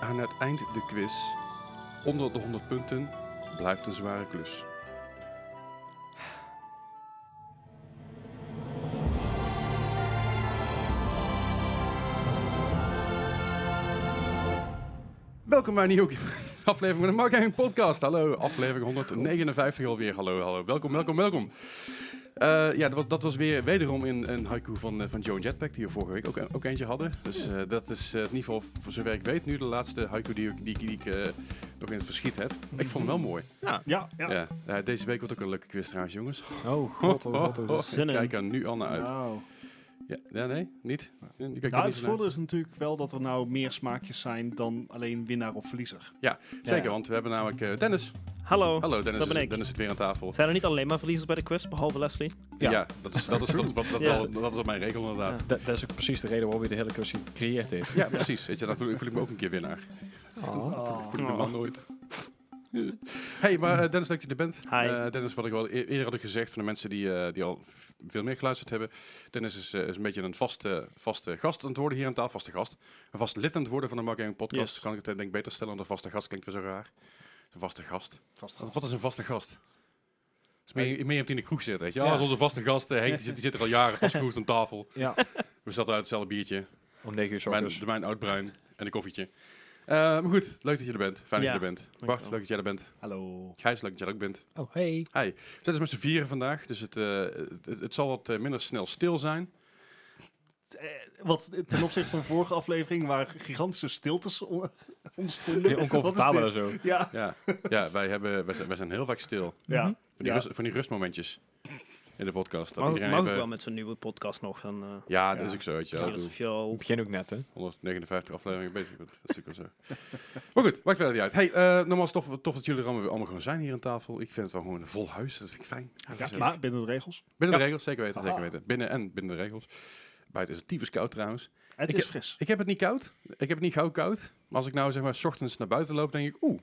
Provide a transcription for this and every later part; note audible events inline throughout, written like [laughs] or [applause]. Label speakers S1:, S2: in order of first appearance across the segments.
S1: Aan het eind de quiz. Onder de 100 punten blijft een zware klus. Welkom bij een nieuwe [laughs] aflevering van de Mark Gaming Podcast. Hallo, aflevering 159 alweer. Hallo, hallo. Welkom, welkom, welkom. Eh, ja, dat was, dat was weer wederom in een haiku van, eh, van Joan Jetpack, die we vorige week ook, e- ook eentje hadden. Dus eh, dat is eh, het niveau, voor zover ik weet, nu de laatste haiku die, ik- die, die ik eh, nog in het verschiet heb. Ik vond hem wel mooi.
S2: Ja,
S1: Mhm. Ja. Eh, deze week wordt ook een leuke quiz trouwens, jongens.
S3: Oh, god, oh, god. Oh,
S1: Oh, [laughs]
S3: god.
S1: ik
S2: Zin in.
S1: kijk er nu al naar uit.
S2: Nou,
S1: Ja, ja, nee, niet? Ik kijk er
S2: nou,
S1: niet zo
S2: het
S1: naar uit.
S2: voordeel is natuurlijk wel dat er nou meer smaakjes zijn dan alleen winnaar of verliezer.
S1: Zeker,
S4: Ja.
S1: want we hebben namelijk eh, Dennis.
S4: Hallo.
S1: Hallo Dennis,
S4: Oh, dat ben
S1: is-
S4: ik.
S1: Dennis zit weer aan tafel.
S4: Zijn er niet alleen maar verliezers bij de quiz, behalve Leslie?
S1: Ja,
S3: Ja.
S1: dat, is, dat, is, dat, is- dat, is
S4: Ja.
S1: al- dat is al mijn regel inderdaad.
S3: Dat, dat is ook precies de reden waarom je de hele cursus gecreëerd heeft.
S1: Ja, precies. Weet je, dan voel, voel ik me ook een keer winnaar.
S2: Oh.
S1: Voel ik me maar nooit. Hey, maar eh, Dennis, leuk dat je er bent.
S4: Hi.
S1: Eh, Dennis, wat ik al eer- eerder had gezegd van de mensen die, eh, die al v- veel meer geluisterd hebben. Dennis is, eh, is een beetje een vaste, vaste gast aan het worden hier aan tafel. Vaste gast. Een vast lid aan het worden van de Mark Gaming Podcast.
S4: Yes.
S1: Kan ik het eh, denk ik beter stellen, want een vaste gast klinkt weer zo raar. Een vaste gast.
S2: Vast
S1: Wat,
S2: wel.
S1: wat is een vaste gast? Is meer, meer iemand die in de kroeg zit, weet je.
S3: Ja.
S1: Ah, dat is onze vaste gast. eh, Henk, die zit, die zit er al jaren vastgeroest aan tafel.
S3: Ja.
S1: We zaten uit hetzelfde biertje.
S3: Om 9 uur 's
S1: Mijn,
S3: ochtends.
S1: de mijn oud-bruin en een koffietje. Eh, maar goed, leuk dat je er bent. Fijn
S4: Ja,
S1: dat je er bent. Bart,
S4: dankjewel.
S1: leuk dat jij er bent.
S2: Hallo.
S1: Gijs, leuk dat jij er ook bent.
S3: Oh, hey.
S1: Hi. We zijn dus met z'n vieren vandaag, dus het, eh, het, het- het zal wat eh, minder snel stil zijn.
S2: Eh, Wat ten opzichte van de vorige aflevering, waar gigantische stiltes on- [laughs] ontstonden.
S3: Oncomfortabel
S2: Wat
S3: en
S2: is dit?
S3: zo.
S2: Ja,
S1: Ja, ja wij, hebben, wij, zijn, wij zijn heel vaak stil.
S3: Mhm.
S2: ja.
S1: Van die,
S2: Ja.
S1: rust- van die rustmomentjes in de podcast. Dat
S4: Mag,
S1: iedereen
S4: mag ook
S1: even-
S4: wel met zo'n nieuwe podcast nog. Dan, eh
S1: Ja, dat
S2: Ja.
S1: is ook zo, weet je
S4: ja,
S1: wel. Ik
S4: dat
S1: bedoel,
S4: of je
S1: [laughs]
S4: al-
S3: Ik begin ook net, hè.
S1: 159 afleveringen bezig bent. Dat is natuurlijk wel zo. Maar goed, maakt verder niet uit. Hey, eh, nogmaals, tof, tof dat jullie er allemaal, allemaal gewoon zijn hier aan tafel. Ik vind het wel gewoon een vol huis, dat vind ik fijn.
S2: Ja, maar binnen de regels.
S1: Binnen de regels, zeker weten,
S2: Haha.
S1: zeker weten. Binnen en binnen de regels. Buiten is het tyfus koud trouwens.
S2: Het
S1: Ik
S3: eh,
S2: is
S1: heb-
S2: fris.
S1: Ik heb het niet koud. Ik heb het niet gauw koud. Maar als ik nou zeg maar 's ochtends naar buiten loop, denk ik oeh.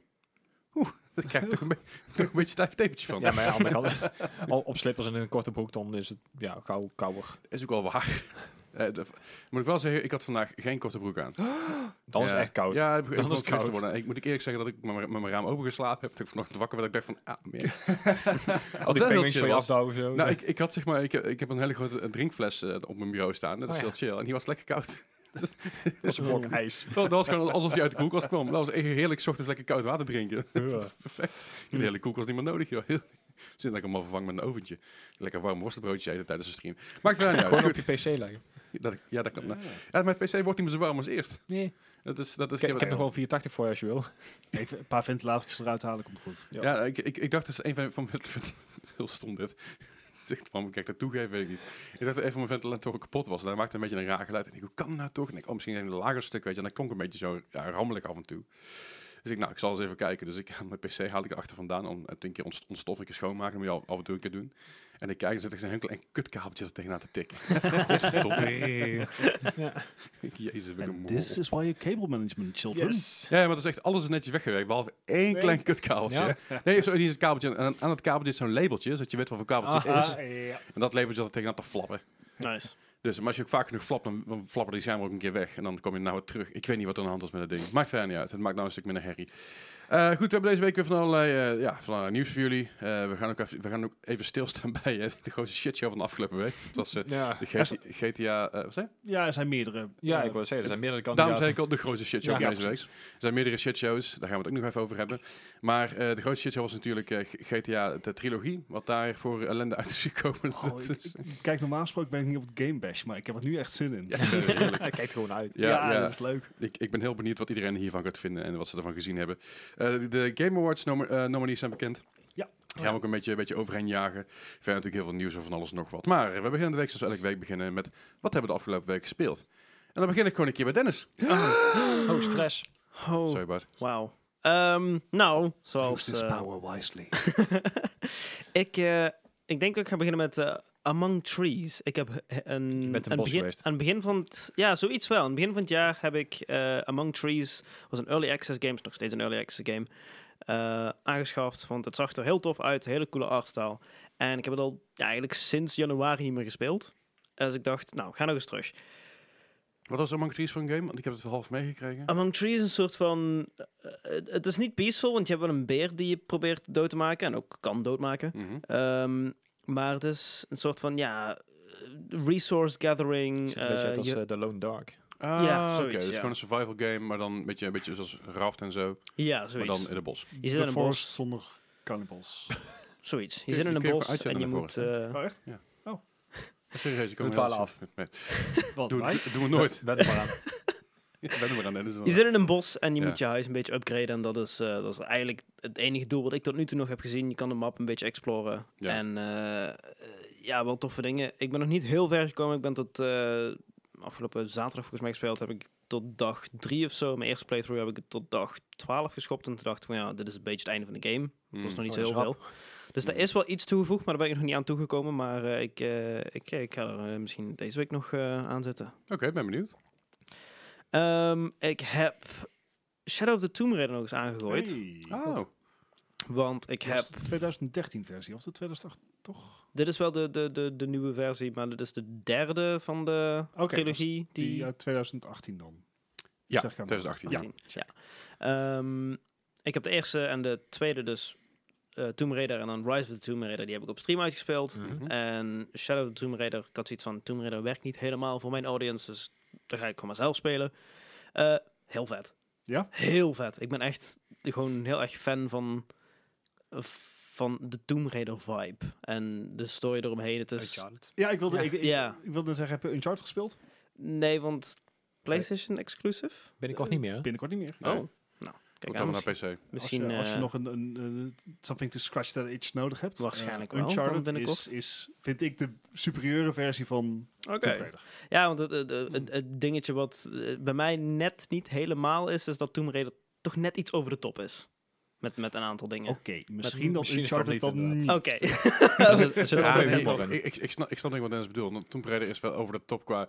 S1: Oeh, [laughs] daar krijg ik toch een, be- toch een beetje stijf tepeltje van.
S3: Ja, maar
S1: [laughs]
S3: ja, aan de andere kant. Al op slippers en in een korte broek, dan is het ja, gauw kouder.
S1: is ook wel waar. Eh, dat- moet ik wel zeggen, ik had vandaag geen korte broek aan.
S3: Dan is
S1: Ja.
S3: het echt koud.
S1: Ja, ik
S3: Dan
S1: begon het
S3: is het
S1: koud te
S3: koud.
S1: worden. Ik moet ik eerlijk zeggen dat ik met mijn- met mijn raam open geslapen heb. Dat ik vanochtend wakker werd. dat Ik dacht van, ah,
S3: [laughs]
S1: meer. [laughs]
S3: Al die penguins van je afdouwen zo.
S1: Nou, ik, ik had zeg maar, ik, heb- ik heb een hele grote drinkfles eh, op mijn bureau staan. Dat is
S3: Oh, ja.
S1: heel chill. En die was lekker koud. [laughs]
S3: dat is een blok ijs.
S1: Dat, dat was gewoon alsof je uit de koelkast kwam. Dat was echt heerlijk 's ochtends lekker koud water drinken. [laughs]
S3: Ja.
S1: Perfect. Je hebt de hele koelkast niet meer nodig, joh. [laughs] Heel- Zit lekker allemaal vervangen met een oventje. Lekker warm worstenbroodjes eten tijdens de stream. Maakt
S3: [laughs]
S1: het niet uit.
S3: [laughs] Gewoon op
S1: [laughs] Goed,
S3: die pc leggen.
S1: [laughs] dat, ik- ja, dat kan. nou. Ja, mijn PC wordt niet meer zo warm als eerst.
S3: Nee.
S1: Dat is, dat is,
S3: Ik, ik heb nog wel 480 voor je als je wil.
S2: Even een paar ventilaties eruit halen, komt goed.
S3: Ja.
S1: Ja, ik, ik, ik dacht dat is een van, van mijn... [laughs] Heel stom dit. [laughs] Zegt waarom kan ik dat toegeven, weet ik niet. Ik dacht dat een van mijn ventilatoren kapot was. En hij maakte een beetje een raar geluid. En ik, hoe kan dat nou toch? En ik, oh, misschien een lager stuk, weet je. En dat klonk een beetje zo ja, rammelig af en toe. Dus ik, nou, ik zal eens even kijken. Dus ik [laughs] mijn pc haal ik erachter vandaan. Om het een keer ont, ontstoffelijke schoonmaken. Dat moet je al, af en toe een keer doen. En ik kijk en zit ik zijn enkel en kutkabeltje er tegenaan te tikken. [laughs] Godverdomme.
S3: Ja.
S1: Jezus, ben ik een
S2: En
S1: mol.
S2: this is why you cable management, children.
S1: Ja, ja, maar dat is echt, alles is netjes weggewerkt, behalve één
S2: Nee.
S1: klein kutkabeltje. [laughs] Nee, zo, niet eens een kabeltje. En aan, aan het kabeltje is zo'n labeltje, zodat je weet wat voor kabeltje het
S3: Ah,
S1: is.
S2: Ah, ja.
S1: En dat labeltje zat er tegenaan te flappen.
S4: Nice.
S1: Dus, maar als je ook vaak genoeg flapt, dan, dan flappen die schermen ook een keer weg. En dan kom je nou weer terug. Ik weet niet wat er aan de hand is met dat ding. Maakt verder niet uit. Het maakt nou een stuk minder herrie. Eh, goed, we hebben deze week weer van allerlei, eh, ja, van allerlei nieuws voor jullie. Eh, we, gaan ook even, we gaan ook even stilstaan [laughs] bij eh, de grootste shitshow van de afgelopen week. Dat was eh,
S3: Ja.
S1: de GT GTA... eh wat zei je?
S2: ja, er zijn meerdere.
S3: Ja,
S2: eh,
S3: ik wil zeggen, er zijn
S1: Daarom
S3: meerdere kandidaten.
S1: zei ik al, de grootste shitshow
S3: Ja,
S1: van
S2: ja,
S1: deze week. Er zijn meerdere shitshows, daar gaan we het ook nog even over hebben. Maar eh, de grootste shitshow was natuurlijk eh, G- GTA, de trilogie. Wat daar voor ellende uit is gekomen.
S2: Oh,
S1: Dat
S2: ik-
S1: is-
S2: ik- kijk, normaal gesproken ben ik niet op het Game Bash, maar ik heb er nu echt zin [laughs] in.
S1: ja, ik vind het heerlijk.
S3: Hij kijkt gewoon uit.
S1: Ja, ja.
S2: dat is leuk.
S1: Ik, ik ben heel benieuwd wat iedereen hiervan gaat vinden en wat ze ervan gezien hebben. Eh, de- de Game Awards nomi- eh, nominees zijn bekend.
S2: Ja.
S1: Daar gaan we ook een beetje, een beetje overheen jagen. Verder natuurlijk heel veel nieuws over van alles en nog wat. Maar we beginnen de week zoals we elke week beginnen met wat hebben we de afgelopen week gespeeld. En dan begin ik gewoon een keer bij Dennis.
S3: Oh, stress.
S4: Oh,
S1: Sorry Bart.
S4: wauw. Ehm, nou, zoals... eh,
S2: power [laughs] wisely.
S4: ik, eh, ik denk dat ik ga beginnen met eh, Among Trees. Ik heb eh, een...
S3: bent een
S4: aan
S3: bos
S4: begin,
S3: geweest.
S4: Aan het begin van het... Ja, zoiets wel. Aan het begin van het jaar heb ik eh, Among Trees... was een early access game, is nog steeds een early access game... eh, aangeschaft, want het zag er heel tof uit. Hele coole artstyle. En ik heb het al ja, eigenlijk sinds januari niet meer gespeeld. Dus ik dacht, nou, ga nog eens terug.
S1: Wat was Among Trees voor een game? Want ik heb het wel half meegekregen.
S4: Among Trees is een soort van... eh, het- het is niet peaceful, want je hebt wel een beer die je probeert dood te maken. En ook kan doodmaken.
S1: Mhm.
S4: Ehm, maar het is een soort van, ja... eh, Resource gathering.
S3: Ziet er een beetje
S4: eh,
S3: uit als
S4: je-
S3: eh, The Lone [laughs] Dark.
S1: Ah,
S4: Ja,
S1: oké.
S4: zoiets,
S1: dus
S4: ja.
S1: gewoon een survival game, maar dan een beetje, een beetje zoals Raft en zo.
S4: ja,
S1: eh, Maar
S4: zoiets.
S1: dan in de bos.
S4: je zit
S2: The
S4: in een
S2: Forest
S4: bos.
S2: zonder cannibals.
S4: Zoiets. Je
S1: je-
S4: zit
S1: je
S4: in een
S1: kun je
S4: bos
S1: vooruitzetten
S4: en je
S1: naar
S4: moet... eh,
S2: Oh, echt?
S1: Serieus, ik kom
S3: Doe het
S1: heel
S3: wel
S1: erg- Nee,
S2: Wat,
S1: Doe,
S2: wij?
S1: doe, doen we nooit.
S3: Ben er maar [laughs] aan.
S1: Ik ben er maar aan Dennis.
S4: Je zit in een bos en je
S1: Oh. Ja.
S4: moet je huis een beetje upgraden. En dat is, eh, dat is eigenlijk het enige doel wat ik tot nu toe nog heb gezien. Je kan de map een beetje exploren.
S1: Ja.
S4: En eh, eh, ja, wel toffe dingen. Ik ben nog niet heel ver gekomen. Ik ben tot eh, afgelopen zaterdag volgens mij gespeeld. Heb ik tot dag drie of zo. Mijn eerste playthrough heb ik het tot dag 12 geschopt. En toen dacht ik van ja, dit is een beetje het einde van de game.
S1: Mm.
S4: Dat was nog niet
S3: Oh,
S4: zo
S3: dat
S4: heel
S3: is
S4: veel. Dus daar is wel iets toegevoegd, maar daar ben ik nog niet aan toegekomen. Maar eh, ik, eh, ik, ik ga er eh, misschien deze week nog eh aan zitten.
S1: Oké, ben benieuwd.
S4: Ehm, ik heb Shadow of the Tomb Raider nog eens aangegooid.
S2: Hey.
S1: Oh,
S4: Want ik heb...
S2: Was de 2013 versie of de 2008?
S4: Dit is wel de, de, de, de nieuwe versie, maar dit is de derde van de
S2: Oké,
S4: trilogie.
S2: Die, eh,
S4: Die,
S2: uit 2018 dan.
S1: ja,
S2: Zeg ik aan
S1: 2018. Ja.
S4: 18, ja. Ehm, ik heb de eerste en de tweede dus eh Tomb Raider en dan Rise of the Tomb Raider. Die heb ik op stream uitgespeeld.
S1: Mhm.
S4: En Shadow of the Tomb Raider, ik had zoiets van... Tomb Raider werkt niet helemaal voor mijn audience, dus daar ga ik gewoon maar zelf spelen. Eh, heel vet.
S2: Ja?
S4: Heel vet. Ik ben echt gewoon heel erg fan van, van de Tomb Raider vibe. En de story eromheen. Het is...
S3: Uncharted.
S2: Ja, ik wilde,
S3: Ja.
S2: Ik, ik,
S4: Ja.
S2: ik wilde zeggen, heb je Uncharted gespeeld?
S4: Nee, want PlayStation exclusive?
S3: Binnenkort niet meer. [laughs] hè?
S2: Binnenkort niet meer.
S1: Nee.
S4: Oh, nou. Kijk
S1: Komt
S4: aan,
S1: allemaal
S4: misschien,
S1: naar PC.
S4: misschien
S2: als je, als je
S4: eh,
S2: nog een, een, eh, something to scratch that itch nodig hebt.
S4: Waarschijnlijk
S2: eh,
S4: wel,
S2: Uncharted
S4: dan binnenkort.
S2: is, is, vind ik, de superieure versie van
S4: oké.
S2: Tomb Raider. Hmm.
S4: Ja, want het, het, het- het- het dingetje wat eh, bij mij net niet helemaal is, is dat Tomb Raider toch net iets over de top is. Met, met een aantal dingen.
S2: Oké, misschien
S3: Maar
S2: dat
S3: misschien is dat
S2: Uncharted
S3: niet,
S2: dan
S3: inderdaad.
S2: niet.
S4: Oké.
S3: Er zit- er zit
S1: Ja,
S3: wel een
S1: nee,
S3: humor
S1: ik,
S3: in.
S1: ik, ik snap, ik snap niet wat Dennis bedoelt. Want Tomb Raider is wel over de top qua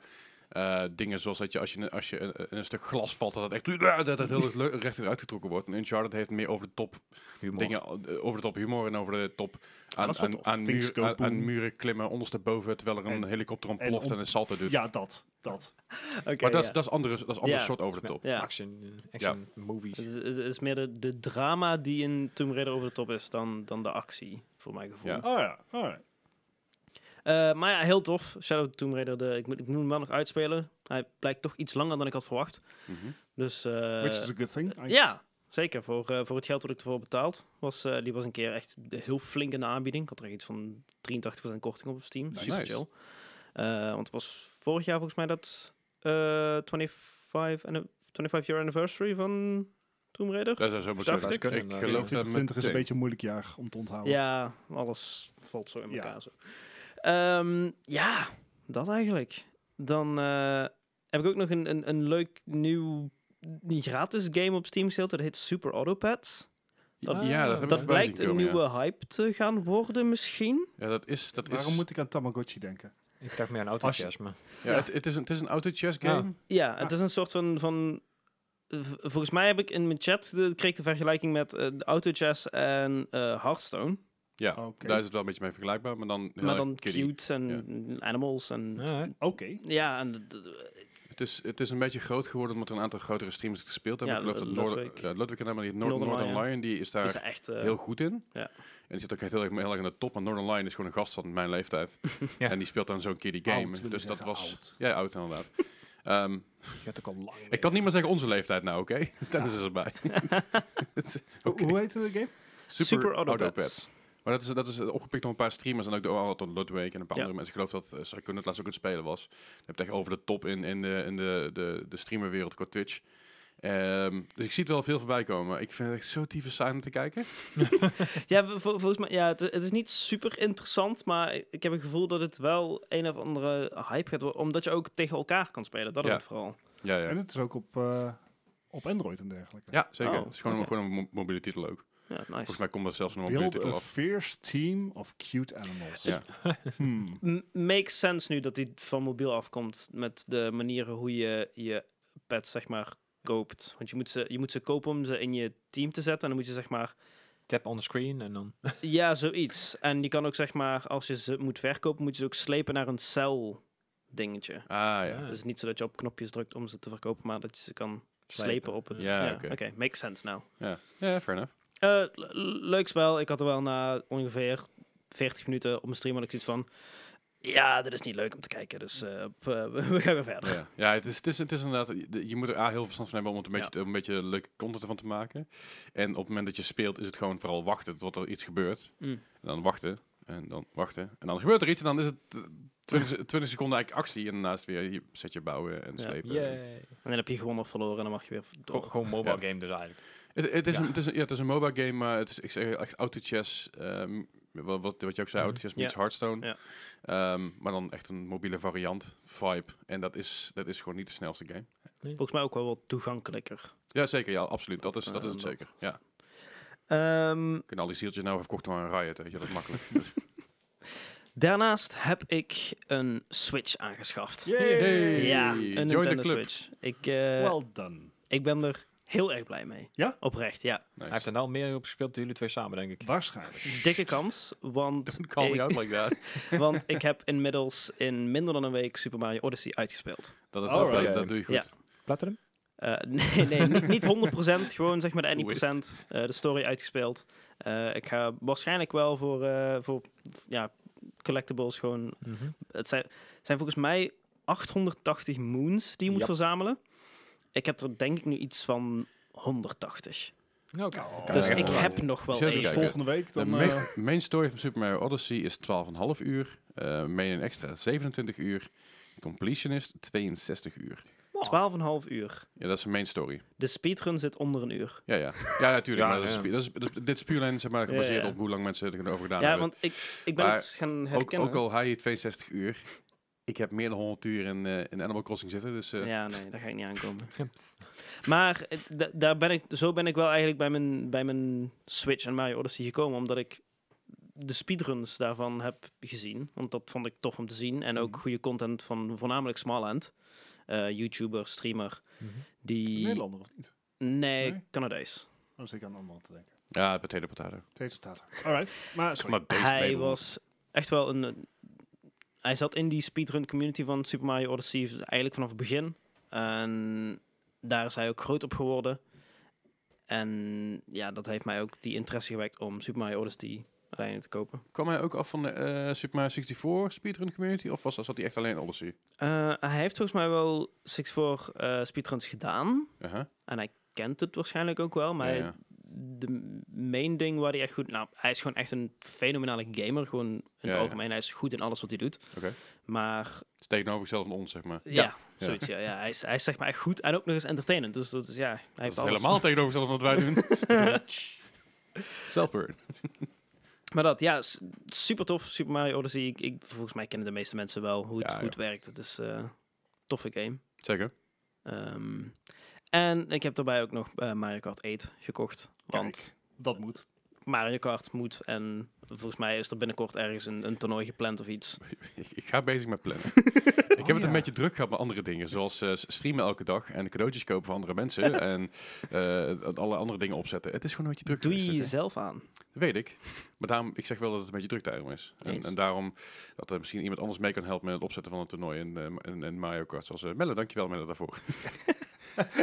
S1: eh, dingen zoals dat je als je, als je in, in een stuk glas valt, dat het echt dat het heel le- recht eruit getrokken wordt. En Uncharted heeft meer over de top
S3: Humor.
S1: dingen, eh, over de top humor en over de top aan,
S2: dat is wel
S1: aan,
S2: tof.
S1: aan,
S2: Things
S1: muren-
S2: go
S1: aan, aan
S2: boom.
S1: muren klimmen, ondersteboven, terwijl er een
S2: En-
S1: helikopter
S2: en
S1: ontploft en,
S2: om-
S1: een salto doet.
S2: Ja, dat. dat.
S4: Oké,
S1: [laughs] maar dat is,
S4: ja.
S1: dat is andere, dat is ander
S4: Ja.
S1: soort over de top.
S4: Ja.
S3: Action, eh, action movies.
S4: Het is, het is meer de, de drama die in Tomb Raider over de top is dan, dan de actie, voor mijn gevoel.
S1: Ja.
S2: Oh ja, alright.
S4: Eh, maar ja, heel tof. Shadow of the Tomb Raider, de, ik, moet, ik moet hem wel nog uitspelen. Hij blijkt toch iets langer dan ik had verwacht.
S1: Mhm.
S4: Dus, eh,
S2: Which is a good thing. I-
S4: Ja, zeker. Voor, eh, voor het geld dat ik ervoor betaald was, eh, die was een keer echt heel flink in de aanbieding. Ik had er iets van 83% korting op Steam.
S1: Nice.
S4: Super chill. Eh, want het was vorig jaar volgens mij dat eh 25, anni- 25 year anniversary van Tomb Raider.
S1: Dat zou zo
S4: Dacht
S1: moeten
S4: ik.
S1: zijn. Ik
S3: Kunnen,
S1: geloof dat
S2: 2020 is een
S1: meteen.
S2: beetje een moeilijk jaar om te
S1: Oh.
S2: onthouden.
S4: Ja, alles valt zo in
S2: Ja.
S4: elkaar. Zo. Ehm, ja, dat eigenlijk. Dan eh, heb ik ook nog een, een, een leuk nieuw gratis game op Steam gespeeld. Dat heet Super Autopads.
S3: Dat-
S1: ja, dat, hebben we voorbij
S4: Dat
S1: zien
S4: blijkt een
S1: komen, ja.
S4: nieuwe hype te gaan worden misschien.
S1: Ja, dat is... Dat
S2: Waarom
S1: is
S2: moet ik aan Tamagotchi denken?
S3: Ik dacht meer aan
S2: Als je-
S3: enthousiasme.
S1: ja, Het, het is een, het is een auto-chess game.
S4: Ja, het
S2: Ah.
S4: is een soort van... van v- volgens mij heb ik in mijn chat de, kreeg ik de vergelijking met eh, de Autochess en eh, Hearthstone.
S1: Ja,
S2: Oh, Oké.
S1: daar is het wel een beetje mee vergelijkbaar, maar dan heel
S4: maar
S1: erg
S4: dan
S1: kiddie.
S4: cute en animals en... Ja,
S3: Ja, hè.
S2: Oké.
S4: en d- d-
S1: Het is, het is een beetje groot geworden omdat er een aantal grotere streams het gespeeld hebben.
S4: Ja,
S1: ik geloof dat
S4: Lud-
S1: Lord,
S4: Ludwig.
S1: ja, Ludwig en helemaal niet. Nor-
S4: Northern
S1: Northern,
S4: Lion.
S1: Lion, die is daar
S4: is echt... eh,
S1: heel goed in.
S4: ja.
S1: En die zit ook echt heel erg, heel erg aan de top. Maar Northern Lion is gewoon een gast van mijn leeftijd.
S3: Ja.
S1: En die speelt dan zo'n keer die game.
S2: Oud, wil
S1: dus
S2: ik
S1: dat
S2: zeggen,
S1: was...
S2: oud.
S1: Ja, oud inderdaad. Ehm,
S3: Je hebt ook al lang.
S1: ik kan niet meer zeggen onze leeftijd nou, oké? [laughs] Dennis is erbij. Het is-
S2: Ho-
S1: oké.
S2: Hoe heet de game?
S1: Super,
S4: Super Autobots.
S1: Autobots. Maar dat is, dat is opgepikt door een paar streamers en ook door Arnold en Ludwig en een paar
S4: Ja.
S1: andere mensen. Ik geloof dat uh, Sarkoon het laatst ook aan het spelen was. Je hebt echt over de top in, in, de, in de, de, de streamerwereld qua Twitch. Ehm, dus ik zie het wel veel voorbij komen. Ik vind het echt zo tyfus saai om te kijken.
S4: Ja, vol- volgens mij, ja, het, het is niet super interessant, maar ik heb het gevoel dat het wel een of andere hype gaat worden. Omdat je ook tegen elkaar kan spelen, dat is
S1: Ja.
S4: het vooral.
S1: Ja, ja.
S2: En het is ook op, eh, op Android en dergelijke.
S1: ja zeker.
S4: Oh,
S1: het is gewoon,
S4: oké.
S1: gewoon een mo- mobiele titel ook.
S4: Ja, nice.
S1: Volgens mij komt dat zelfs van een mobiele
S2: Build
S1: titel
S2: a
S1: af.
S2: fierce team of cute animals.
S4: [laughs]
S1: Ja.
S2: Hmm.
S4: M- makes sense nu dat die van mobiel afkomt met de manieren hoe je je pets, zeg maar, koopt. Want je moet ze, je moet ze kopen om ze in je team te zetten. En dan moet je, zeg [laughs] maar,
S3: Tap on the screen en dan...
S4: ja, zoiets. En je kan ook, zeg maar, als je ze moet verkopen, moet je ze ook slepen naar een cel dingetje.
S1: Ah ja.
S3: Ah.
S4: Dus niet zo dat je op knopjes drukt om ze te verkopen, maar dat je ze kan slepen,
S3: Slepen.
S4: op het...
S1: Ja, oké.
S4: oké. makes sense now.
S1: Ja, ja fair enough.
S4: Eh, le- leuk spel. Ik had er wel na ongeveer 40 minuten op mijn stream had ik zoiets van... Ja, dit is niet leuk om te kijken, dus eh, p- eh, [laughs] we gaan weer verder.
S1: Ja, ja het, is, het, is, het is inderdaad, je- je moet er A, heel verstand van hebben om het een
S4: Ja.
S1: beetje, om een beetje leuke content ervan te maken. En op het moment dat je speelt is het gewoon vooral wachten tot er iets gebeurt.
S4: Mm.
S1: En dan wachten, en dan wachten. En dan gebeurt er iets en dan is het eh, 20, se- 20 seconden eigenlijk actie. En daarnaast weer je setje bouwen en
S4: Ja.
S1: slepen.
S3: Yay.
S4: En dan heb je gewonnen of verloren en dan mag je weer door.
S3: Gewoon- Gewoon mobile game dus eigenlijk.
S1: Het, het, is
S3: Ja.
S1: een, het, is een, ja, het is een mobile game, maar het is ik zeg echt auto-chess. ehm, wat, wat, wat je ook zei,
S3: Mhm.
S1: auto-chess meets
S4: Ja.
S1: Hearthstone. Ehm, maar dan echt een mobiele variant, vibe. En dat is, dat is gewoon niet de snelste game.
S4: Volgens mij ook wel wat toegankelijker.
S1: Ja, zeker. Ja, absoluut. Dat is, dat is
S4: Eh,
S1: het
S4: dat-
S1: zeker. Ja.
S4: Ehm,
S1: Kunnen al die zieltjes nou verkocht door een Riot, weet je, dat is makkelijk.
S4: daarnaast heb ik een Switch aangeschaft.
S1: Hey.
S4: Ja, een
S1: Join the
S4: Nintendo
S1: club.
S4: Switch. Ik, eh,
S2: Well done.
S4: ik ben er heel erg blij mee.
S2: Ja?
S4: Oprecht, ja.
S1: Nice.
S3: Hij heeft er nou meer op gespeeld dan jullie twee samen, denk ik.
S2: Waarschijnlijk.
S4: Dikke kans, want,
S1: Don't call me
S4: ik,
S1: out like that.
S4: want ik heb inmiddels in minder dan een week Super Mario Odyssey uitgespeeld.
S1: Dat, is,
S2: Alright.
S1: dat, dat, dat doe je goed.
S4: Ja.
S3: Platinum?
S4: Eh, nee, nee, niet, niet 100%, gewoon zeg maar de 90%,
S1: Hoe is
S4: eh, de story uitgespeeld. Eh, ik ga waarschijnlijk wel voor, eh, voor ja, collectibles gewoon...
S3: Mhm.
S4: Het zijn, zijn volgens mij 880 moons die je moet
S3: Yep.
S4: verzamelen. Ik heb er denk ik nu iets van 180.
S3: Oké.
S2: Ja,
S4: dus
S1: ja,
S4: ik
S1: ja.
S4: heb nog wel
S1: Zullen we
S2: Dus
S1: kijken.
S4: even.
S2: volgende week
S1: De
S2: dan...
S1: main,
S2: eh,
S1: main story van Super Mario Odyssey is 12,5 uur. eh main en extra 27 uur. Completionist 62 uur.
S4: 12,5 uur.
S1: Ja, dat is een main story.
S4: De speedrun zit onder een uur.
S1: Ja, ja. Ja, natuurlijk.
S3: Ja,
S1: maar dat is
S3: ja.
S1: pu- dat is, dat is- dit is puur alleen zeg maar, gebaseerd
S4: ja.
S1: op hoe lang mensen erover gedaan
S4: ja,
S1: hebben.
S4: want ik, ik ben
S1: Maar
S4: het gaan
S1: ook,
S4: herkennen.
S1: ook al haal je 62 uur. Ik heb meer dan 100 uur in, eh, in Animal Crossing zitten, dus... eh,
S4: Ja, nee, daar ga ik niet [laughs] aankomen. Maar eh, da- daar ben ik, zo ben ik wel eigenlijk bij mijn, bij mijn Switch en Mario Odyssey gekomen, omdat ik de speedruns daarvan heb gezien. Want dat vond ik tof om te zien. En ook
S2: Mhm.
S4: goede content van voornamelijk Smalland. eh YouTuber, streamer, die...
S2: Nederlander of niet?
S4: Nee,
S2: Nee?
S4: Canadees.
S2: Dan zit ik aan een ander te denken.
S1: Ja, potato potato.
S2: Tater tater. Alright. Maar sorry.
S1: Maar beest
S4: Ah, hij
S1: meedoen.
S4: was echt wel een. eh, Hij zat in die speedrun community van Super Mario Odyssey eigenlijk vanaf het begin. En daar is hij ook groot op geworden. En ja, dat heeft mij ook die interesse gewekt om Super Mario Odyssey uiteindelijk te kopen.
S1: Kwam hij ook af van de eh, Super Mario 64 speedrun community? Of was, dat- zat hij echt alleen Odyssey?
S4: Eh, hij heeft volgens mij wel 64 eh speedruns gedaan.
S1: Uh-huh.
S4: En hij kent het waarschijnlijk ook wel. Maar
S1: Ja,
S4: hij-
S1: ja.
S4: de main ding waar hij echt goed... Nou, hij is gewoon echt een fenomenale gamer. Gewoon in
S1: Ja,
S4: het
S1: ja.
S4: algemeen. Hij is goed in alles wat hij doet.
S1: Oké.
S4: Maar
S1: Het is tegenovergesteld van ons, zeg maar.
S4: Ja,
S1: Ja.
S4: zoiets. Ja. Ja, hij, is, hij is zeg maar echt goed en ook nog eens entertainend. Dus dat is ja, hij
S1: Dat is
S4: heeft alles.
S1: helemaal tegenovergesteld van wat wij doen.
S4: [laughs]
S1: Selfburn.
S4: Maar dat, ja, s- super tof. Super Mario Odyssey. Ik, ik- volgens mij kennen de meeste mensen wel hoe het,
S1: Ja,
S4: hoe het werkt. Het is eh, toffe game.
S1: Zeker. [laughs]
S4: Ehm, en ik heb daarbij ook nog eh, Mario Kart 8 gekocht. Want
S2: Kijk, dat moet.
S4: Mario Kart moet en volgens mij is er binnenkort ergens een, een toernooi gepland of iets.
S1: Ik, ik ga bezig met plannen. ik heb
S4: Oh,
S1: het
S2: Oh, ja.
S1: een beetje druk gehad met andere dingen. Zoals eh, streamen elke dag en cadeautjes kopen voor andere mensen. en eh, alle andere dingen opzetten. Het is gewoon een beetje druk
S4: Doe je
S1: geweest, hè?
S4: jezelf aan.
S1: Dat weet ik. Maar daarom, ik zeg wel dat het een beetje druk daarom is. En,
S4: Eens.
S1: en daarom dat er misschien iemand anders mee kan helpen met het opzetten van een toernooi in, eh, in, in Mario Kart. Zoals eh, Melle, dankjewel Melle daarvoor.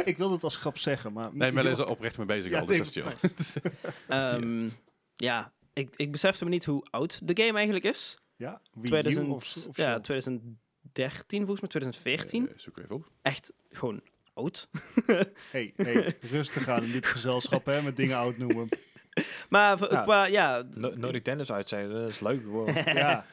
S2: Ik wilde het als grap zeggen, maar...
S1: Nee, Melle is er oprecht mee bezig
S2: Ja,
S1: al, dus
S2: nee, [laughs]
S1: dat is chill.
S4: Ehm, ja, ik, ik besefte me niet hoe oud de game eigenlijk is.
S2: Ja, Wii U
S4: 2000,
S2: of, of
S4: ja,
S2: zo.
S4: 2013 volgens mij, 2014.
S1: Eh, zoek even op.
S4: Echt gewoon oud.
S2: Hey,
S4: [laughs]
S2: hey, rustig aan in dit gezelschap, hè, met dingen oud noemen.
S4: Maar v-
S3: Ja.
S4: qua, ja, d-
S3: No Nordic Dennis uitzenden, dat is leuk. [laughs] Wow.
S2: Ja,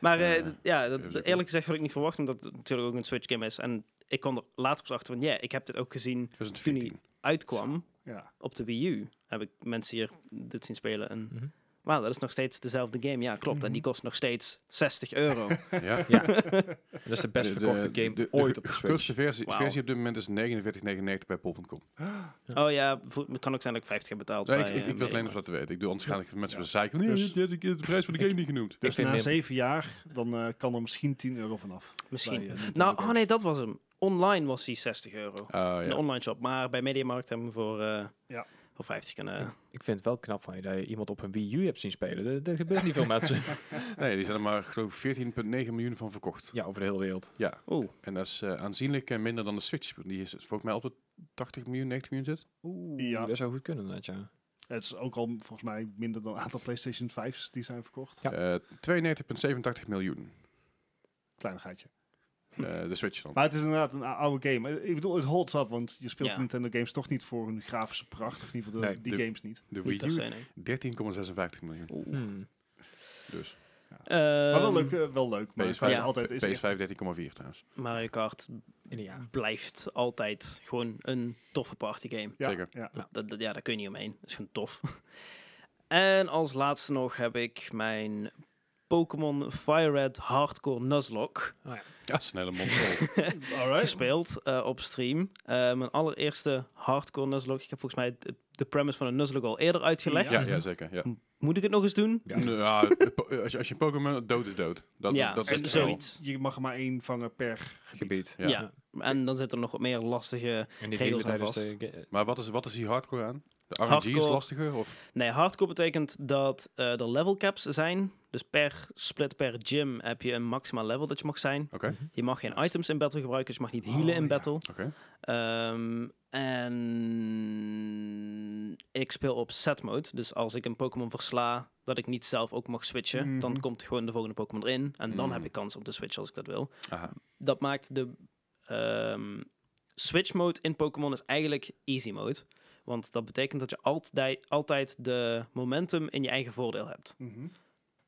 S4: maar eh,
S1: Ja.
S4: d- ja, dat-
S1: Even zoeken.
S4: eerlijk gezegd had ik niet verwacht, omdat het natuurlijk ook een Switch game is. En ik kwam er later pas achter van, ja, ik heb dit ook gezien toen hij
S1: 2014.
S4: uitkwam
S2: ja.
S4: op de Wii U. Heb ik mensen hier dit zien spelen en...
S3: Mhm.
S4: Wauw, dat is nog steeds dezelfde game. Ja, klopt. En die kost nog steeds 60 euro.
S1: Ja.
S3: [laughs] Dat is de
S1: De-
S3: best
S1: de-
S3: verkochte
S1: de-
S3: game
S1: de
S3: ooit
S1: ge-
S3: op de Switch.
S1: goedkoopste versie,
S4: Wauw.
S1: versie op dit moment is 49,99 bij pol.com.
S4: oh ja, vo- het kan ook zijn dat ik 50 heb betaald.
S1: Nee, ik,
S4: bij,
S1: ik,
S4: eh,
S1: ik wil het alleen
S4: Mediamarkt.
S1: nog laten weten. Ik doe anders gaan ik mensen
S2: Ja.
S1: ja. zeiken. Nee,
S2: Dus-
S1: je hebt de prijs van de game niet genoemd.
S2: Dus
S3: vind
S2: na
S3: meer-
S2: zeven jaar, dan eh, kan er misschien 10 euro vanaf.
S4: Misschien.
S2: Bij, eh, Nintendo
S4: Nou, oh
S2: games.
S4: nee, dat was hem. Online was hij 60 euro.
S1: Ah,
S4: Een
S1: ja.
S4: online shop. Maar bij Mediamarkt hebben we hem voor, eh,
S2: Ja.
S4: Wel 50 kunnen.
S3: Ik vind het wel knap van je dat je iemand op een Wii U hebt zien spelen. Er, er gebeurt niet veel mensen.
S1: Nee, die zijn er maar geloof ik 14,9 miljoen van verkocht.
S3: [laughs] Ja, over de hele wereld.
S1: Ja,
S4: Oeh,
S1: en dat is eh, aanzienlijk eh, minder dan de Switch. Die is dus volgens mij op de 80 miljoen, 90 miljoen zit.
S3: Oeh,
S2: Ja.
S3: dat zou goed kunnen dat ja.
S2: Het is ook al volgens mij minder dan een aantal PlayStation 5's die zijn verkocht.
S3: Ja.
S1: Eh, 92,87 miljoen.
S2: Kleinigheidje.
S1: Eh, de Switch dan.
S2: Maar het is inderdaad een ou- oude game. Eh, Ik bedoel, het holds up, want je speelt
S4: Ja.
S2: Nintendo games toch niet voor hun grafische pracht. Of in ieder geval de-
S3: Nee,
S2: die
S1: de-
S2: games niet.
S1: De
S4: niet per
S1: Wii
S4: se,
S1: U,
S4: nee.
S1: 13,56 miljoen.
S4: Oeh.
S3: Hmm.
S1: Dus
S2: maar wel
S4: Ehm,
S2: leuk, eh, wel leuk. Maar
S1: PS5,
S2: het is
S4: ja.
S2: altijd is echt-
S1: PS5 13,4 trouwens.
S4: Mario Kart
S3: In een jaar.
S4: blijft altijd gewoon een toffe partygame.
S2: ja,
S1: Zeker.
S2: Ja.
S4: Dat, dat- ja, daar kun je niet omheen. Dat is gewoon tof. [laughs] en als laatste nog heb ik mijn Pokémon Fire Red Hardcore Nuzlocke
S2: Oh
S1: Ja, dat is een hele mond vol.
S2: [laughs] Alright.
S4: gespeeld eh, op stream. Eh, mijn allereerste Hardcore Nuzlocke. Ik heb volgens mij de, de premise van een Nuzlocke al eerder uitgelegd.
S1: [laughs] ja, ja, zeker. Ja.
S4: Moet ik het nog eens doen?
S3: Ja.
S1: Nou, ja, po- als, je, als je een Pokémon dood is dood. Dat,
S4: Ja,
S1: dat is
S2: En dus
S1: het
S4: zoiets.
S1: verhaal.
S2: Je mag er maar één vangen per gebied.
S3: Gebied.
S1: Ja.
S4: Ja. En dan zitten er nog wat meer lastige...
S3: En
S4: Regels
S3: die regels
S4: aan
S3: tijdens
S4: vast.
S3: de... ge-
S1: Maar wat is, wat is die hardcore aan? De RNG is
S4: Hardcore-
S1: lastiger? Of?
S4: Nee, hardcore betekent dat eh er level caps zijn. Dus per split, per gym heb je een maximaal level dat je mag zijn.
S1: Oké.
S3: Mhm.
S4: Je mag geen items in battle gebruiken, dus je mag niet healen
S2: Oh,
S4: in
S2: ja.
S4: battle.
S1: Oké.
S4: Ehm, en ik speel op set mode. Dus als ik een Pokémon versla, dat ik niet zelf ook mag switchen.
S2: Mhm.
S4: Dan komt gewoon de volgende Pokémon erin. En dan
S1: Mhm.
S4: heb ik kans om te switchen als ik dat wil.
S1: Aha.
S4: Dat maakt de ehm, switch mode in Pokémon is eigenlijk easy mode. Want dat betekent dat je altijd, altijd de momentum in je eigen voordeel hebt.
S2: Mhm.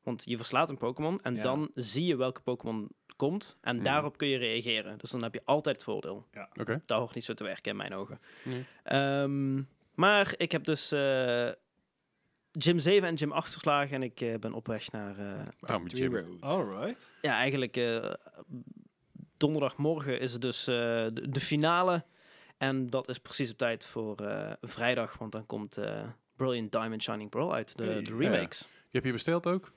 S4: Want je verslaat een Pokémon en
S3: Ja.
S4: dan zie je welke Pokémon komt. En
S1: Mhm.
S4: daarop kun je reageren. Dus dan heb je altijd het voordeel
S1: Oké.
S4: daar hoort niet zo te werken in mijn ogen.
S1: Nee.
S4: Ehm, maar ik heb dus eh Gym 7 en Gym 8 verslagen en ik eh, ben op weg naar, eh,
S3: Oh,
S1: Ah, met Jim.
S2: Alright.
S4: ja eigenlijk eh, donderdagmorgen is het dus eh, de, de finale. En dat is precies op tijd voor eh, vrijdag, want dan komt eh, Brilliant Diamond Shining Pearl uit, de,
S2: Hey.
S4: de remakes.
S1: Je hebt je besteld ook?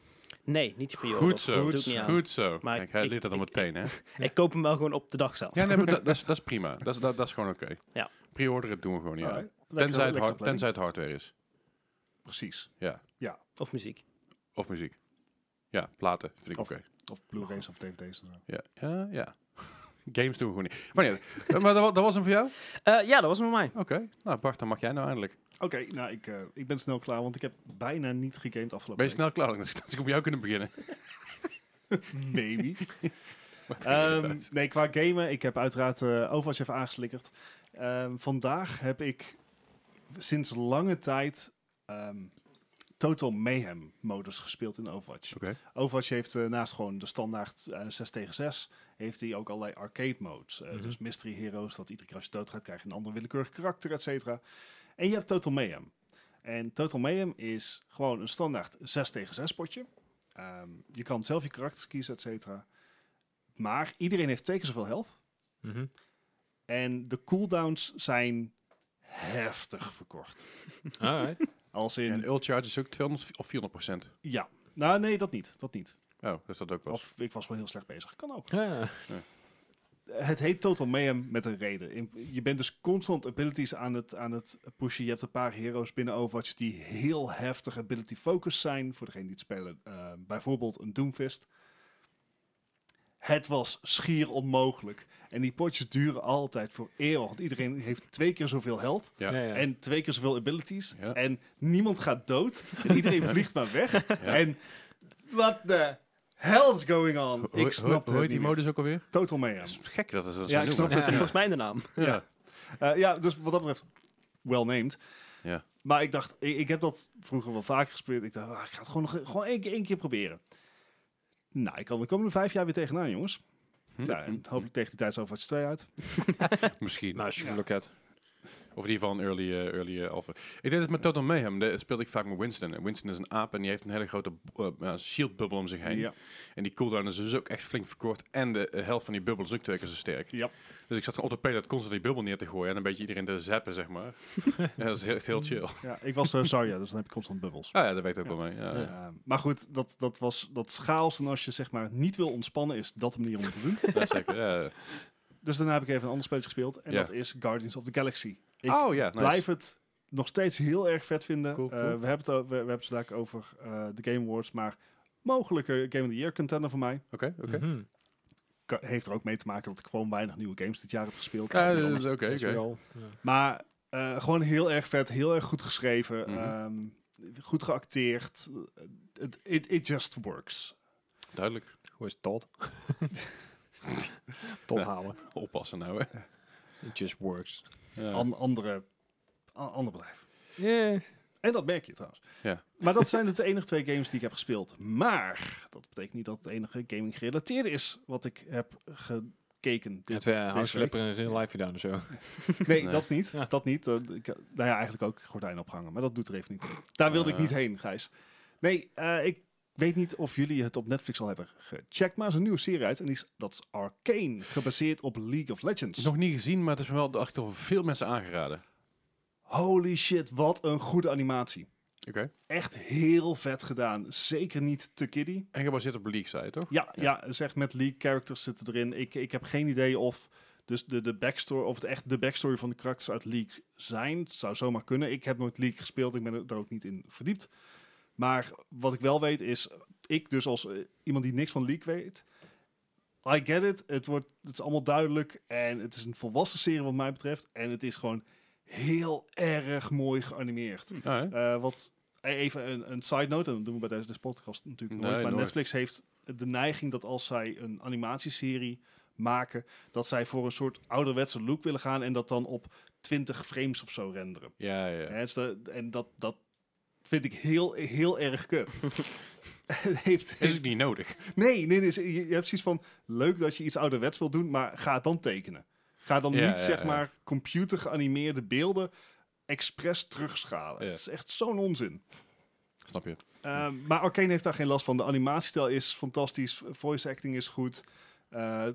S4: Nee, niet pre
S1: Goed zo.
S4: Doe ik niet aan.
S1: Goed zo.
S4: Maar
S1: Kijk, hij
S4: ik-
S1: leert dat dan
S4: ik-
S1: meteen, hè?
S4: Ik koop hem wel gewoon op de dag zelf.
S1: Ja, nee, maar dat, dat, is, dat is prima. Dat is, dat, dat is gewoon oké.
S4: Ja.
S1: Pre-orderen doen we gewoon, ja.
S2: Alright. Lekker-
S1: Tenzij, het
S2: lekker
S1: hard,
S2: planning.
S1: tenzij het hardware is.
S2: Precies.
S4: Of muziek.
S1: Of muziek. Ja, platen vind ik
S2: Of-
S1: oké.
S2: Of Blu-rays of DVD's en zo.
S1: Ja, ja, ja. [laughs] Games doen we gewoon niet. Maar, niet uit. Eh, maar dat, wa- dat was hem voor jou? Oké.
S4: Eh, ja, dat was met mij.
S1: Nou, Bart, dan mag jij nou eindelijk.
S2: Oké, nou, ik, eh, ik ben snel klaar, want ik heb bijna niet gegamed afgelopen
S1: Ben je snel klaar? Dan had ik op jou kunnen beginnen.
S2: week.
S1: [laughs]
S2: Maybe.
S1: Wat
S2: Ehm,
S1: een
S2: nee, qua gamen, ik heb uiteraard eh Overwatch even aangeslikkerd. Ehm, vandaag heb ik sinds lange tijd ehm, Total Mayhem modus gespeeld in Overwatch.
S1: Oké.
S2: Overwatch heeft eh, naast gewoon de standaard eh 6 tegen 6, heeft hij ook allerlei arcade modes. Eh,
S3: Mhm.
S2: Dus mystery heroes, dat iedere keer als je doodgaat krijg je een ander willekeurig karakter, et cetera. En je hebt Total Mayhem. En Total Mayhem is gewoon een standaard 6 tegen 6 potje. Ehm, je kan zelf je karakters kiezen, et cetera. Maar iedereen heeft twee keer zoveel health.
S3: Mhm.
S2: En de cooldowns zijn heftig verkort.
S3: Alright.
S2: Als
S1: Ja,
S2: in,
S1: En ult charge is ook 200 of 400 procent.
S2: ja. Nou, nee, dat niet. Dat niet.
S1: Oh, dat dat ook was.
S2: Of ik was wel heel slecht bezig. Kan ook.
S3: Ja.
S2: Het heet Total Mayhem met een reden. In- Je bent dus constant abilities aan het, aan het pushen. Je hebt een paar heroes binnen Overwatch die heel heftig ability focus zijn. Voor degene die het spelen, eh, bijvoorbeeld een Doomfist. Het was schier onmogelijk. En die potjes duren altijd voor eeuwig. Want iedereen heeft twee keer zoveel health.
S1: Ja.
S3: Ja, ja.
S2: En twee keer zoveel abilities.
S1: Ja.
S2: En niemand
S1: [laughs]
S2: gaat dood. En iedereen vliegt maar weg. En what the hell's going on?
S1: Ho- ho-
S2: ik snap
S1: Hoe
S2: het
S1: heet
S2: niet
S1: die
S2: meer.
S1: modus ook alweer?
S2: Total Mayhem.
S1: Dat is gek dat ze dat
S2: Ja,
S1: zo
S2: ik
S1: noemen.
S2: snap het niet.
S4: Volgens mij de naam.
S1: Ja.
S2: [laughs] Eh, ja, dus wat dat betreft, well named.
S1: Ja.
S2: Maar ik dacht, ik, ik heb dat vroeger wel vaker gespeeld. Ik dacht, ah, ik ga het gewoon, nog, gewoon één, keer- één keer proberen. Nou, ik kan de komende vijf jaar weer tegenaan, jongens.
S1: Hm?
S2: Nou, en hopelijk tegen die tijd zo wat je twee uit.
S1: Misschien.
S3: Nou, chocolate.
S1: Of in ieder geval een early, eh, early eh, alpha. Ik deed het met Total Mayhem. Daar speelde ik vaak met Winston. En Winston is een aap en die heeft een hele grote eh, ja, shieldbubbel om zich heen.
S2: Ja.
S1: En die cooldown is dus ook echt flink verkort. En de eh, helft van die bubbel is ook twee keer zo sterk.
S2: Ja.
S1: Dus ik zat gewoon op de dat constant die bubbel neer te gooien. En een beetje iedereen te zappen, zeg maar. ja, dat is heel, echt heel chill.
S2: ja, ik [laughs] was eh Zarya, dus dan heb ik constant bubbels.
S1: Ah ja, dat weet ik ook wel mee. Ja, ja.
S2: Eh, maar goed, dat, dat was dat chaos. En als je zeg maar niet wil ontspannen, is dat de manier om het
S1: [laughs]
S2: te doen.
S1: Ja, zeker. Ja, ja.
S2: Dus daarna heb ik even een ander spelletje gespeeld. En
S1: Ja.
S2: dat is Guardians of the Galaxy. Ik
S1: oh ja, nice.
S2: blijf het nog steeds heel erg vet vinden.
S1: Cool,
S2: Eh,
S1: cool.
S2: we, hebben het, al- we, we hebben het zo dadelijk over eh, de Game Awards. Maar mogelijke Game of the Year contender voor mij.
S1: Oké, oké.
S3: Mhm.
S2: Ka- heeft er ook mee te maken dat ik gewoon weinig nieuwe games dit jaar heb gespeeld.
S1: Ja,
S2: En dan-
S1: dat is
S3: Dat
S1: Oké,
S3: is weer
S1: oké.
S3: al- ja.
S2: Maar eh, gewoon heel erg vet, heel erg goed geschreven,
S1: Mhm.
S2: ehm, goed geacteerd. It, it, it just works.
S1: Duidelijk.
S3: Hoe is het
S1: [laughs]
S3: tot? tot halen.
S1: Oppassen nou, hè.
S3: It just works.
S1: Ja.
S2: An- andere, a- ander bedrijf.
S3: Yeah.
S2: En dat merk je trouwens.
S1: Ja.
S2: Maar dat zijn de enige twee games die ik heb gespeeld. Maar dat betekent niet dat het enige gaming gerelateerd is wat ik heb gekeken.
S3: Het weer House
S2: week.
S3: Flipper in real life gedaan of zo.
S2: Nee,
S1: Nee.
S2: dat niet.
S3: Ja.
S2: Dat niet. Eh, ik, eh, nou ja, eigenlijk ook gordijn ophangen, maar dat doet er even niet toe. Daar wilde ik
S1: Eh.
S2: niet heen, Gijs. Nee, eh, ik weet niet of jullie het op Netflix al hebben gecheckt, maar er is een nieuwe serie uit en die is, dat is Arcane, gebaseerd op League of Legends.
S1: Nog niet gezien, maar het is me wel echt door veel mensen aangeraden.
S2: Holy shit, wat een goede animatie.
S1: Oké.
S2: Echt heel vet gedaan. Zeker niet te kiddie.
S1: En gebaseerd op League, zei je toch?
S2: Ja, ja. zegt met League characters zitten erin. Ik, ik heb geen idee of dus de, de backstory, of het echt de backstory van de karakters uit League zijn. Het zou zomaar kunnen. Ik heb nooit League gespeeld. Ik ben er daar ook niet in verdiept. Maar wat ik wel weet is, ik dus als eh, iemand die niks van League weet, I get it. Het, wordt, het is allemaal duidelijk en het is een volwassen serie wat mij betreft. En het is gewoon heel erg mooi geanimeerd.
S1: Ah, hè?
S2: Eh, wat even een, een side note, en dat doen we bij deze, deze podcast natuurlijk nooit.
S1: Nee,
S2: maar
S1: nooit.
S2: Netflix heeft de neiging dat als zij een animatieserie maken, dat zij voor een soort ouderwetse look willen gaan en dat dan op 20 frames of zo renderen.
S1: Ja, ja.
S2: Hè, dus dat- en dat, dat vind ik heel, heel
S1: [laughs]
S2: erg kut. Het heeft,
S1: Is het niet nodig?
S2: nee, nee, nee, je je hebt zoiets van leuk dat je iets ouderwets wil doen, maar ga het dan tekenen. Ga dan
S1: Ja,
S2: niet,
S1: ja,
S2: zeg
S1: ja.
S2: maar, computer geanimeerde beelden expres terugschalen.
S1: Ja.
S2: Het is echt zo'n onzin.
S1: Snap je?
S2: Ehm, maar Arcane heeft daar geen last van. De animatiestijl is fantastisch. Voice acting is goed. Eh,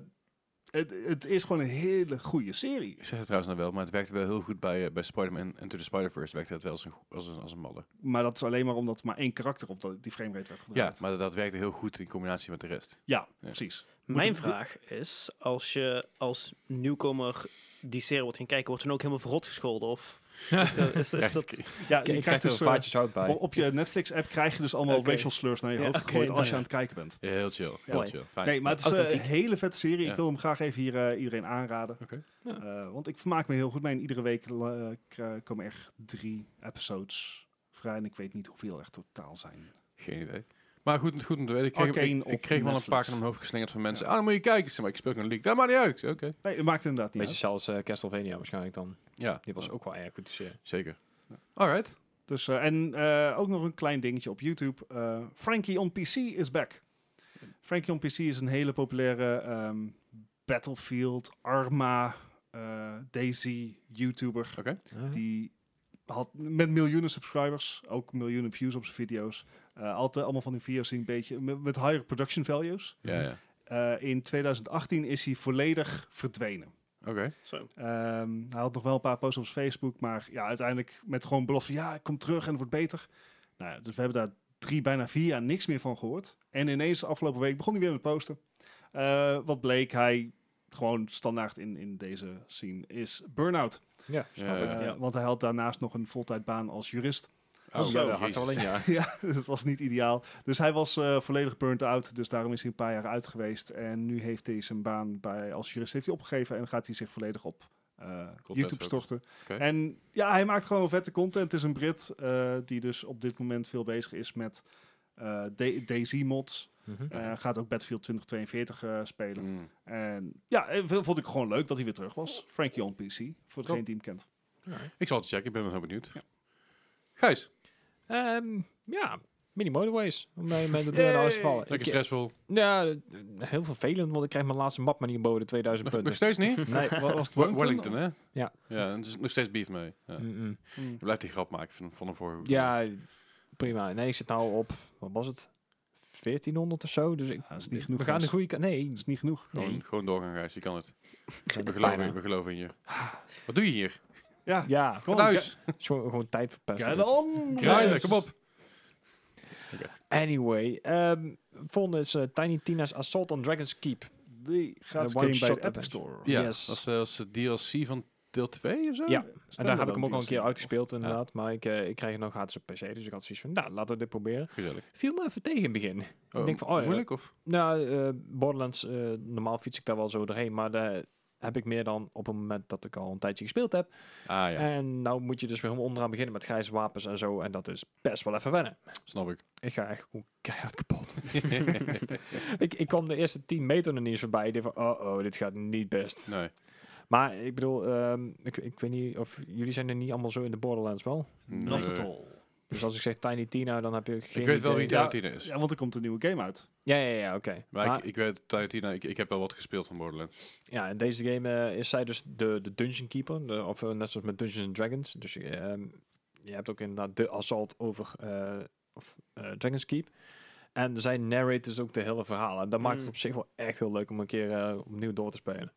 S2: het, het is gewoon een hele goede serie.
S1: Ik zeg het trouwens nou wel, maar het werkte wel heel goed bij, eh, bij Spider-Man Into the Spider-Verse. Werkte het wel als een, go- als een, als een malle.
S2: Maar dat is alleen maar omdat er maar één karakter op dat, die framerate werd
S1: Ja,
S2: gedraaid.
S1: maar dat werkte heel goed in combinatie met de rest.
S2: Ja,
S1: Ja.
S2: precies.
S4: Mijn
S2: Moeten we-
S4: vraag is, als je als nieuwkomer die serie wordt gaan kijken, wordt dan ook helemaal verrot gescholden?
S1: [laughs]
S4: Of is, is
S2: Dus
S1: Echt,
S4: dat...
S1: ik-
S2: Ja, je
S3: Ik krijg
S2: krijgt
S3: er
S2: dus,
S3: een
S2: eh,
S3: vaatje zout bij.
S2: op, op je Netflix-app krijg je dus allemaal
S4: Oké.
S2: racial slurs naar je
S4: Ja,
S2: hoofd
S4: oké,
S2: gegooid als
S4: nice.
S2: je aan het kijken bent.
S1: Ja, [laughs] heel chill. Heel
S4: Mooi.
S1: chill. Fijn.
S2: Nee, maar het is eh, een
S4: Authentiek.
S2: hele vette serie.
S1: Ja.
S2: Ik wil hem graag even hier eh, iedereen aanraden.
S1: Oké.
S3: Ja.
S2: Eh, want ik vermaak me heel goed mee. En iedere week eh, k- komen er drie episodes vrij. En ik weet niet hoeveel er totaal zijn.
S1: Geen idee. Maar goed, goed om te weten. Ik kreeg, hem-
S2: Arcane
S1: ik, ik
S2: op
S1: kreeg hem al een
S2: Netflix.
S1: paar keer omhoog geslingerd van mensen. Ah, dan moet je kijken. Ik zei, Maar ik speel geen leak. Dat maakt niet uit. Ik zei, Oké.
S2: Nee, het maakt inderdaad niet
S3: Beetje zelfs eh Castlevania waarschijnlijk dan.
S1: Ja,
S3: Die was ook wel erg goed. Dus, eh,
S1: zeker.
S2: Ja.
S1: Alright.
S2: uit. Dus, eh, en eh, ook nog een klein dingetje op YouTube. Eh, Frankie on PC is back. Frankie on PC is een hele populaire ehm, Battlefield, Arma, eh Daisy YouTuber.
S3: eh, Hm?
S2: Die had met miljoenen subscribers, ook miljoenen views op zijn video's. Eh, altijd allemaal van die video's die een beetje met, met higher production values.
S1: Ja, ja.
S2: Eh, in 2018 is hij volledig verdwenen.
S1: Oké.
S4: Zo.
S2: Ehm, hij had nog wel een paar posts op zijn Facebook, maar ja, uiteindelijk met gewoon belofte, ja, ik kom terug en het wordt beter. Nou ja, dus we hebben daar drie, bijna vier jaar niks meer van gehoord. En ineens afgelopen week begon hij weer met posten. Eh, wat bleek, hij gewoon standaard in, in deze scene is burn-out.
S3: ja, snap
S1: Ja,
S3: ik.
S1: ja.
S2: Eh,
S4: Ja.
S2: Want hij had daarnaast nog een voltijdbaan als jurist.
S3: Oh, ja,
S1: Zo,
S3: daar hakt er wel in,
S1: [laughs]
S3: ja.
S2: ja, [laughs] dat was niet ideaal. Dus hij was eh, volledig burnt out. Dus daarom is hij een paar jaar uit geweest. En nu heeft hij zijn baan bij, als jurist heeft hij opgegeven. En gaat hij zich volledig op eh, YouTube
S1: focussen.
S2: storten.
S1: Oké.
S2: En ja, hij maakt gewoon vette content. Het is een Brit eh, die dus op dit moment veel bezig is met eh DayZ-mods.
S3: Mhm.
S2: gaat ook Battlefield 2042 eh, spelen.
S1: Mm.
S2: En ja, eh, v- vond ik gewoon leuk dat hij weer terug was. Frankie on PC, voor degene die hem kent.
S1: Ik zal het checken. Ik ben wel heel benieuwd. Gijs,
S3: Ehm, ja, mini motorways. Om mij met de deur naar huis te vallen.
S1: lekker
S3: Ik-
S1: stressvol.
S3: Ja, eh, heel vervelend, want ik krijg mijn laatste map maar niet boven de 2000
S1: Nog, nog
S3: punten.
S1: steeds
S3: [laughs]
S1: niet?
S2: [laughs]
S3: Nee.
S2: Wa- Was het
S1: Wa- Wellington, hè?
S3: Ja.
S1: Ja, en er is nog steeds beef mee. [laughs] Ja.
S3: Mm-mm.
S2: Mm.
S1: Je blijft die grap maken van, van de vorige
S3: Ja, prima. Nee, ik zit nou op, wat was het? 1400 of zo. Dus ik,
S2: Ja, dat Ah, is niet genoeg,
S3: we gaan de
S2: Hans.
S3: goede kant. Nee,
S2: Dat is niet genoeg.
S1: Gewoon,
S3: nee.
S1: gewoon doorgaan, Gijs. Je kan het. We geloven, in,
S3: Bijna. Ah.
S1: we geloven in je. Wat doe je hier?
S2: Ja,
S3: Ja,
S2: Kom,
S1: Kluis.
S3: het is gewoon, gewoon tijd verpesten.
S2: Get on!
S1: Kruiden,
S3: Yes.
S1: kom op.
S3: Anyway, ehm volgende is eh, Tiny Tina's Assault on Dragon's Keep.
S2: Die gaat
S3: One
S2: game bij
S3: Shot
S2: de Epic
S3: Adventure.
S2: Store.
S1: Ja,
S3: Yes.
S1: dat is eh, dat is de DLC van deel 2 of zo?
S3: Ja.
S2: Staan
S3: En daar
S2: er
S3: heb ik
S2: wel
S3: hem ook al een
S2: DLC?
S3: keer uitgespeeld inderdaad. Maar ik, eh, ik kreeg het nog gratis op PC. Dus ik had zoiets van, nou, laten we dit proberen.
S1: Gezellig.
S3: Viel me even tegen in het begin.
S1: Oh,
S3: denk van, oh ja.
S1: moeilijk of?
S3: Nou, eh, Borderlands, eh, normaal fiets ik daar wel zo doorheen. Maar daar heb ik meer dan op het moment dat ik al een tijdje gespeeld heb.
S1: Ah ja,
S3: En nou moet je dus weer helemaal onderaan beginnen met grijze wapens en zo. En dat is best wel even wennen.
S1: snap ik.
S3: Ik ga echt gewoon keihard
S1: [laughs]
S3: kapot. ik, ik kwam de eerste 10 meter nog niet eens voorbij. Ik dacht van, oh oh, dit gaat niet best.
S1: Nee.
S3: Maar ik bedoel, ehm, ik, ik weet niet of jullie zijn er niet allemaal zo in de Borderlands wel.
S2: Not
S1: Nee.
S2: at all.
S3: Dus als ik zeg Tiny Tina, dan heb je geen
S1: Ik weet wel
S3: idee.
S1: wie
S2: Ja.
S1: Tarantino is.
S2: Ja, want er komt een nieuwe game uit.
S3: Ja, ja, ja, oké.
S1: Maar,
S3: Maar-
S1: ik, ik weet Tarantino, ik, ik heb wel wat gespeeld van Borderlands.
S3: Ja, in deze game eh, is zij dus de, de Dungeon Keeper. De, of eh, net zoals met Dungeons and Dragons. Dus je, ehm, je hebt ook inderdaad de assault over eh, of, eh, Dragon's Keep. En zij narrate dus ook de hele verhaal. En dat maakt het
S4: Mm.
S3: op zich wel echt heel leuk om een keer eh, opnieuw door te spelen.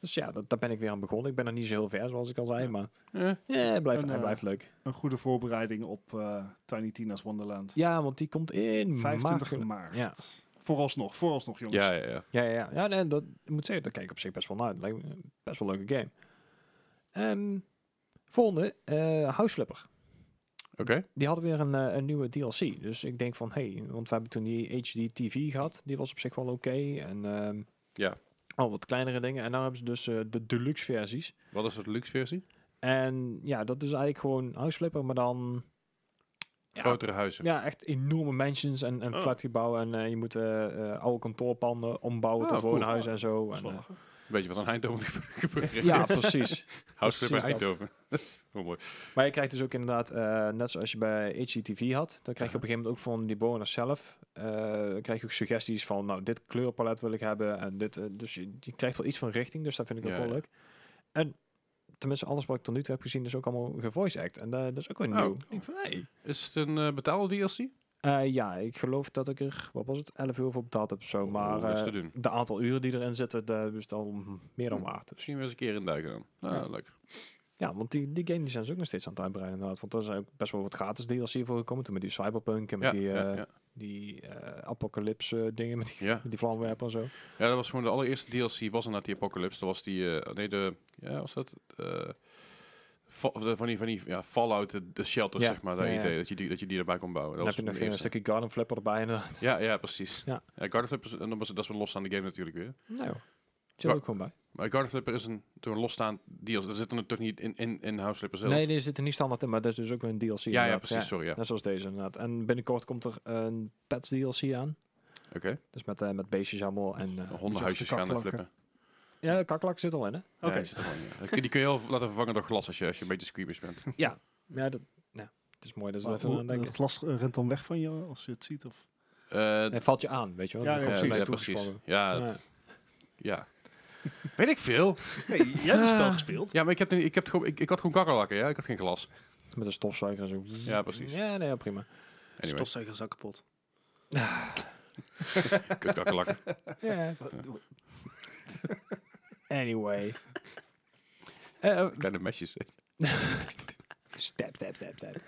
S3: Dus ja, dat, daar ben ik weer aan begonnen. Ik ben nog niet zo heel ver, zoals ik al zei. Maar
S1: Eh,
S3: ja, het, blijft,
S2: En,
S3: het
S2: eh,
S3: blijft leuk.
S2: Een goede voorbereiding op eh, Tiny Tina's Wonderland.
S3: Ja, want die komt in
S2: 25
S3: maart.
S2: maart.
S3: Ja.
S2: Vooralsnog, vooralsnog jongens.
S1: ja, ja, ja.
S3: Ja, ja, ja. ja nee, dat, ik moet zeggen, dat kijk ik op zich best wel naar. Het lijkt me een best wel een leuke game. Ehm, volgende, eh House Flipper.
S1: Oké.
S3: Die hadden weer een, eh, een nieuwe DLC. Dus ik denk van, hé, hey, want we hebben toen die HD TV gehad. Die was op zich wel oké. En ehm,
S1: Ja.
S3: al wat kleinere dingen. En nou hebben ze dus eh, de deluxe versies.
S1: Wat is het luxe versie?
S3: En ja, dat is eigenlijk gewoon House Flipper, maar dan... Ja,
S1: Grotere huizen.
S3: ja, echt enorme mansions en, en
S4: Oh.
S3: flatgebouwen. En eh, je moet eh, eh, oude kantoorpanden ombouwen
S1: Oh,
S3: tot
S1: cool.
S3: woonhuizen en zo. En, eh,
S1: Weet je wat aan Eindhoven [laughs] gebeurt?
S3: ja, precies.
S1: [laughs] House bij
S3: precies dat.
S1: Eindhoven. [laughs] Dat is wel mooi.
S3: Maar je krijgt dus ook inderdaad, eh, net zoals je bij HGTV had, dan krijg je op een gegeven moment ook van die bonus zelf, eh, dan krijg je ook suggesties van, nou, dit kleurpalet wil ik hebben en dit. eh, dus je, je krijgt wel iets van richting, dus dat vind ik
S1: Ja,
S3: ook wel
S1: ja.
S3: leuk. En tenminste, alles wat ik tot nu toe heb gezien is ook allemaal gevoice act. En eh, dat is ook wel
S1: Oh.
S3: nieuw. Ik denk van, hey.
S1: Is het een eh betaalde DLC?
S3: Eh, ja, ik geloof dat ik er, wat was het, 11 uur voor betaald heb of zo. Maar
S1: Oh, dat is
S3: eh,
S1: te doen.
S3: de aantal uren die erin zitten, dat is al meer dan
S1: Hm.
S3: waard. Dus
S1: Misschien weer eens een keer induiken dan. Nou,
S3: Ja.
S1: leuk.
S3: Ja, want die, die game die zijn ze ook nog steeds aan het uitbreiden inderdaad. Want er zijn ook best wel wat gratis DLC voor gekomen. Toen met die Cyberpunk en met
S1: Ja,
S3: die,
S1: ja,
S3: eh,
S1: ja.
S3: die eh, apocalypse dingen, met die,
S1: Ja.
S3: met die vlamwerper en zo.
S1: ja, dat was gewoon de allereerste DLC was inderdaad die Apocalypse. Dat was die, eh, nee, de, ja, was dat? eh, fa- de- van die, van die ja, Fallout, de, de shelter,
S3: Ja,
S1: zeg maar, dat
S3: ja, ja.
S1: idee, dat je die, dat je die erbij kon bouwen.
S3: Dan
S1: Dat
S3: heb je
S1: was
S3: nog
S1: de
S3: een
S1: eerste.
S3: stukje Garden Flapper erbij
S1: [laughs]
S3: inderdaad.
S1: Ja, ja, precies. Ja.
S3: Ja.
S1: Garden Flipper is, en dan was, dat is een losstaande game natuurlijk weer.
S3: Nou, joh. zit
S1: Maar-
S3: er ook gewoon bij.
S1: Maar Garden Flipper is een, door een losstaand DLC. Dat zit er toch niet in, in, in House Flipper zelf?
S3: Nee, die zit er niet standaard in, maar dat is dus ook weer een DLC
S1: ja, ja,
S3: inderdaad.
S1: precies, sorry, ja.
S3: Net zoals deze inderdaad. En binnenkort komt er een Pets DLC aan.
S1: Oké,
S3: Dus met, eh, met beestjes allemaal. En,
S1: Oh.
S3: eh,
S1: hondenhuisjes
S2: zelfs
S1: gaan
S2: de
S1: er
S2: kaklakken.
S1: flippen.
S3: ja, kaklak zit al in hè.
S2: Oké.
S1: Ja, die zit er gewoon in, ja. Die- Die kun je wel laten vervangen door glas als je, als je een beetje squeamish
S3: [laughs]
S1: bent.
S3: Ja, dat, nou, het is mooi dat ze
S2: Maar
S3: er
S2: Ah,
S3: even
S2: hoe-
S3: aan denken.
S2: het glas eh, rent dan weg van je als je het ziet? [laughs] Of?
S1: Eh,
S3: Het valt je aan, weet je wel.
S2: Ja,
S3: Dan
S2: ja,
S3: komt ze
S2: precies.
S3: bij
S1: Ja, precies. Ja,
S3: je toegeschoten. Ja.
S1: dat- ja. Weet ik veel.
S2: Nee, jij hebt het spel gespeeld.
S1: Ja, maar ik, heb, nu- ik, heb het gewoon, ik, ik had gewoon kakkerlakken, ja. Ik had geen glas.
S3: Met een stofzuiger en zo.
S1: Ja, precies.
S3: Ja, nee, ja, prima.
S1: Anyway,
S4: Stofzuiger zak kapot.
S1: kut kakkerlakken.
S3: Ja. Anyway. Eh, eh,
S1: Kleine mesjes.
S3: step, step, step, step.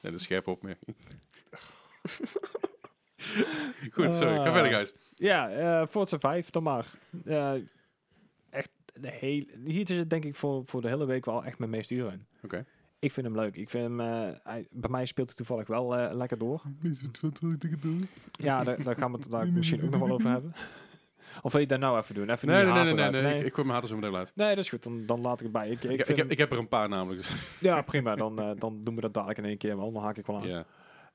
S1: En een scherpe opmerking. Goed, sorry. Ga verder, guys.
S3: Ja, eh Forza 5, dan maar. Eh, echt de hele... Hier is het denk ik voor, voor de hele week wel echt mijn meeste uren in.
S1: Oké.
S3: Ik vind hem leuk. Ik vind hem, eh, hij- bij mij speelt hij toevallig wel eh, lekker door. Ja, daar, daar gaan we het daar misschien ook nog wel over hebben. Of wil je dat nou even doen? Even
S1: Nee,
S3: die
S1: nee, nee,
S3: haat
S1: nee, nee,
S3: eruit.
S1: nee, Ik, ik gooi mijn haters zo meteen uit.
S3: Nee, dat is goed. Dan, dan laat ik het bij. Ik,
S1: Ik,
S3: ik,
S1: ik,
S3: vind
S1: heb,
S3: hem-
S1: ik heb er een paar namelijk. dus-
S3: Ja, prima. Dan, eh, dan doen we dat dadelijk in één keer wel. Dan haak ik wel aan.
S1: ja.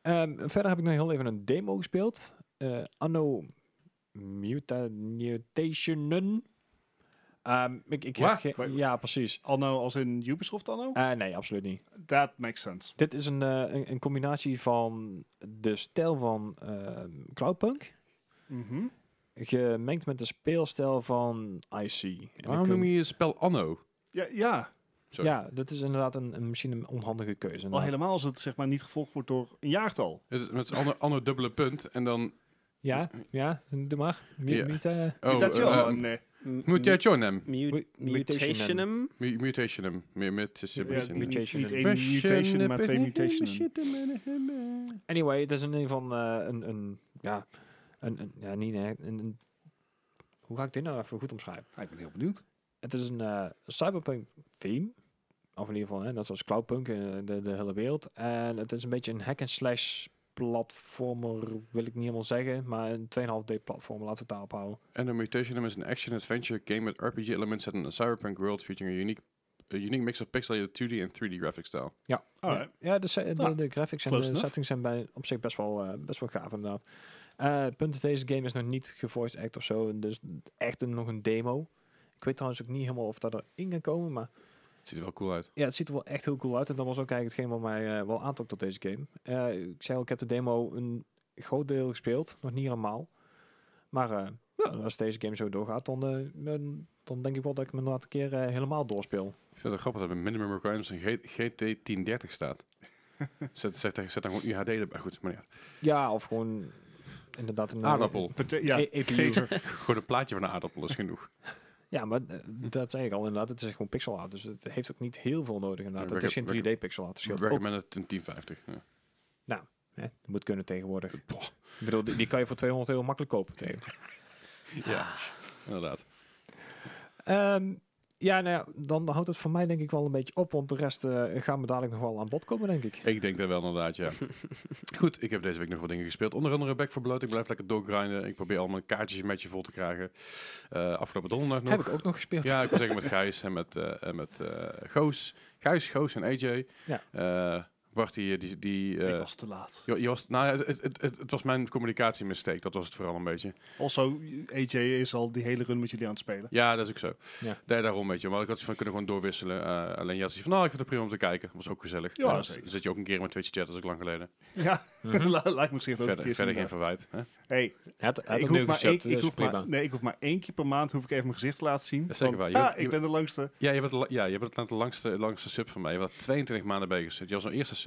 S3: Ehm, verder heb ik nog heel even een demo gespeeld. Eh, anno Muta Mutationen. Ehm, ik, ik heb
S1: Waar?
S3: geen- ja, precies.
S2: Anno als in Ubisoft anno?
S3: Eh, nee, absoluut niet.
S2: That makes sense.
S3: Dit is een, eh, een, een combinatie van de stijl van ehm, Cloudpunk,
S2: Mhm.
S3: gemengd met de speelstijl van IC. En dan
S1: Waarom
S3: kun-
S1: noem je je spel Anno?
S2: Ja, ja.
S1: Sorry.
S3: Ja, dat is inderdaad een, een, misschien een onhandige keuze.
S2: al
S3: inderdaad.
S2: helemaal als het zeg maar niet gevolgd wordt door een jaartal.
S1: Het is, het is anno, anno dubbele punt en dan...
S3: Ja, ja, doe maar. Mu-
S1: Ja.
S3: Muta-
S1: Oh,
S2: dat is wel
S1: eh,
S2: een, eh,
S1: Mutationem.
S4: Mu- Mutationum.
S1: Mu- Mutationem. Mu-
S2: ja,
S1: Mutationem.
S2: niet, niet
S3: mutation.
S2: één mutation, maar twee mutationen.
S1: mutationen.
S3: Anyway, het is in ieder geval eh, een, een, ja, een, een ja, niet een, een- een- Hoe ga ik dit nou even goed omschrijven?
S2: Ah, ik ben heel benieuwd.
S3: Eh, Het is een eh, cyberpunk theme. Of in ieder geval, hè, net zoals Cloudpunk, eh, de, de hele wereld. En het is een beetje een hack-and-slash platformer, wil ik niet helemaal zeggen. Maar een 2,5D platformer, laten we het daarop houden.
S1: And a Mutation is an action-adventure game with RPG elements set in a cyberpunk world featuring a unique, a unique mix of pixelated 2D and 3D graphic style.
S2: Alright.
S1: Oh.
S3: Ja, de, se- de,
S2: Nou,
S3: de graphics en de
S2: close enough.
S3: settings zijn bij, op zich best wel, eh, best wel gaaf inderdaad. Eh, het punt is, deze game is nog niet gevoiced act of zo. Dus echt een, nog een demo. Ik weet trouwens ook niet helemaal of dat erin kan komen. Maar
S1: Ziet er wel cool uit.
S3: ja, het ziet er wel echt heel cool uit. En dat was ook eigenlijk hetgeen wat mij eh, wel aantrok tot deze game. Eh, ik zei al, ik heb de demo een groot deel gespeeld. Nog niet helemaal. Maar eh, ja, als deze game zo doorgaat, dan, eh, dan- dan denk ik wel dat ik hem inderdaad een keer eh, helemaal doorspeel.
S1: Ik vind het grappig dat bij minimum requirements een G- GT 1030
S2: [laughs]
S1: staat. zet, zet, zet dan gewoon UHD erbij. Goed, maar ja.
S2: Nou,
S3: Ja, of gewoon inderdaad een eh,
S1: Aardappel.
S2: Pate- ja,
S3: E-
S2: potato.
S3: EPU.
S1: Gewoon een plaatje van een aardappel is
S2: [laughs]
S1: genoeg.
S3: Ja, maar eh, dat zei ik al inderdaad. Het is gewoon pixel art, dus het heeft ook niet heel veel nodig inderdaad.
S1: Ja,
S3: Het is geen
S1: werk-
S3: 3D pixel art. Het scheelt dus ook,
S1: Recommended het 1050. Ja.
S3: hè, dat moet kunnen tegenwoordig.
S1: Boah.
S3: Ik bedoel, die, die kan je voor 200 euro makkelijk kopen tegen.
S1: ja, inderdaad.
S3: Ehm, ja, nou ja, dan houdt het voor mij denk ik wel een beetje op, want de rest eh, gaan we dadelijk nog wel aan bod komen, denk ik.
S1: Ik denk dat wel inderdaad,
S2: [laughs]
S1: ja. Goed, ik heb deze week nog wat dingen gespeeld. Onder andere Back for Blood. Ik blijf lekker doorgrinden. Ik probeer allemaal kaartjes een beetje vol te krijgen. Eh, afgelopen donderdag nog.
S3: Heb ik ook nog gespeeld.
S1: Ja, ik wil zeggen met Gijs en met, eh, en met eh, Goos. Gijs, Goos en AJ.
S3: Ja.
S1: Eh, Bart, die... die, die eh,
S2: Ik was te laat.
S1: je, je was, nou, ja, het, het, het, het was mijn communicatiemistake. Dat was het vooral een beetje.
S2: Also, AJ is al die hele run met jullie aan het spelen. [laughs]
S1: Ja, dat is ook zo.
S3: Ja.
S1: Daar, daarom, weet je. Maar ik had ze van kunnen gewoon doorwisselen. Eh, alleen Jas van, nou, ik vind het prima om te kijken. Was ook gezellig.
S2: Ja,
S1: Eh,
S2: zeker.
S1: Zit je ook een keer met Twitch chat, dat is ook lang geleden.
S2: Ja, la- laat me zich ook een
S1: Mhm. Verder,
S2: keer
S1: verder geen
S2: zien.
S1: verwijt. Hè?
S2: Hey,
S3: Hij had, hij had
S2: ik
S3: opnieuw
S2: hoef, maar,
S3: gesubt,
S2: één- ik,
S3: dus
S2: hoef
S3: prima.
S2: maar, nee, ik hoef maar één keer per maand hoef ik even mijn gezicht te laten zien.
S1: Dat is zeker
S2: want,
S1: waar. Je-
S2: ah,
S1: je-
S2: ik ben de langste.
S1: Ja, je bent, la- ja, je bent het langste, langste sub van mij. Je bent 22 maanden bezig gezet. Je was mijn eerste sub.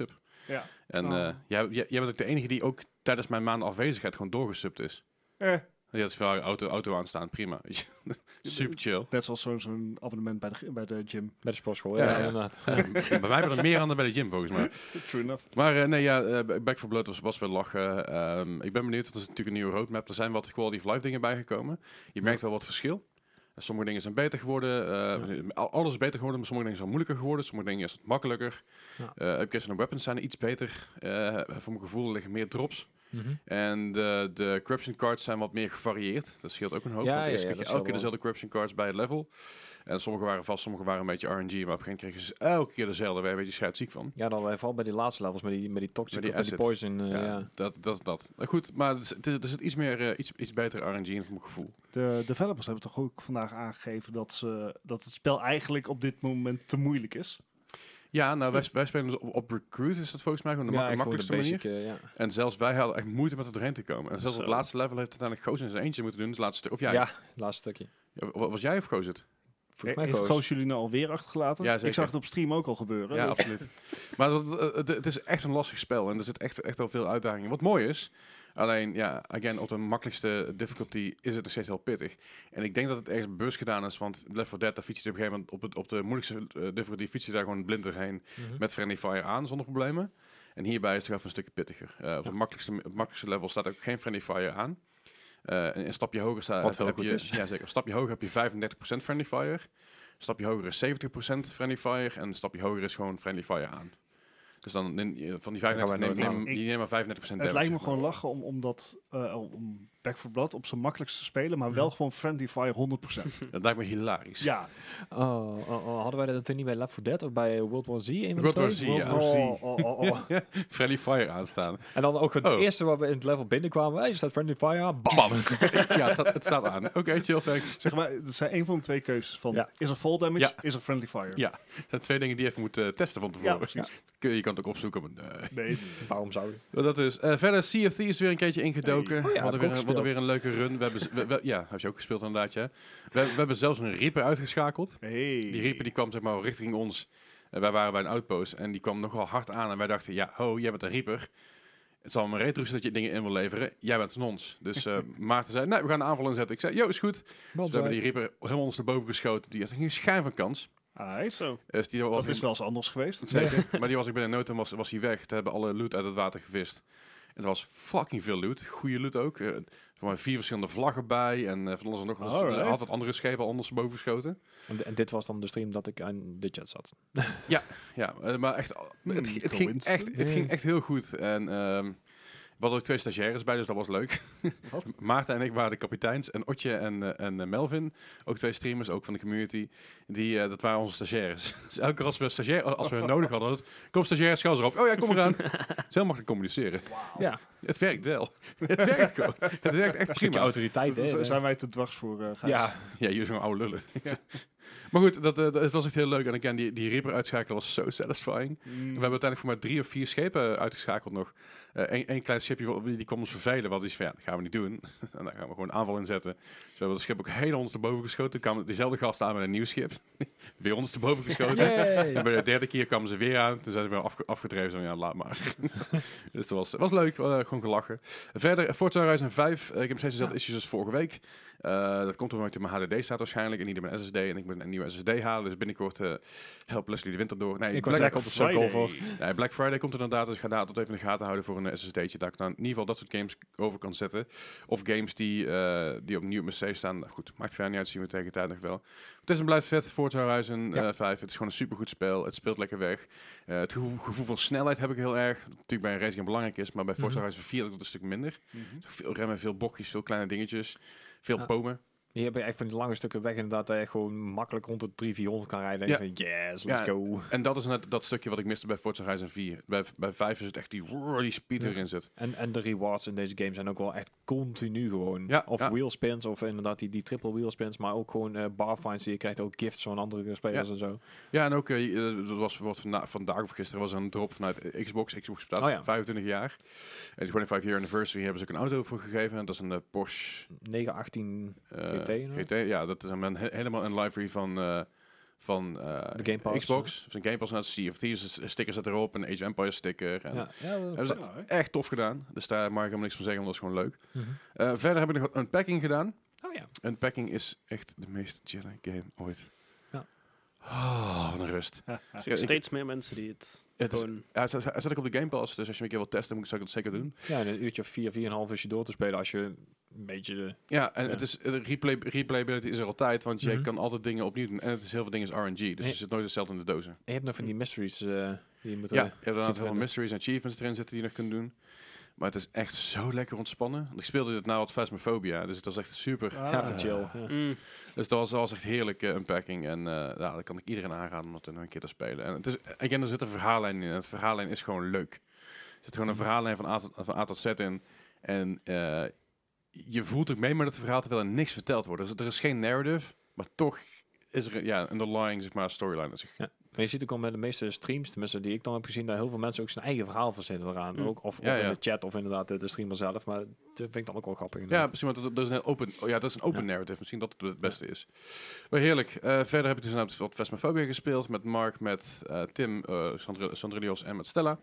S2: Ja.
S1: En
S2: Oh.
S1: eh, jij, jij, jij bent ook de enige die ook tijdens mijn maanden afwezigheid gewoon doorgesubt is.
S2: Eh,
S1: Ja, dat is wel auto, auto aanstaan, prima. [laughs] Super chill.
S2: net zoals zo- zo'n abonnement bij de, bij de gym.
S3: Bij de sportschool,
S1: Ja,
S3: ja,
S1: [laughs] ja.
S3: inderdaad.
S1: Bij mij hebben er meer handen bij de gym, volgens mij.
S2: [laughs] True enough.
S1: Maar eh, nee, ja, eh, Back for Blood was, was wel lachen. Ehm, ik ben benieuwd, want er is natuurlijk een nieuwe roadmap. Er zijn wat quality of life dingen bijgekomen. Je merkt wel wat verschil. Eh, Sommige dingen zijn beter geworden. eh, al- Alles is beter geworden, maar sommige dingen zijn moeilijker geworden. Sommige dingen is het makkelijker.
S3: Ja.
S1: Eh upgrades en weapons zijn iets beter. Eh, voor mijn gevoel er liggen meer drops.
S3: Mhm.
S1: En de, de corruption cards zijn wat meer gevarieerd. Dat scheelt ook een hoop.
S3: Ja,
S1: want eerst
S3: ja, ja,
S1: kreeg je
S3: dat
S1: elke keer
S3: is wel waar.
S1: dezelfde corruption cards bij het level. En sommige waren vast, sommige waren een beetje RNG. Maar op een gegeven moment kregen ze elke keer dezelfde. Waar je een beetje scheidsziek van.
S3: Ja, dan eh, vooral bij die laatste levels, met die, met die toxic,
S1: Met die
S3: met die
S1: acid.
S3: poison. eh,
S1: Ja,
S3: ja.
S1: Dat, dat, dat. Maar Goed, maar er zit- er zit iets meer, eh, iets, iets beter RNG in, voor mijn gevoel.
S2: De developers hebben toch ook vandaag aangegeven dat, ze, dat het spel eigenlijk op dit moment te moeilijk is.
S1: Ja, nou, wij, wij spelen dus op, op Recruit, is dat volgens mij gewoon de
S3: Ja,
S1: mak-
S3: echt gewoon de
S1: makkelijkste manier.
S3: basic, eh, ja.
S1: En zelfs wij hadden echt moeite met er doorheen te komen. En zelfs het
S4: Zo.
S1: laatste level heeft uiteindelijk Goos in zijn eentje moeten doen. Dus het laatste stuk- of jij.
S3: Ja, het laatste stukje.
S1: Ja, wa- was jij of Goos het?
S3: Volgens
S2: Eh,
S3: mij
S2: Heeft
S3: Koos.
S2: Koos jullie nou alweer achtergelaten?
S1: Ja,
S2: ik
S1: zeker.
S2: zag het op stream ook al gebeuren.
S1: Ja,
S2: Dus-
S1: absoluut. maar dat, eh, het, het is echt een lastig spel. En er zit echt, echt al veel uitdagingen. in. Wat mooi is, alleen, ja, again, op de makkelijkste difficulty is het nog steeds heel pittig. En ik denk dat het ergens bewust gedaan is, want Left 4 Dead, daar fiets je op een gegeven moment op, het, op de moeilijkste eh, difficulty, fiets je daar gewoon blind doorheen.
S3: Mhm.
S1: met Friendly Fire aan zonder problemen. En hierbij is het even een stukje pittiger. Eh, op het makkelijkste, op het makkelijkste level staat ook geen Friendly Fire aan. Eh, en een stapje hoger staat.
S3: Wat heel
S1: heb
S3: goed
S1: je,
S3: is.
S1: Ja, zeker. Een stapje hoger heb je 35% Friendly Fire. Een stapje hoger is 70% Friendly Fire. En een stapje hoger is gewoon Friendly Fire aan. Dus dan neem je- van die 35%
S3: Daar
S1: neem,
S3: gaan wij nooit
S1: neem,
S2: aan.
S1: die nemen maar 35%
S2: Het lijkt me
S1: damage.
S2: gewoon lachen om, om, dat, eh, om Back for Blood op zijn makkelijkst te spelen, maar wel gewoon Friendly Fire 100%.
S1: [laughs] Dat lijkt me hilarisch.
S2: ja,
S3: Oh, oh, oh, hadden wij dat toen niet bij Left 4 Dead of bij eh, World War Z? een van
S1: World
S3: de
S1: War
S3: twee?
S1: Z, ja.
S3: War-
S2: World
S3: Oh,
S2: [laughs]
S3: oh, oh, oh.
S1: [laughs] Friendly Fire aanstaan.
S3: En dan ook het
S1: Oh.
S3: eerste waar we in het level binnenkwamen. Hey, je staat Friendly Fire aan. Bam.
S1: Bam! [laughs] ja, het staat, het staat aan. Oké, chill, thanks.
S2: zeg maar, het zijn een van de twee keuzes van,
S3: Ja.
S2: is er fall damage,
S1: Ja.
S2: is er Friendly Fire?
S1: Ja, dat zijn twee dingen die je even moet eh, testen van
S2: Ja,
S1: tevoren.
S2: precies.
S1: [laughs] Kun je je kan het ook opzoeken, maar nee.
S2: Nee,
S3: Waarom zou je?
S1: Wel, Dat is. Eh, verder, CFT is weer een keertje ingedoken.
S3: Hey. Oh ja,
S1: we,
S3: heb
S1: hadden
S3: ik
S1: weer,
S3: ook
S1: een- we hadden weer een leuke run. We hebben, z- we- we- ja, heb je ook gespeeld inderdaad, ja. We, we hebben zelfs een Reaper uitgeschakeld.
S2: hey.
S1: Die Reaper die kwam zeg maar richting ons. Eh, wij waren bij een outpost en die kwam nogal hard aan. En wij dachten, ja, ho, jij bent een Reaper. Het zal me reet rusten dat je dingen in wil leveren. Jij bent nons. Dus
S2: [laughs]
S1: eh, Maarten zei, nee, we gaan een aanval inzetten. Ik zei, yo, is goed. Dus
S3: Want, eh,
S1: we hebben die Reaper helemaal ondersteboven geschoten. Die had geen schijn van kans.
S2: Alright.
S4: Zo.
S1: Dus die was
S2: Dat
S1: in- [laughs]
S2: is wel eens anders geweest.
S1: Zeker. maar die was ik binnen nood en was, was hij weg. Toen hebben alle loot uit het water gevist. En En er was fucking veel loot. Goede loot ook. Eh, voor mij vier verschillende vlaggen bij. En eh, van alles en nog wat.
S2: Alright.
S1: Ze had het andere schepen anders boven geschoten.
S3: En, d- en dit was dan de stream dat ik aan de chat zat.
S1: Ja, eh, maar echt,
S2: Hmm,
S1: het, ging- het ging echt, het
S3: Ja.
S1: ging echt heel goed. En ehm, we hadden ook twee stagiaires bij, dus dat was leuk.
S2: [laughs] Wat?
S1: [laughs] Maarten en ik waren de kapiteins. En Otje en, eh, en eh, Melvin, ook twee streamers, ook van de community. Die, eh, dat waren onze stagiaires. [laughs] Dus elke keer als we, een stagiair, als we hun nodig hadden, was het, kom stagiaires, schaal erop. Oh ja, kom
S2: [laughs]
S1: eraan. Het is heel makkelijk communiceren.
S3: Ja,
S1: Het werkt wel. [laughs] Het werkt gewoon. Het werkt echt
S3: een
S1: prima.
S3: autoriteit.
S2: Dat-
S3: hè.
S2: dat- Zijn wij te dwars voor eh Gijs? [laughs]
S3: ja,
S1: Ja, jullie zijn oude lullen. [laughs] maar goed, dat, eh, dat, het was echt heel leuk. En ik ken die, die Reaper uitschakelen was zo satisfying.
S2: Mm.
S1: We hebben uiteindelijk voor maar drie of vier schepen uitgeschakeld nog. Eén klein schipje wa- die kwam ons vervelen. Wat is van ja, dat gaan we niet doen. [laughs] en daar gaan we gewoon aanval in zetten. Zo hebben we het schip ook helemaal ons erboven geschoten. Toen kwamen dezelfde gasten aan met een nieuw schip. [laughs] weer ons erboven geschoten. En
S2: [laughs]
S1: [laughs]
S3: Yay.
S1: bij de derde keer kwamen ze weer aan. Toen zijn ze weer afge afgedreven. Zo, ja, laat maar. [laughs] dus dat was, was leuk. eh, gewoon gelachen. Verder, Forza Horizon 5. eh, ik heb nog steeds dezelfde issues als vorige week. Eh, dat komt omdat ik op mijn HDD staat waarschijnlijk. En niet op mijn SSD. En ik moet een nieuwe SSD halen. Dus binnenkort eh help Leslie de winter door. Nee,
S3: Ik
S1: Black,
S3: was eigenlijk op de cirkel voor.
S1: nee, Black Friday komt er inderdaad. Dus ik ga daar tot even in de gaten houden voor een SSD'tje. Dat ik dan in ieder geval dat soort games over kan zetten. Of games die, eh, die opnieuw op mijn C staan. Nou, Goed, maakt verder niet uit. Zien we tegen de tijd nog wel. Het is een blijft vet, Forza Horizon
S3: Ja.
S1: eh, 5. Het is gewoon een supergoed spel. Het speelt lekker weg. Eh, het gevo- gevoel van snelheid heb ik heel erg. Dat natuurlijk bij een racing belangrijk is. Maar bij Forza
S3: Mhm.
S1: Horizon 4 had ik dat een stuk minder.
S2: Mhm.
S1: Veel remmen, veel bochtjes, veel kleine dingetjes. Veel
S3: Ja.
S1: bomen.
S3: Hier heb je echt van die lange stukken weg inderdaad, dat je gewoon makkelijk rond de 3 400 kan rijden. En
S1: Ja.
S3: van, yes, let's
S1: Ja.
S3: go.
S1: En dat is net dat stukje wat ik miste bij Forza Horizon 4. Bij, bij 5 is het echt die, die speed
S3: Ja.
S1: erin zit.
S3: En, en de rewards in deze game zijn ook wel echt continu gewoon.
S1: Ja,
S3: of
S1: ja.
S3: wheelspins, of inderdaad die, die triple wheelspins, maar ook gewoon eh barfinds die je krijgt, ook gifts van andere spelers en zo.
S1: Ja, en ook, eh, eh, dat was wat vana- vandaag of gisteren, was er een drop vanuit Xbox. Xbox bestaat
S3: Oh ja.
S1: 25 jaar. En die 25 year anniversary hebben ze ook een auto voor gegeven. En dat is een eh, Porsche
S3: 918
S1: Eh,
S3: GT, no?
S1: GT, ja, dat is een, he- helemaal een library van, eh, van eh,
S3: De Game Pass. dus.
S1: Xbox. Van Game Pass naar Sea of Thieves dus stickers zitten erop, een Age of Empires sticker. En
S3: Ja, ja, wel
S1: Hebben ze
S3: vet.
S2: Ja, hè?
S1: Echt tof gedaan, dus daar mag ik helemaal niks van zeggen, want dat is gewoon leuk.
S3: Mhm.
S1: Eh, verder heb ik nog een packing gedaan.
S3: Oh ja.
S1: Een packing is echt de meest chille game ooit.
S3: Ja.
S1: Oh, wat een rust. Ja, ik-
S4: Steeds meer mensen die het
S1: Het is-
S4: gewoon...
S1: Hij zet, hij zet ik op de Game Pass, dus als je hem een keer wilt testen, moet ik, zou ik dat zeker doen.
S3: ja, in een uurtje of 4, 4,5 is je door te spelen als je een beetje de...
S1: Ja, en
S3: Ja.
S1: het is eh, replay, replayability is er altijd, want je
S3: Mhm.
S1: kan altijd dingen opnieuw doen. En het is heel veel dingen is RNG, dus
S3: Nee.
S1: je zit nooit hetzelfde in de dozen.
S3: Je hebt nog van die mysteries eh, die je moet...
S1: Ja,
S3: eh,
S1: je hebt een
S3: zien
S1: aantal
S3: te
S1: van
S3: vinden.
S1: mysteries en achievements erin zitten die je nog kunt doen. Maar het is echt zo lekker ontspannen. Want ik speelde dit na wat Phasmophobia, dus het was echt super.
S2: Ah.
S3: Ja, van chill. ja.
S4: Mm.
S1: Dus dat was, dat was echt heerlijk eh, unpacking. En eh ja, dat kan ik iedereen aanraden om dat nog een keer te spelen. En het is, again, er zit een verhaallijn in. En het verhaallijn is gewoon leuk. Er zit gewoon een verhaallijn van A tot, van A tot Z in. En eh, je voelt ook mee met het verhaal terwijl er niks verteld wordt. Dus er is geen narrative, maar toch is er een- ja, een underlying zeg maar, storyline. Dus Dat is
S3: Maar je ziet ook al met de meeste streams, tenminste die ik dan heb gezien, dat heel veel mensen ook zijn eigen verhaal verzinnen eraan.
S4: Mm.
S3: Ook, of
S1: Ja,
S3: of
S1: ja.
S3: in de chat of inderdaad de, de streamer zelf. Maar dat vind ik dan ook wel grappig.
S1: Ja,
S3: inderdaad.
S1: precies. Want dat, dat is een open, oh ja, dat is een open narrative. Misschien dat het het beste is. Maar heerlijk. Eh, verder heb ik dus inderdaad wat Vesmaphobia gespeeld. Met Mark, met eh, Tim, eh Sandri- Sandrilios en met Stella.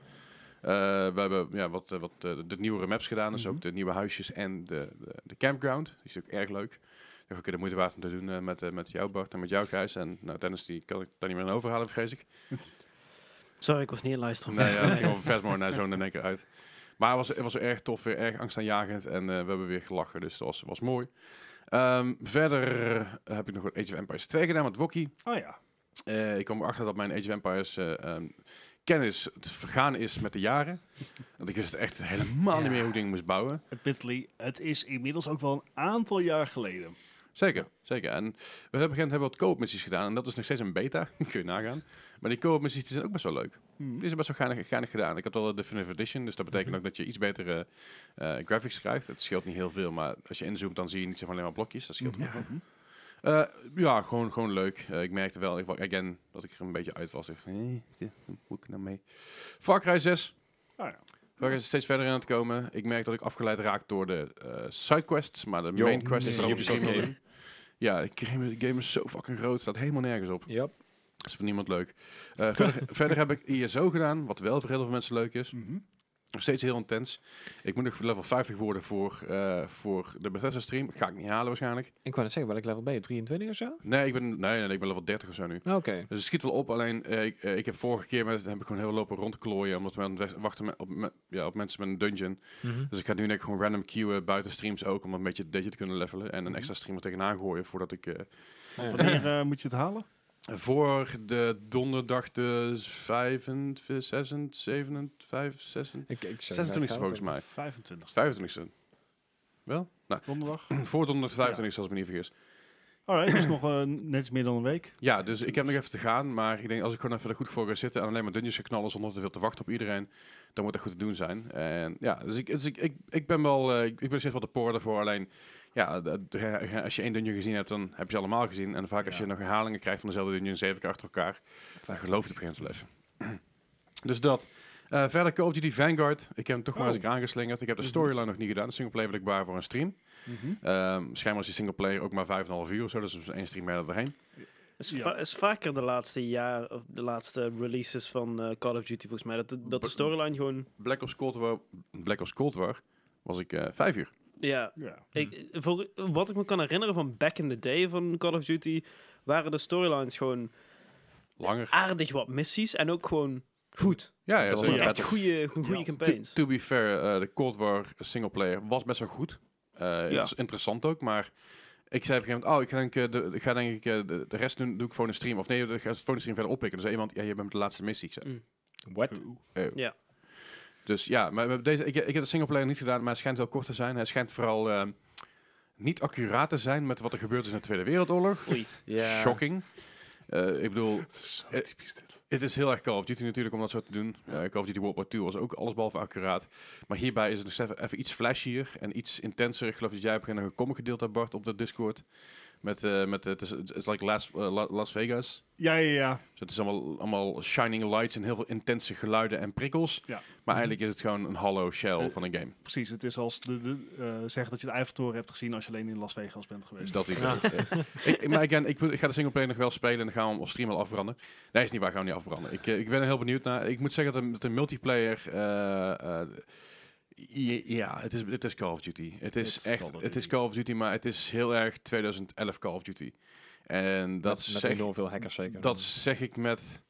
S1: Eh, we hebben ja, wat, eh, wat eh, de nieuwere maps gedaan. Dus ook
S3: Mhm.
S1: de nieuwe huisjes en de, de, de campground. Die is ook erg leuk. Echt ook de moeite waard om te doen eh, met, eh, met jou Bart en met jou Gijs. En nou, Dennis, die kan ik daar niet meer aan overhalen, vrees ik.
S4: Sorry, ik was niet aan het luisteren.
S1: Nee, ja,
S4: [laughs]
S1: het ging over Vesmore naar zo'n in één keer uit. Maar het was, het was erg tof, weer erg angstaanjagend. En eh, we hebben weer gelachen, dus dat was, was mooi. Ehm, verder eh, heb ik nog wat Age of Empires 2 gedaan met Wokkie.
S2: Oh ja.
S1: Eh, ik kwam erachter dat mijn Age of Empires eh, ehm, kennis het vergaan is met de jaren. Want ik wist echt helemaal niet meer hoe ik dingen moest bouwen.
S2: Admittedly, het is inmiddels ook wel een aantal jaar geleden.
S1: Zeker, zeker. En we hebben op een gegeven moment hebben we wat co-op missies gedaan. En dat is nog steeds een beta, [laughs] kun je nagaan. Maar die co-op missies die zijn ook best wel leuk.
S2: Hmm.
S1: Die is best wel geinig, geinig gedaan. Ik had wel de Definitive Edition, dus dat betekent
S3: Mhm.
S1: ook dat je iets betere eh, graphics krijgt. Het scheelt niet heel veel, maar als je inzoomt, dan zie je niet zeg maar, alleen maar blokjes. Dat scheelt.
S3: Ja.
S1: Eh, ja, gewoon, gewoon leuk. Eh, ik merkte wel, ik, wa- again, dat ik er een beetje uit was. Ik dacht, eh, tja, hoe moet ik nou mee? Far Cry 6.
S2: Ah ja.
S1: Waar is steeds verder aan het komen. Ik merk dat ik afgeleid raak door de eh, sidequests, maar de
S3: Yo,
S1: main quest is
S3: nee,
S1: er ook
S3: Ubisoft
S1: misschien wel
S3: game.
S1: in. Ja, de game, de game is zo fucking groot, staat helemaal nergens op.
S3: Yep.
S1: Dat is voor niemand leuk. Eh, verder, verder heb ik ISO gedaan, wat wel voor heel veel mensen leuk is.
S2: Mhm.
S1: Nog steeds heel intens. Ik moet nog level 50 worden voor, eh, voor de Bethesda stream. Ga ik niet halen waarschijnlijk.
S3: Ik wou net zeggen, welk level ben je? 23 of zo?
S1: Nee, ik ben, nee, nee, nee, ik ben level 30 of zo nu.
S3: Oké.
S1: Dus het schiet wel op, alleen eh, ik, eh, ik heb vorige keer met, heb ik gewoon heel lopen rondklooien. Omdat we aan het weg- wachten met- op, me- ja, op mensen met een dungeon.
S3: Mhm.
S1: Dus ik ga nu denk ik gewoon random queuen buiten streams ook. Om een beetje een detje te kunnen levelen. En een extra stream er tegenaan gooien voordat ik... eh,
S2: Wanneer eh, moet je het halen?
S1: voor de donderdag de 25, 26, 57, 26,
S3: Ik, ik zou
S1: 26
S3: graag
S1: volgens
S3: ook-
S1: mij.
S2: 25
S1: 25ste. Wel? Nou, [clears throat]
S2: donderdag.
S1: voor donderdag 25 als ik me niet vergis.
S2: Alright, dat is nog eh, net iets meer dan een week.
S1: Ja, dus ik heb nog even te gaan. Maar ik denk, als ik gewoon even er goed voor ga zitten en alleen maar dungeons ga knallen zonder te veel te wachten op iedereen, dan moet dat goed te doen zijn. En ja, dus ik, dus ik, ik, ik ben wel, eh, ik ben steeds wel de poor daarvoor. Alleen, ja, de- de- als je één dungeon gezien hebt, dan heb je ze allemaal gezien. En vaak als je
S2: Ja.
S1: nog herhalingen krijgt van dezelfde dungeon zeven keer achter elkaar, dan geloof je het begint wel even. [clears throat] Dus dat. Eh, verder Call of Duty Vanguard. Ik heb hem toch maar eens
S2: Oh.
S1: aangeslingerd. Ik heb de
S2: Mhm.
S1: storyline nog niet gedaan. De singleplayer wil ik waar voor een stream.
S2: mm
S1: Ehm schijnbaar is die singleplayer ook maar 5,5 uur of zo. Dus dat is één stream meer doorheen.
S4: Is,
S2: Ja.
S4: va- is vaker de laatste jaar, of de laatste releases van eh, Call of Duty volgens mij. Dat, de- dat de storyline gewoon.
S1: Black Ops Cold War, Black Ops Cold War was ik eh, vijf uur.
S4: Ja,
S2: Ja.
S1: Hm.
S4: ik, voor, wat ik me kan herinneren van back in the day van Call of Duty, waren de storylines gewoon
S1: Langer.
S4: aardig wat missies en ook gewoon goed.
S1: Ja, ja
S3: dat was
S1: zeker.
S3: een
S4: echt goede, goede
S2: Ja.
S1: To,
S4: campaigns.
S1: to be fair, eh, de Cold War singleplayer was best wel goed. Eh, inter- interessant ook, maar ik zei op een gegeven moment, oh, ik ga denk, ik, eh, de, ik ga denk ik eh, de, de rest doen, doe ik voor een stream. Of nee, ik ga het voor een stream verder oppikken. Dus iemand, ja, je bent met de laatste missie. Ik zei,
S3: What?
S1: Dus ja, maar met deze, ik, ik heb de singleplayer niet gedaan, maar hij schijnt heel kort te zijn. Hij schijnt vooral eh, niet accuraat te zijn met wat er gebeurd is in de Tweede Wereldoorlog.
S4: Oei.
S3: Ja.
S1: Shocking. Eh, ik bedoel,
S2: Het is zo
S1: Eh,
S2: typisch dit.
S1: het is heel erg Call of Duty natuurlijk om dat zo te doen. Eh, Call of Duty World War II was ook allesbehalve accuraat. Maar hierbij is het dus even, even iets flashier en iets intenser. Ik geloof dat jij op een gegeven moment nog een comment gedeeld hebt, Bart, op de Discord. Met, eh, met eh, het is het is like Las, eh, La- Las Vegas.
S2: Ja, ja, ja.
S1: Dus het is allemaal, allemaal shining lights en heel veel intense geluiden en prikkels.
S2: Ja.
S1: Maar eigenlijk is het gewoon een hollow shell
S2: Eh,
S1: van een game.
S2: Precies, het is als de, de, eh, zeggen dat je de Eiffeltoren hebt gezien als je alleen in Las Vegas bent geweest.
S1: Dat ik,
S3: Ja.
S1: eh, [laughs] ik, ik- maar again, ik, wil- ik ga de singleplayer nog wel spelen en dan gaan we hem op stream al afbranden. Nee, is niet waar, gaan we niet afbranden. Ik, eh, ik ben er heel benieuwd naar. Ik moet zeggen dat de, dat de multiplayer... eh, eh, j- ja, het is, het is Call of Duty. Het is
S2: Het is Call
S1: echt,
S2: of
S1: het is
S2: Duty.
S1: Call of Duty, maar het is heel erg 2011 Call of Duty. En dat,
S3: met, met
S1: zeg,
S3: enorm veel hackers zeker.
S1: dat zeg ik met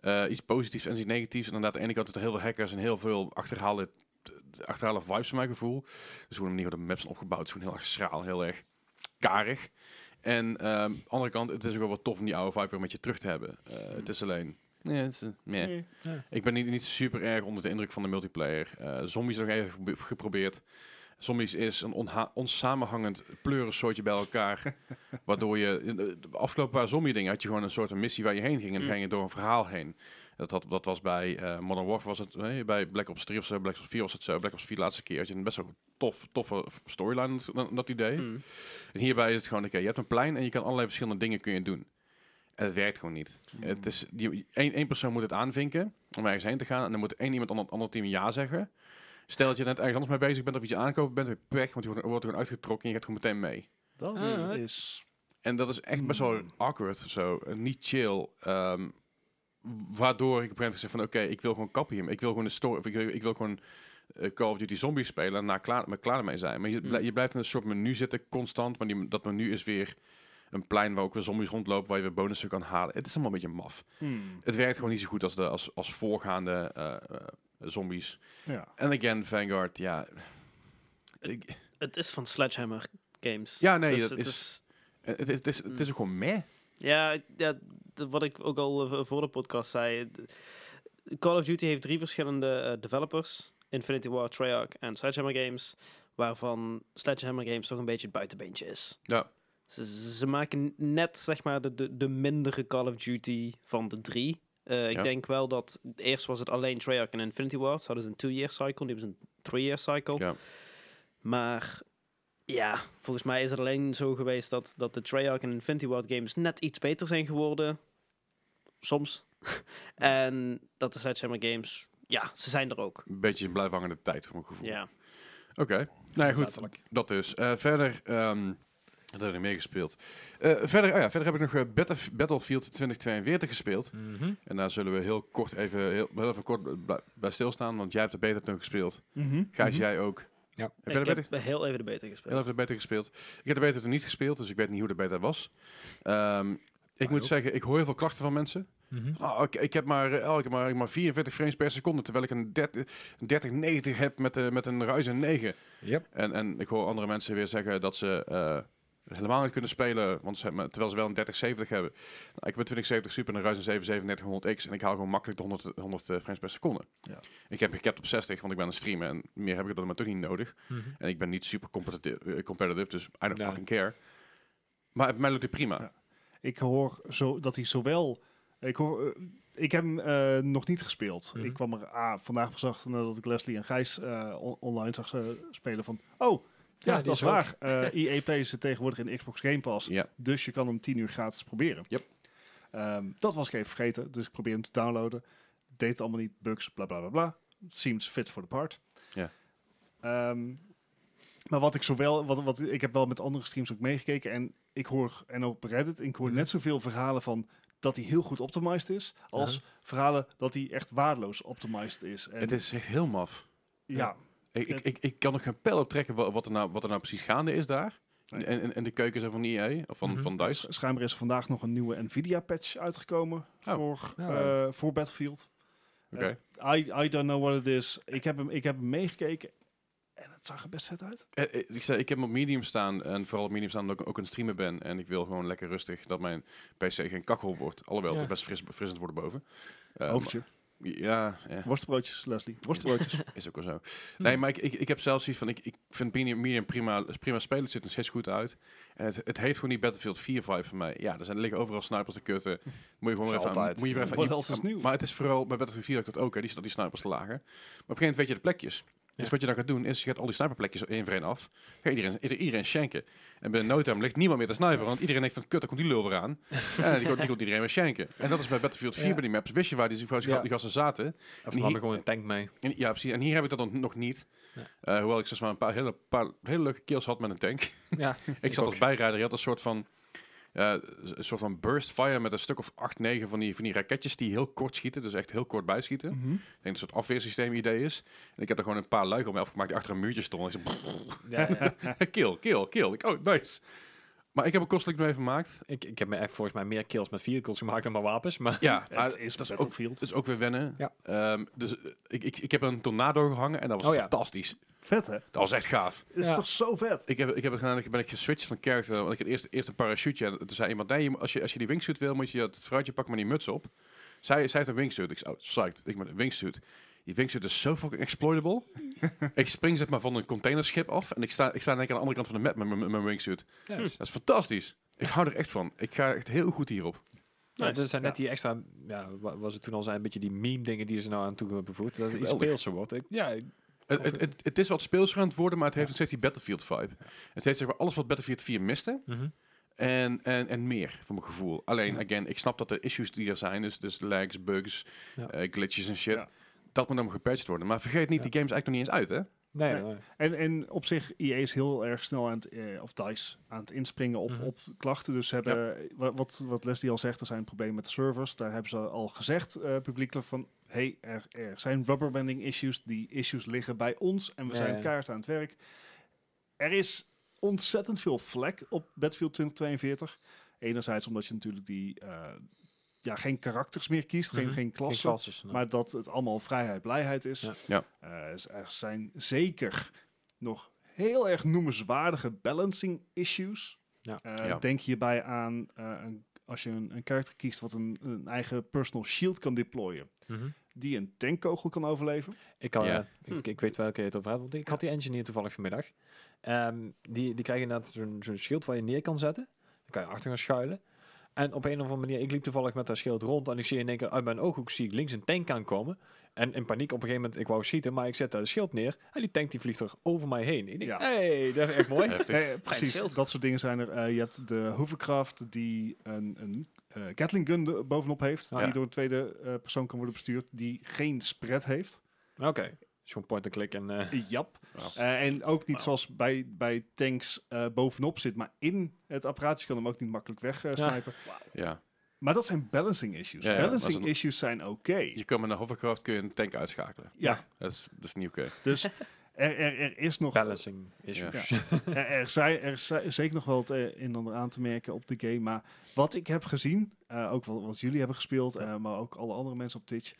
S1: eh, iets positiefs en iets negatiefs. En inderdaad, aan de ene kant dat er heel veel hackers en heel veel achterhalen, achterhalen vibes van mijn gevoel. Dus hoe de manier waarop de maps zijn opgebouwd is gewoon heel erg schraal, heel erg karig. En ehm, aan de andere kant, het is ook wel wat tof om die oude vibe weer met je terug te hebben. Eh, Het is alleen... Nee, het is, een- meh.
S2: Nee.
S1: Ik ben niet, niet super erg onder de indruk van de multiplayer. Eh, zombies nog even gebe- geprobeerd. Zombies is een onha- onsamenhangend pleurensoortje bij
S4: [laughs]
S1: elkaar. waardoor je... in De de afgelopen paar zombie-dingen had je gewoon een soort van missie waar je heen ging. En dan
S4: Mm.
S1: ging je door een verhaal heen. Dat, had, dat was bij eh, Modern Warfare was het... Nee, bij Black Ops 3 of zo. Black Ops 4 was het zo. Black Ops 4 de laatste keer had je een best wel tof, toffe storyline dat, dat idee.
S4: Mm.
S1: En hierbij is het gewoon, oké, je hebt een plein en je kan allerlei verschillende dingen kun je doen. En het werkt gewoon niet. Het is, die, één, één persoon moet het aanvinken om ergens heen te gaan. En dan moet één iemand aan het andere team ja zeggen. Stel dat je net ergens anders mee bezig bent of iets aan het aankopen bent, dan ben je pech, want je wordt, wordt er gewoon uitgetrokken en je gaat gewoon meteen mee.
S2: Dat
S3: Ah.
S2: is...
S1: En dat is echt best wel
S2: Hmm.
S1: awkward of zo. en Niet chill. ehm, waardoor ik op een gegeven moment zeg van... Oké, ik wil gewoon kappen hier. Ik wil gewoon de story... of Ik wil, ik wil gewoon eh, Call of Duty Zombies spelen... en daar klaar, me klaar mee zijn. Maar je,
S4: Hmm.
S1: blij- je blijft in een soort menu zitten constant. Maar die, dat menu is weer een plein waar ook weer zombies rondlopen... waar je weer bonussen kan halen. Het is allemaal een beetje maf.
S2: Hmm.
S1: Het werkt gewoon niet zo goed als, de, als, als voorgaande eh, eh, zombies.
S2: Ja.
S1: En again, Vanguard, ja... Ik,
S4: Het is van Sledgehammer Games.
S1: Ja, nee,
S4: Dus
S1: dat
S4: het
S1: is- het, is- het, is, het is ook gewoon meh.
S4: Ja, ja d- wat ik ook al eh, v- voor de podcast zei. eh, d- Call of Duty heeft drie verschillende eh, developers. Infinity War, Treyarch en Sledgehammer Games. Waarvan Sledgehammer Games toch een beetje het buitenbeentje is.
S1: Ja.
S4: Ze, ze- ze maken net zeg maar de, de, de mindere Call of Duty van de drie. Eh, ik
S1: Ja.
S4: denk wel dat eerst was het alleen Treyarch en Infinity War. Ze hadden ze een two-year cycle, nu hebben ze een three-year cycle.
S1: Ja.
S4: Maar ja, volgens mij is het alleen zo geweest dat, dat de Treyarch en Infinity Ward games net iets beter zijn geworden. Soms. [laughs] en dat de Sledgehammer games, ja, ze zijn er ook.
S1: Een beetje blijven hangen de tijd, voor mijn gevoel.
S4: Ja.
S1: Oké. Nou ja, goed.
S3: Letterlijk.
S1: Dat dus. Eh, verder, ehm, Dat heb ik mee gespeeld. Eh, verder, oh ja, verder heb ik nog eh, Battlef- Battlefield 2042 gespeeld.
S3: Mhm.
S1: En daar zullen we heel kort even, heel, wel even kort bij- bij stilstaan, want jij hebt de beta toen gespeeld. Gijs, jij ook.
S3: Ja.
S1: Heb jij de
S4: ik
S1: beta
S4: heb heel even de beter gespeeld.
S1: Heel even de beta gespeeld. Ik heb de beta toen niet gespeeld, dus ik weet niet hoe de beta was. Ehm, ik moet
S3: ook.
S1: zeggen, ik hoor heel veel klachten van mensen.
S3: Mhm.
S1: Oh, ik, ik heb maar, eh, oh, ik heb maar, ik heb maar 44 frames per seconde, terwijl ik een 30 een 3090 heb met, eh, met een Ryzen 9.
S3: Yep.
S1: En, en ik hoor andere mensen weer zeggen dat ze eh, helemaal niet kunnen spelen, want ze, hebben- terwijl ze wel een 3070 hebben. Nou, ik heb een 2070 Super en een Ryzen 7 3700X en ik haal gewoon makkelijk de 100, 100 eh, frames per seconde.
S2: Ja.
S1: Ik heb gekapt op 60, want ik ben een streamer en meer heb ik dan maar toch niet nodig.
S3: Mhm.
S1: En ik ben niet super competitive, eh, competitive dus I don't
S3: Nee.
S1: fucking care. Maar het mij lukt het prima.
S2: Ja. Ik hoor zo, dat hij zowel... Ik, hoor, eh, ik heb hem eh, nog niet gespeeld.
S3: Mhm.
S2: Ik kwam er ah, vandaag pas achter nadat ik Leslie en Gijs eh, on- online zag eh, spelen van... Oh, ja,
S3: Ja, die
S2: dat is
S3: is ook.
S2: waar. Eh EA Play zit tegenwoordig in de Xbox Game Pass.
S1: Ja.
S2: Dus je kan hem 10 uur gratis proberen.
S1: Yep.
S2: Ehm, dat was ik even vergeten, dus ik probeer hem te downloaden. Deed allemaal niet, bugs, bla bla bla bla. Seems fit for the part.
S1: Ja.
S2: Ehm, maar wat ik zowel, wat, wat, ik heb wel met andere streams ook meegekeken en ik hoor, en op Reddit, ik hoor
S3: Mhm.
S2: net zoveel verhalen van dat hij heel goed optimized is, als
S3: Ja.
S2: verhalen dat hij echt waardeloos optimized is. En,
S1: Het is echt heel maf.
S2: ja,
S1: Ik, ik,
S2: Het-
S1: ik, ik kan nog geen pijl op trekken wa- wat er, nou, wat er nou precies gaande is daar.
S2: Nee.
S1: En, en, en de keuken zijn van EA, of van,
S3: Mhm.
S1: van DICE.
S2: sch- schijnbaar is er vandaag nog een nieuwe Nvidia-patch uitgekomen
S1: Oh.
S2: voor,
S3: Ja.
S2: eh, voor Battlefield.
S1: Oké.
S2: I, I don't know what it is. Ik heb hem, ik heb hem meegekeken en het zag er best vet uit.
S1: Eh, eh, Ik, zei, ik heb hem op medium staan, en vooral op medium staan omdat ik ook een streamer ben. En ik wil gewoon lekker rustig dat mijn PC geen kachel wordt. Alhoewel,
S3: Ja.
S1: het best fris, frissend wordt boven. Eh,
S2: Overtje.
S1: maar- ja, ja,
S2: Worstbroodjes, Leslie. Worstbroodjes.
S1: [laughs] is ook wel zo.
S3: Hm.
S1: Nee, maar ik, ik, ik heb zelfs iets van, ik, ik vind medium, medium prima, prima spelen. Het ziet er nog steeds goed uit. En het, het heeft gewoon die Battlefield 4 vibe van mij. Ja, er, zijn, er liggen overal snipers te
S3: [laughs]
S1: kutten. Moet je gewoon weer
S3: Is
S1: even aan-
S3: altijd.
S1: Moet je weer even aan-
S2: What else is new?
S1: Maar het is vooral bij Battlefield 4 dat ik dat ook, hè, die, die snipers te lager. Maar op een gegeven moment weet je de plekjes. Dus
S3: Ja.
S1: wat je dan gaat doen, is je gaat al die sniperplekjes één voor één af. Ga je iedereen, ieder- iedereen schenken. En binnen no time ligt niemand meer te snipen, want iedereen heeft een kut, dan komt die lul weer
S3: [laughs]
S1: aan. en die komt, die komt iedereen weer schenken. En dat is bij Battlefield 4
S3: Ja.
S1: bij die maps. Wist je waar die, die,
S3: Ja.
S1: die gasten zaten?
S3: Of dan
S1: hier-
S3: ik gewoon een tank mee.
S1: En, ja, precies. En hier heb ik dat dan nog niet.
S3: Ja.
S1: Eh, hoewel ik zelfs maar een paar hele, paar hele leuke kills had met een tank. [laughs]
S3: [laughs] Ja.
S1: ik zat
S3: ook.
S1: als bijrijder. Je had een soort van, eh, een soort van burst fire met een stuk of 8, 9 van die, van die raketjes die heel kort schieten. Dus echt heel kort bijschieten. Ik
S2: Mhm.
S1: denk dat het een soort afweersysteem idee is. En ik heb er gewoon een paar luiken om me afgemaakt die achter een muurtje stonden. Ik zei,
S3: Ja, ja.
S1: [laughs] kill, kill, kill. Ik, oh, nice. Maar ik heb een kostelijk mee gemaakt.
S3: ik, ik heb me echt volgens mij meer kills met vehicles gemaakt dan met wapens. Maar
S1: Ja, maar
S2: Het is
S1: dat is ook
S2: Battlefield.
S1: dat is ook weer wennen.
S3: Ja.
S1: Ehm, dus eh, ik, ik, ik heb een tornado gehangen en dat was
S3: Oh ja.
S1: fantastisch.
S2: Vet, hè?
S1: Dat was echt gaaf.
S2: Is
S3: Ja.
S2: toch zo vet?
S1: Ik heb, ik heb het gedaan, ik ben ik geswitcht van character. Want ik had eerst, eerst een parachute. En toen zei iemand, nee, je- als je, als je die wingsuit wil, moet je dat fruitje pakken met die muts op. Zij, zij heeft een wingsuit. Ik zei, oh, psyched. Ik met een wingsuit. Die wingsuit is zo fucking exploitable. ik spring zeg maar van een containerschip af. En ik sta, ik sta in één keer aan de andere kant van de map met mijn- met mijn wingsuit.
S3: ja, dus-
S1: Dat is fantastisch. Ik hou er echt van. Ik ga echt heel goed hierop.
S3: [laughs] Ja,
S4: Nice.
S3: dat zijn net die extra, ja, wa- was het toen al zijn, een beetje die meme-dingen die ze nou aan toe hebben bevoegd. Dat het iets
S1: Geweldig.
S3: speelser wordt. Ik- ja, ik-
S1: Het, het, het, het is wat speelser aan het worden, maar het heeft nog steeds die Battlefield vibe. Het heeft zeg maar alles wat Battlefield 4 miste. En, en, en meer, voor mijn gevoel. Alleen,
S3: Ja.
S1: again, ik snap dat de issues die er zijn, dus, dus lags, bugs,
S3: Ja.
S1: eh, glitches en shit,
S2: Ja.
S1: dat moet allemaal gepatcht worden. Maar vergeet niet,
S3: Ja.
S1: die game is eigenlijk nog niet eens uit, hè?
S3: nee,
S2: Nee.
S3: nee.
S2: En, en op zich, EA is heel erg snel aan het, eh, of DICE, aan het inspringen op,
S3: Mhm.
S2: op klachten. Dus ze hebben, eh, wa- wat, wat Leslie al zegt, er zijn problemen met de servers. Daar hebben ze al gezegd, eh, publiekelijk, van... hey, er, er zijn rubberbanding issues. Die issues liggen bij ons en we
S3: Ja,
S2: zijn
S3: ja.
S2: kaart aan het werk. Er is ontzettend veel vlek op Battlefield 2042. Enerzijds omdat je natuurlijk die, eh, ja, geen karakters meer kiest,
S3: Mhm.
S2: geen, geen
S3: Geen
S2: klassen.
S3: klasses. nee.
S2: Maar dat het allemaal vrijheid, blijheid is.
S3: Ja.
S1: Ja.
S2: Eh, s- er zijn zeker nog heel erg noemenswaardige balancing issues.
S3: Ja.
S2: Eh,
S1: Ja.
S2: Denk hierbij aan eh, een- als je een, een karakter kiest wat een, een eigen personal shield kan deployen,
S3: Mhm.
S2: die een tankkogel kan overleven.
S3: Ik, kan,
S1: Ja. Hm.
S3: eh, ik, ik weet welke je het over hebt, want ik had die engineer toevallig vanmiddag. Ehm, die, die krijgen inderdaad zo'n zo'n schild waar je neer kan zetten. Dan kan je achter gaan schuilen. En op een of andere manier, ik liep toevallig met dat schild rond en ik zie in één keer uit mijn ooghoek zie ik links een tank aankomen. En in paniek op een gegeven moment, ik wou schieten, maar ik zet dat schild neer en die tank die vliegt er over mij heen. Ik denk,
S2: Ja.
S3: hey, dat is echt mooi.
S1: Heftig.
S2: Eh, precies,
S4: schild.
S2: dat soort dingen zijn er. Eh, je hebt de hovercraft die een, een eh, Gatling gun er bovenop heeft,
S3: Oh,
S2: die
S3: ja.
S2: door een tweede eh, persoon kan worden bestuurd, die geen spread heeft.
S3: Oké. is gewoon point-and-click en...
S2: [laughs]
S3: eh,
S2: Jap.
S1: Ja.
S2: Eh, en
S1: Nou.
S2: ook niet
S4: Wauw.
S2: zoals bij, bij tanks eh, bovenop zit, maar in het apparaat. Je kan hem ook niet makkelijk
S3: Ja.
S2: wegsnijpen.
S1: Ja.
S2: Maar dat zijn balancing issues.
S1: Ja, ja,
S2: balancing
S1: dat is een-
S2: issues zijn oké.
S1: Je kan met een hovercraft kun je een tank uitschakelen.
S2: Ja,
S1: Dat is, dat is niet oké. [laughs]
S2: dus er, er, er is nog...
S3: balancing issues.
S2: er, er, zijn, er zijn zeker nog wel het eh, een en ander aan te merken op de game. Maar wat ik heb gezien, eh, ook wat, wat jullie hebben gespeeld, eh, maar ook alle andere mensen op Twitch.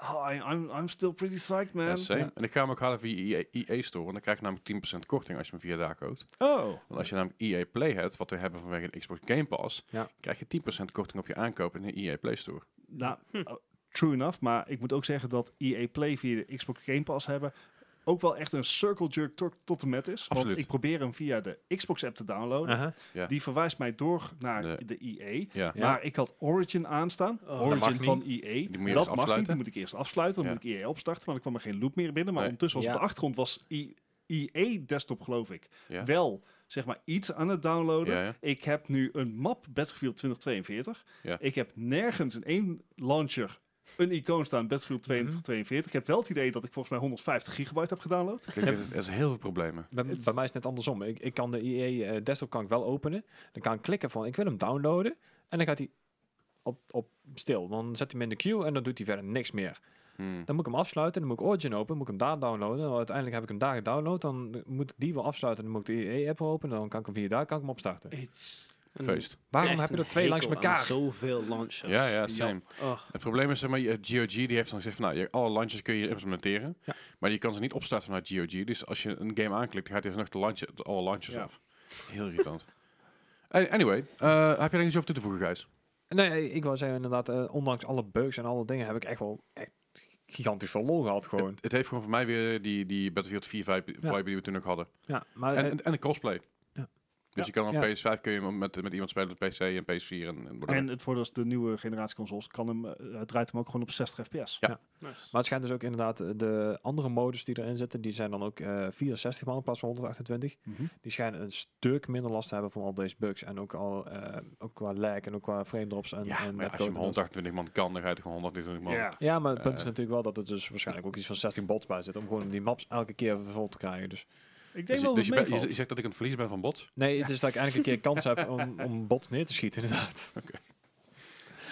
S2: Oh, I- I'm, I'm still pretty psyched, man.
S1: Ja, same.
S3: ja.
S1: En ik ga hem ook halen via E EA Store, want dan krijg je namelijk 10% korting als je hem via daar koopt.
S2: Oh,
S1: Want als je namelijk EA Play hebt, wat we hebben vanwege de Xbox Game Pass,
S3: Ja.
S1: krijg je 10% korting op je aankoop in de EA Play Store.
S2: nou,
S1: Hm.
S2: oh, true enough. Maar ik moet ook zeggen dat EA Play via de Xbox Game Pass hebben ook wel echt een circle jerk tot, tot de met is.
S1: Absoluut. Ah,
S2: Want ik probeer hem via de Xbox app te downloaden.
S3: Aha.
S1: Ja.
S2: Die verwijst mij door naar
S1: De-
S2: de EA.
S1: Ja.
S3: Ja.
S2: Maar ik had Origin aanstaan.
S3: Oh, dat mag
S2: Origin
S3: niet.
S2: van EA.
S1: Die moet je eerst
S2: dat mag niet.
S1: afsluiten.
S2: Die moet ik eerst afsluiten. Dan
S1: Ja.
S2: moet ik EA opstarten. Maar dan kwam er geen loop meer binnen. Maar
S1: Nee.
S2: ondertussen was
S3: Ja.
S2: op de achtergrond was EA desktop geloof ik.
S1: Ja.
S2: Wel zeg maar iets aan het downloaden.
S1: Ja, ja.
S2: Ik heb nu een map Battlefield 2042.
S1: Ja.
S2: Ik heb nergens in één launcher een icoon staan Battlefield
S1: Mhm.
S2: 2042. Ik heb wel het idee dat ik volgens mij 150 gigabyte heb gedownload.
S1: Kijk, er- er zijn heel veel problemen.
S3: Bij, bij mij is het net andersom. Ik, ik kan de EA eh, desktop kan ik wel openen. Dan kan ik klikken van ik wil hem downloaden. En dan gaat hij op, op stil. Dan zet hij hem in de queue en dan doet hij verder niks meer.
S1: Hmm.
S3: Dan moet ik hem afsluiten. Dan moet ik Origin openen. Moet ik hem daar downloaden. En uiteindelijk heb ik hem daar gedownload. Dan moet ik die wel afsluiten. Dan moet ik de E EA-app openen. Dan kan ik hem via daar kan ik hem opstarten.
S2: It's...
S1: Feest.
S3: Waarom
S4: Echt
S3: heb je
S4: een
S3: er twee langs
S4: hekel aan
S3: elkaar?
S4: Zoveel launchers.
S1: Ja, ja, same.
S4: Oh,
S1: Het probleem is, zeg maar, je- GOG die heeft dan gezegd van, nou, je, alle launches kun je implementeren,
S3: Ja.
S1: maar je kan ze niet opstarten vanuit GOG. Dus als je een game aanklikt, gaat hij nog de launch, de- alle launches
S2: Ja.
S1: af. Heel irritant. [laughs] An- Anyway, eh, heb je er iets over toe te voegen, Gijs?
S3: Nee, ik wil zeggen inderdaad. eh, ondanks alle bugs en alle dingen heb ik echt wel echt gigantisch veel lol gehad gewoon.
S1: Het, het heeft gewoon voor mij weer die, die Battlefield 4 vibe, vibe die we toen nog hadden.
S3: Ja, maar
S1: En,
S3: eh,
S1: en, en de crossplay.
S3: Ja.
S2: Ja.
S1: Dus je kan op
S3: Ja.
S1: PS5 kun je hem met, met iemand spelen op PC en PS4 en, en whatever.
S2: En het voordeel is de nieuwe generatie consoles kan hem, eh, het draait hem ook gewoon op 60 fps.
S4: nice.
S3: Maar het schijnt dus ook inderdaad eh, de andere modus die erin zitten, die zijn dan ook eh 64 man in plaats van 128.
S2: Mhm.
S3: Die schijnen een stuk minder last te hebben van al deze bugs. En ook al eh, ook qua lag en ook qua frame drops
S1: ja,
S3: en, en
S1: maar ja, als je
S3: netcode
S1: hem
S3: en dat.
S1: 128 man kan, dan ga je het gewoon 128 man.
S2: Ja.
S3: Ja, maar het punt
S1: Eh.
S3: is natuurlijk wel dat er dus waarschijnlijk ook iets van 16 bots bij zit om gewoon die maps elke keer vol te krijgen. Dus
S2: Ik denk
S1: Dus, je-
S2: wel dat
S1: dus
S2: het
S1: je, bent- je
S2: meevalt.
S1: z- je zegt dat ik een verliezer ben van bots?
S3: nee, het is dat ik eindelijk
S1: [laughs]
S3: een keer kans heb om, om bots neer te schieten inderdaad.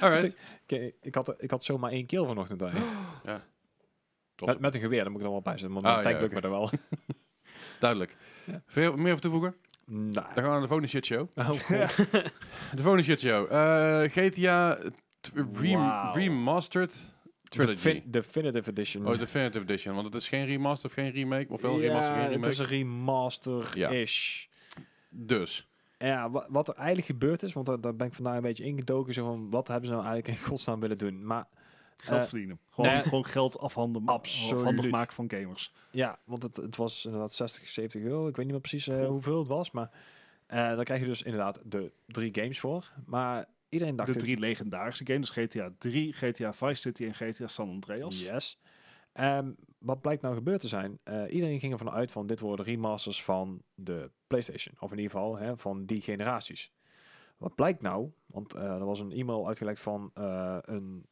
S1: Alright.
S3: Ik, eh, ik, had, ik had zomaar één kill vanochtend eigenlijk.
S1: Top.
S3: Met, met een geweer, daar moet ik dan wel bij zitten. Want
S1: Ah,
S3: mijn tank
S1: ja,
S3: lukt me er
S1: [laughs]
S3: wel.
S1: Duidelijk.
S3: Ja.
S1: Veel meer over toevoegen? Dan
S3: nou,
S1: gaan we naar de volgende shitshow.
S3: [laughs] oh, god.
S1: De volgende shitshow. Eh GTA t- rem-
S2: Wauw.
S1: Remastered
S3: de
S1: Trilogy.
S3: fin- Definitive Edition.
S1: oh, Definitive Edition. Want het is geen remaster of geen remake. Of wel
S3: ja,
S1: remaster geen
S3: het
S1: remake.
S3: is een remaster-ish.
S1: Dus.
S3: Ja, wa- wat er eigenlijk gebeurd is, want daar, daar ben ik vandaag een beetje ingedoken, zo van, wat hebben ze nou eigenlijk in godsnaam willen doen? Maar
S2: Geld
S3: Eh,
S2: verdienen. Gewoon,
S3: nee.
S2: gewoon geld afhanden, eh,
S3: Absoluut.
S2: afhandig maken van gamers.
S3: ja, want het, het was inderdaad 60, 70 euro, ik weet niet meer precies eh, hoeveel het was, maar eh daar krijg je dus inderdaad de drie games voor. Maar iedereen dacht...
S2: de drie legendarische games, dus GTA 3, GTA Vice City en GTA San Andreas.
S3: Yes. Ehm, wat blijkt nou gebeurd te zijn? Eh, iedereen ging ervan uit van dit worden remasters van de PlayStation. Of in ieder geval hè, van die generaties. Wat blijkt nou? Want eh, er was een e-mail uitgelekt van eh, een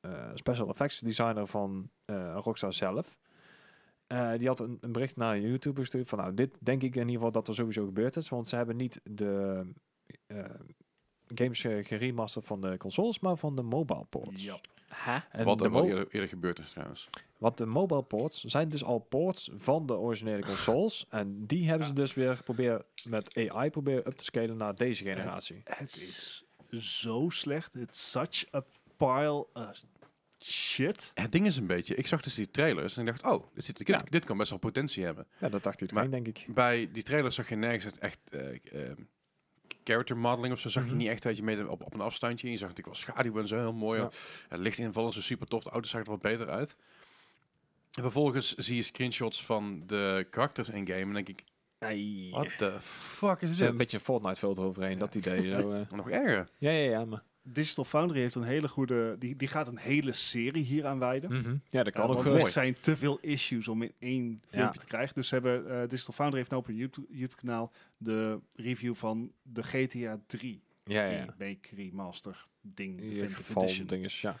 S3: eh, special effects designer van eh, Rockstar zelf. Eh, die had een, een bericht naar een YouTuber gestuurd van nou, dit denk ik in ieder geval dat er sowieso gebeurd is. Want ze hebben niet de eh, games eh, geremasterd van de consoles, maar van de mobile ports.
S2: Ja.
S4: Ha?
S3: En
S1: wat
S3: de
S1: er wel
S3: mo-
S1: eerder, eerder gebeurd is trouwens.
S3: want de mobile ports zijn dus al ports van de originele consoles. en die hebben ze dus weer geprobeerd met AI proberen up te scalen naar deze generatie.
S2: Het is zo slecht. It's such a pile of shit.
S1: Het ding is een beetje. Ik zag dus die trailers en ik dacht, oh, dit, zit, dit,
S3: Ja.
S1: dit kan best wel potentie hebben.
S3: Ja, dat dacht iedereen,
S1: Maar-
S3: denk ik.
S1: Bij die trailers zag je nergens echt eh, eh, character modeling of zo. Zag
S3: Mhm.
S1: je niet echt dat je met op, op een afstandje. En je zag natuurlijk wel schaduw en zo heel mooi.
S3: Ja.
S1: Het lichtinvallen zo super tof. De auto zag er wat beter uit. En vervolgens zie je screenshots van de karakters in game. En denk ik, what the fuck is
S3: Er zit een
S1: dit?
S3: beetje een Fortnite filter overheen, dat idee. [laughs] Zo, eh.
S1: Nog erger.
S3: ja, ja, ja. Maar,
S2: Digital Foundry heeft een hele goede... Die, die gaat een hele serie hier aan wijden.
S3: Mhm. Ja, dat
S2: Ja,
S3: kan ook
S2: want
S3: wel.
S2: er zijn te veel issues om in één filmpje te krijgen. Dus ze hebben, eh, Digital Foundry heeft nou op een YouTube- YouTube-kanaal... de review van de GTA 3
S3: Ja, ja. ja.
S2: remake, remaster ding,
S3: In ieder
S2: Definitive
S3: geval
S2: Edition.
S3: dinges, ja.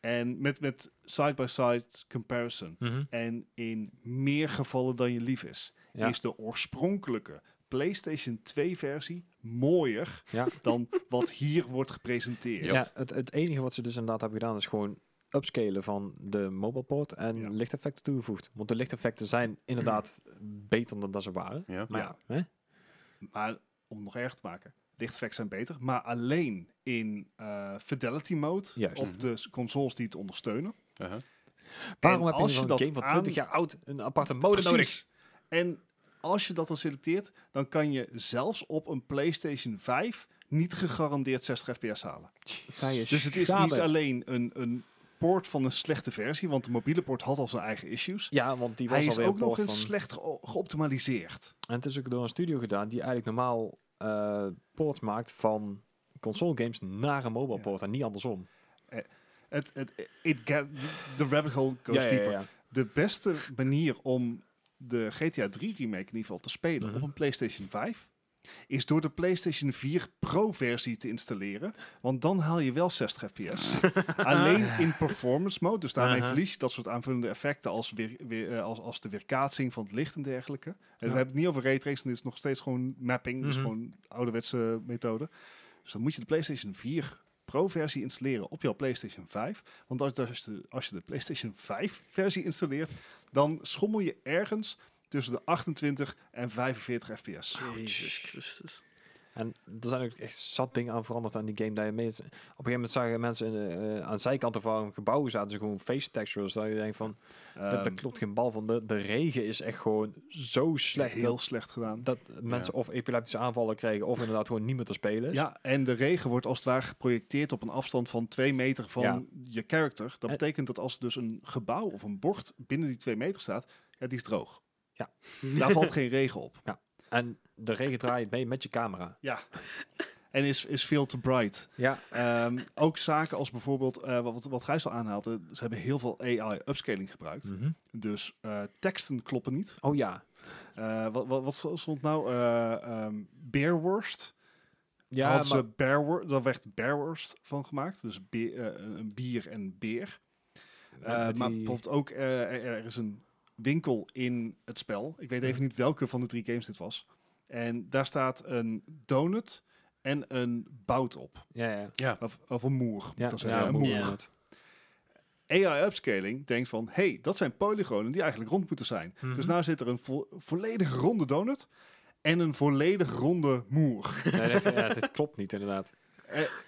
S2: En met, met side-by-side comparison.
S3: Mhm.
S2: En in meer gevallen dan je lief is,
S3: Ja.
S2: is de oorspronkelijke PlayStation 2-versie mooier
S3: Ja. [laughs]
S2: dan wat hier wordt gepresenteerd.
S1: Ja.
S3: Ja, het, het enige wat ze dus inderdaad hebben gedaan is gewoon upscalen van de mobile port en
S2: Ja.
S3: lichteffecten toegevoegd. Want de lichteffecten zijn inderdaad beter dan dat ze waren.
S1: Ja.
S3: Maar
S2: Ja.
S3: ja, hè?
S2: Maar om het nog erger te maken, lichteffecten zijn beter, maar alleen in eh, fidelity mode
S3: Juist. Mhm.
S2: op de s- consoles die het ondersteunen.
S1: Aha.
S3: Waarom
S2: En
S3: heb je
S2: als
S3: je
S2: je
S3: een
S2: dat
S3: game van
S2: aan-
S3: 20 jaar oud een aparte mode nodig?
S2: En als je dat dan selecteert, dan kan je zelfs op een PlayStation 5 niet gegarandeerd 60 fps halen.
S3: Ga je
S2: Dus het is
S3: schamen.
S2: niet alleen een, een port van een slechte versie, want de mobiele port had al zijn eigen issues.
S3: Ja, want die was
S2: Hij is
S3: alweer
S2: ook
S3: een
S2: nog
S3: poort
S2: eens
S3: van...
S2: slecht ge- geoptimaliseerd.
S3: En het is ook door een studio gedaan die eigenlijk normaal eh ports maakt van console games naar een mobile
S2: Ja.
S3: port en niet andersom.
S2: Het, het, it ga- the rabbit hole goes dieper. De beste manier om de GTA 3 remake in ieder geval te spelen
S3: Mhm.
S2: op een PlayStation 5 is door de PlayStation 4 Pro versie te installeren, want dan haal je wel 60
S3: [laughs]
S2: fps. Alleen in performance mode, dus daarmee
S3: Aha.
S2: verlies je dat soort aanvullende effecten als, weer, weer, eh, als, als de weerkaatsing van het licht en dergelijke. En we
S3: Ja.
S2: hebben het niet over raytracing, dit is nog steeds gewoon mapping, dus
S3: Mhm.
S2: gewoon ouderwetse methode. Dus dan moet je de PlayStation 4 Pro versie installeren op jouw PlayStation 5. Want als, als, je, de, als je de PlayStation 5 versie installeert, dan schommel je ergens tussen de 28 en 45 fps.
S3: dus
S4: Jezus Christus.
S3: En er zijn ook echt zat dingen aan veranderd aan die game. Dat je mee, op een gegeven moment zagen mensen in de, eh, aan de zijkanten van gebouwen zaten ze gewoon face textures. Dat je denkt van, dat, dat
S2: Ehm,
S3: klopt geen bal van. De, de regen is echt gewoon zo slecht
S2: Heel
S3: dat,
S2: slecht gedaan.
S3: dat mensen of epileptische aanvallen krijgen of inderdaad gewoon niet meer te spelen is.
S2: Ja, en de regen wordt als het ware geprojecteerd op een afstand van 2 meter van
S3: Ja. Eh.
S2: je character. Dat
S3: En-
S2: betekent dat als dus een gebouw of een bord binnen die 2 meter staat, ja, die is droog.
S3: Ja.
S2: Daar
S3: [laughs]
S2: valt geen regen op.
S3: En de regen draait mee met je camera.
S2: En is, is veel te bright.
S3: Ja,
S2: Ehm, ook zaken als bijvoorbeeld, eh, wat, wat Gijs al aanhaalde, ze hebben heel veel AI-upscaling gebruikt.
S3: Mhm.
S2: Dus eh, teksten kloppen niet.
S3: Oh ja.
S2: Eh, wat, wat, wat stond nou? eh ehm beerworst. Ja,
S3: Ja,
S2: Hadden ze
S3: maar-
S2: bearwor- daar werd beerworst van gemaakt. Dus be- eh, een bier en beer. Eh,
S3: met
S2: maar
S3: die-
S2: bijvoorbeeld ook, eh, er, er is een winkel in het spel. Ik weet even niet welke van de drie games dit was. En daar staat een donut en een bout op.
S3: ja, ja.
S2: Of, of een moer, moet
S3: Ja,
S2: ik dan zeggen.
S3: ja,
S2: een
S3: moer.
S2: moer.
S4: Ja.
S2: AI-upscaling denkt van, hey, dat zijn polygonen die eigenlijk rond moeten zijn.
S3: Mhm.
S2: Dus nou zit er een vo- volledig ronde donut en een volledig ronde moer. Eh,
S3: Nee, nee, ja, dit klopt niet inderdaad.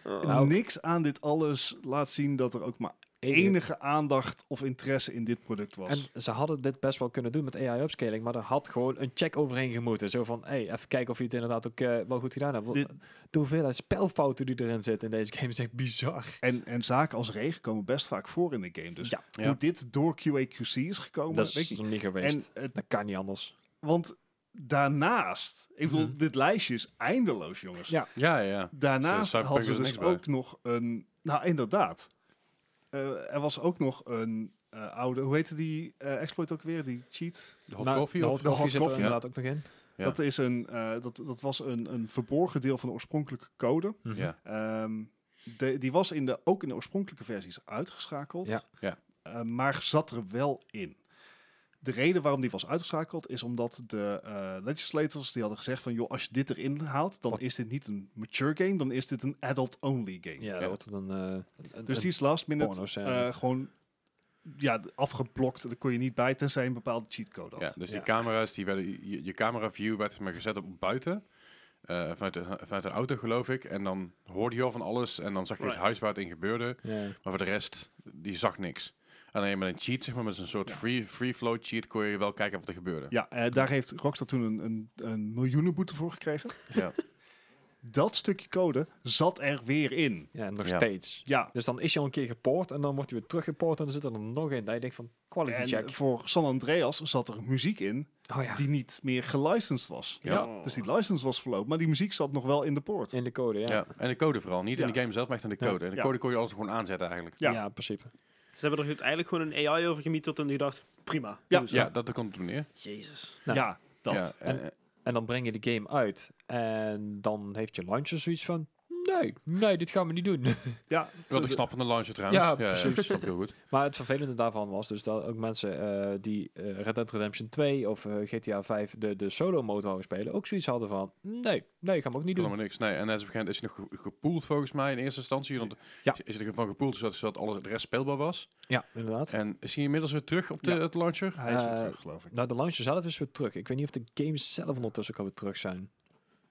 S3: Nou.
S2: Niks aan dit alles laat zien dat er ook maar enige aandacht of interesse in dit product was.
S3: En ze hadden dit best wel kunnen doen met AI-upscaling, maar er had gewoon een check overheen gemoeten. Zo van, hey, even kijken of je het inderdaad ook eh, wel goed gedaan hebt. Want
S2: Dit-
S3: De hoeveelheid spelfouten die erin zitten in deze game is echt bizar.
S2: en, en zaken als regen komen best vaak voor in de game. Dus
S3: Ja.
S1: Ja.
S2: hoe dit door QAQC is gekomen,
S3: dat
S2: weet
S3: is
S2: ik niet.
S3: nog niet
S2: En,
S3: geweest.
S2: het-
S3: dat kan niet anders.
S2: want daarnaast, ik bedoel,
S3: Mhm.
S2: dit lijstje is eindeloos, jongens.
S3: Ja.
S1: Ja, ja, ja.
S2: Daarnaast
S1: Cyberpunk
S2: hadden ze
S1: is er
S2: dus
S1: niks bij.
S2: ook nog een... Nou, inderdaad. Eh, er was ook nog een eh, oude... Hoe heette die eh, exploit ook weer? Die cheat?
S1: De hot
S3: Nou,
S1: coffee
S3: de
S1: of
S3: hot
S2: de hot
S3: coffee zit er
S2: coffee,
S3: inderdaad ook nog in.
S1: Ja.
S2: Dat, is een, eh, dat, dat was een, een verborgen deel van de oorspronkelijke code.
S3: Mhm.
S1: Ja.
S2: Ehm, de, die was in de, ook in de oorspronkelijke versies uitgeschakeld.
S3: Ja.
S1: Ja.
S2: Eh, maar zat er wel in. De reden waarom die was uitgeschakeld is omdat de eh, legislators die hadden gezegd van... joh, als je dit erin haalt, dan
S3: Wat-
S2: is dit niet een mature game... dan is dit een adult-only game.
S3: Ja,
S1: Ja.
S3: dat wordt dan... eh
S2: Dus
S3: een-
S2: die is last minute
S3: pornoscène.
S2: eh, gewoon ja, afgeblokt. Daar kon je niet bij, tenzij een bepaalde cheatcode
S1: Ja,
S2: had.
S1: dus
S3: Ja.
S1: die camera's, die werden, je, je camera view werd zeg maar, gezet op buiten. eh, vanuit, de, vanuit de auto geloof ik. En dan hoorde je al van alles. En dan zag je het
S2: Right.
S1: huis waar het in gebeurde.
S3: ja.
S1: Maar voor de rest, die zag niks. Alleen met een cheat, zeg maar, met een soort
S2: Ja.
S1: free, free flow cheat, kon je wel kijken wat er gebeurde.
S2: Ja, eh, daar heeft Rockstar toen een, een, een miljoenenboete voor gekregen.
S1: Ja.
S2: Dat stukje code zat er weer in.
S3: ja, nog
S1: Ja.
S3: steeds.
S2: Ja,
S3: Dus dan is je al een keer gepoord en dan wordt hij weer teruggepoord en dan zit er dan nog een. Dat je denkt van, quality
S2: en
S3: check.
S2: voor San Andreas zat er muziek in
S3: Oh ja,
S2: die niet meer gelicensed was.
S1: Ja.
S2: Dus die license was verlopen, maar die muziek zat nog wel in de poort.
S3: in de code, ja.
S1: Ja.
S3: Ja,
S1: en de code vooral. Niet
S2: Ja.
S1: in de game zelf, maar echt in de
S3: Ja.
S1: code. En de
S2: Ja.
S1: code kon je alles gewoon aanzetten eigenlijk.
S2: Ja.
S3: in principe.
S4: Ze hebben er uiteindelijk gewoon een AI over gemieterd en die dacht, prima.
S2: Ja.
S4: doen ze.
S1: Ja, dat, dat komt het op neer.
S4: Jezus.
S3: Ja.
S2: Ja, dat.
S1: Ja, eh, en,
S3: En- En dan breng je de game uit en dan heeft je launcher zoiets van... "Hmm, nee, nee, dit gaan we niet doen. [laughs]
S2: Ja,
S1: Wat ik snap van de launcher trouwens.
S3: Ja,
S1: precies. snap ik heel goed.
S3: Maar het vervelende daarvan was dus dat ook mensen eh, die eh, Red Dead Redemption 2 of eh, GTA 5 de, de solo mode wouden spelen, ook zoiets hadden van, nee, nee, gaan we ook
S1: Ik
S3: niet
S1: wil
S3: doen.
S1: maar niks. Nee, en als bekend is hij nog ge- gepoeld volgens mij in eerste instantie. Want
S3: Ja.
S1: is hij ervan gepoeld zodat, zodat alles de rest speelbaar was.
S3: Ja, inderdaad.
S1: En is hij inmiddels weer terug op de,
S2: Ja.
S1: het launcher?
S2: Hij is weer
S3: Eh,
S2: terug, geloof ik.
S3: Nou, de launcher zelf is weer terug. Ik weet niet of de games zelf ondertussen ook alweer terug zijn.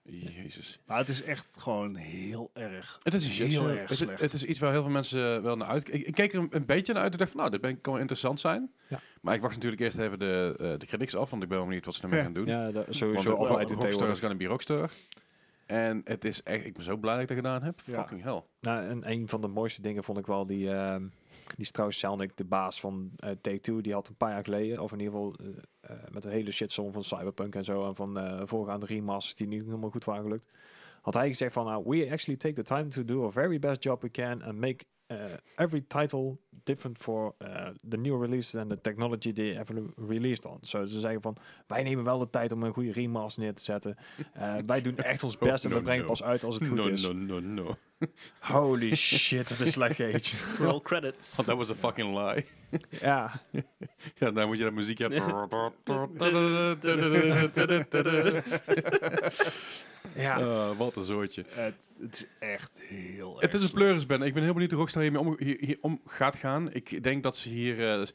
S1: Jezus.
S2: Maar het is echt gewoon heel erg.
S1: Het is,
S2: heel
S1: iets, eh,
S2: erg
S1: het,
S2: slecht.
S1: het is iets waar heel veel mensen eh, wel naar uit. Ik, ik keek er een, een beetje naar uit en dacht van, nou, dit ben, kan wel interessant zijn.
S3: Ja.
S1: Maar ik wacht natuurlijk eerst even de, eh, de critics af, want ik ben wel benieuwd wat ze ermee
S2: Ja.
S1: gaan doen.
S3: Ja, dat,
S1: Want
S3: sowieso
S1: eh,
S3: altijd
S1: Ro-
S3: de
S1: Rockstar
S3: theorie.
S1: is gonna be Rockstar. En het is echt, ik ben zo blij dat ik dat gedaan heb.
S2: Ja.
S1: Fucking hell.
S3: Nou, en een van de mooiste dingen vond ik wel die, ehm, die is trouwens Selnick, de baas van eh Take-Two, die had een paar jaar geleden, of in ieder geval eh, eh, met een hele shitstorm van Cyberpunk en zo, en van eh voorgaande remasters die niet helemaal goed waren gelukt, had hij gezegd van, nou, we actually take the time to do our very best job we can and make eh, every title different for eh, the new releases and the technology they ever released on. Zo, ze zeggen van, wij nemen wel de tijd om een goede remaster neer te zetten.
S1: [laughs]
S3: Eh, wij doen echt ons best en
S1: Oh, no,
S3: we brengen
S1: no.
S3: pas
S1: [laughs]
S3: uit als het goed
S1: No,
S3: is.
S1: no, no, no.
S3: Holy shit, dat is slecht geetje.
S4: Roll credits.
S1: Want dat was a fucking lie.
S3: ja,
S1: Ja, dan moet je dat muziekje... [laughs]
S3: ja.
S1: Eh, wat een zootje.
S2: Het, het is echt heel erg.
S1: Het is een
S2: slecht.
S1: pleuris, Ben. Ik ben heel benieuwd hoe Rockstar hiermee om, hier, hier om gaat gaan. Ik denk dat ze hier, eh,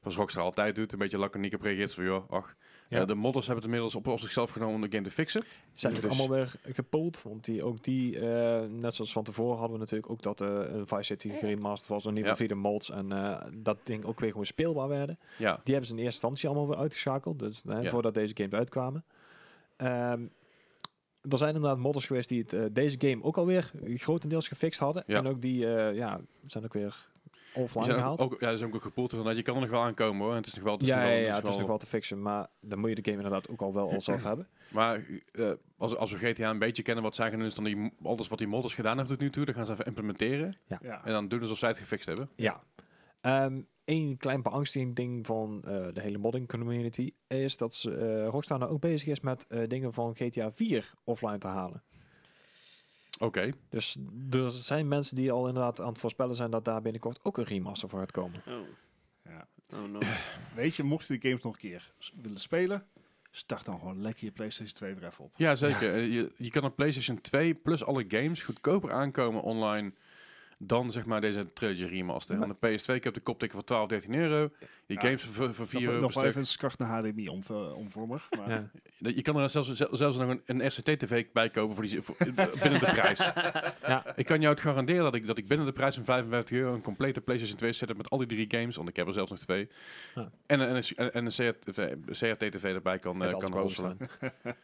S1: zoals Rockstar altijd doet, een beetje laconiek op reageert. Zo van, joh, ach.
S3: Ja.
S1: Eh, de modders hebben het inmiddels op, op zichzelf genomen om de game te fixen.
S3: Zijn
S1: Dus-
S3: ook allemaal weer gepoeld? Want die, ook die, eh, net zoals van tevoren hadden we natuurlijk ook dat eh, een Vice City geremasterd was. In ieder geval via de mods. En eh, dat ding ook weer gewoon speelbaar werden.
S1: Ja.
S3: Die hebben ze in eerste instantie allemaal weer uitgeschakeld. Dus eh,
S1: Ja.
S3: voordat deze games uitkwamen. Ehm, er zijn inderdaad modders geweest die het, eh, deze game ook alweer grotendeels gefixt hadden.
S1: Ja.
S3: En ook die eh, ja, zijn ook weer
S1: Die
S3: offline
S1: zijn
S3: gehaald.
S1: ook, ook, ja, die zijn ook gepoeld. inderdaad. Je kan er nog wel aankomen hoor. En het is nog wel... Het is
S3: ja,
S1: nog wel,
S3: ja, ja,
S1: is
S3: het is
S1: dus wel-
S3: nog wel te fixen, maar dan moet je de game inderdaad ook al wel al
S1: [clears throat]
S3: zelf hebben.
S1: Maar eh, als, als we GTA een beetje kennen wat zij gaan doen, is dan die, m- alles wat die modders gedaan hebben tot nu toe, dan gaan ze even implementeren.
S2: Ja.
S1: En dan doen ze alsof zij het gefixt hebben.
S3: Ja. Eén een klein beangstigend ding van eh, de hele modding community is dat ze, eh, Rockstar nou ook bezig is met eh, dingen van GTA 4 offline te halen.
S1: Oké.
S3: Dus er zijn mensen die al inderdaad aan het voorspellen zijn dat daar binnenkort ook een remaster voor gaat komen.
S4: Oh.
S2: Ja.
S4: Oh no.
S2: Weet je, mocht je de games nog een keer s- willen spelen, start dan gewoon lekker je PlayStation 2 weer even op.
S1: Ja, zeker. Eh, Je, je kan een PlayStation 2 plus alle games goedkoper aankomen online dan zeg maar deze trilogy remaster.
S3: Maar-
S1: En de PS2, ik heb de koptikken voor 12, 13 euro. Je
S2: Ja.
S1: games voor, voor 4
S2: nog,
S1: euro
S2: nog
S1: per
S2: wel even
S1: stuk.
S2: een skart naar HDMI om, omvormer.
S3: [laughs]
S2: Maar
S3: Ja.
S1: Je kan er zelfs, zel- zelfs nog een, een RCT-tv bij kopen voor
S3: [laughs]
S1: die, voor- binnen de prijs.
S3: Ja.
S1: Ik kan jou het garanderen dat ik, dat ik binnen de prijs van 55 euro een complete PlayStation 2 setup met al die drie games, want ik heb er zelfs nog twee,
S3: Ja.
S1: en, een- en, een- en een CRTV CRT-tv erbij kan, eh,
S3: Met alles
S1: kan
S3: boven
S1: hosselen.
S3: staan.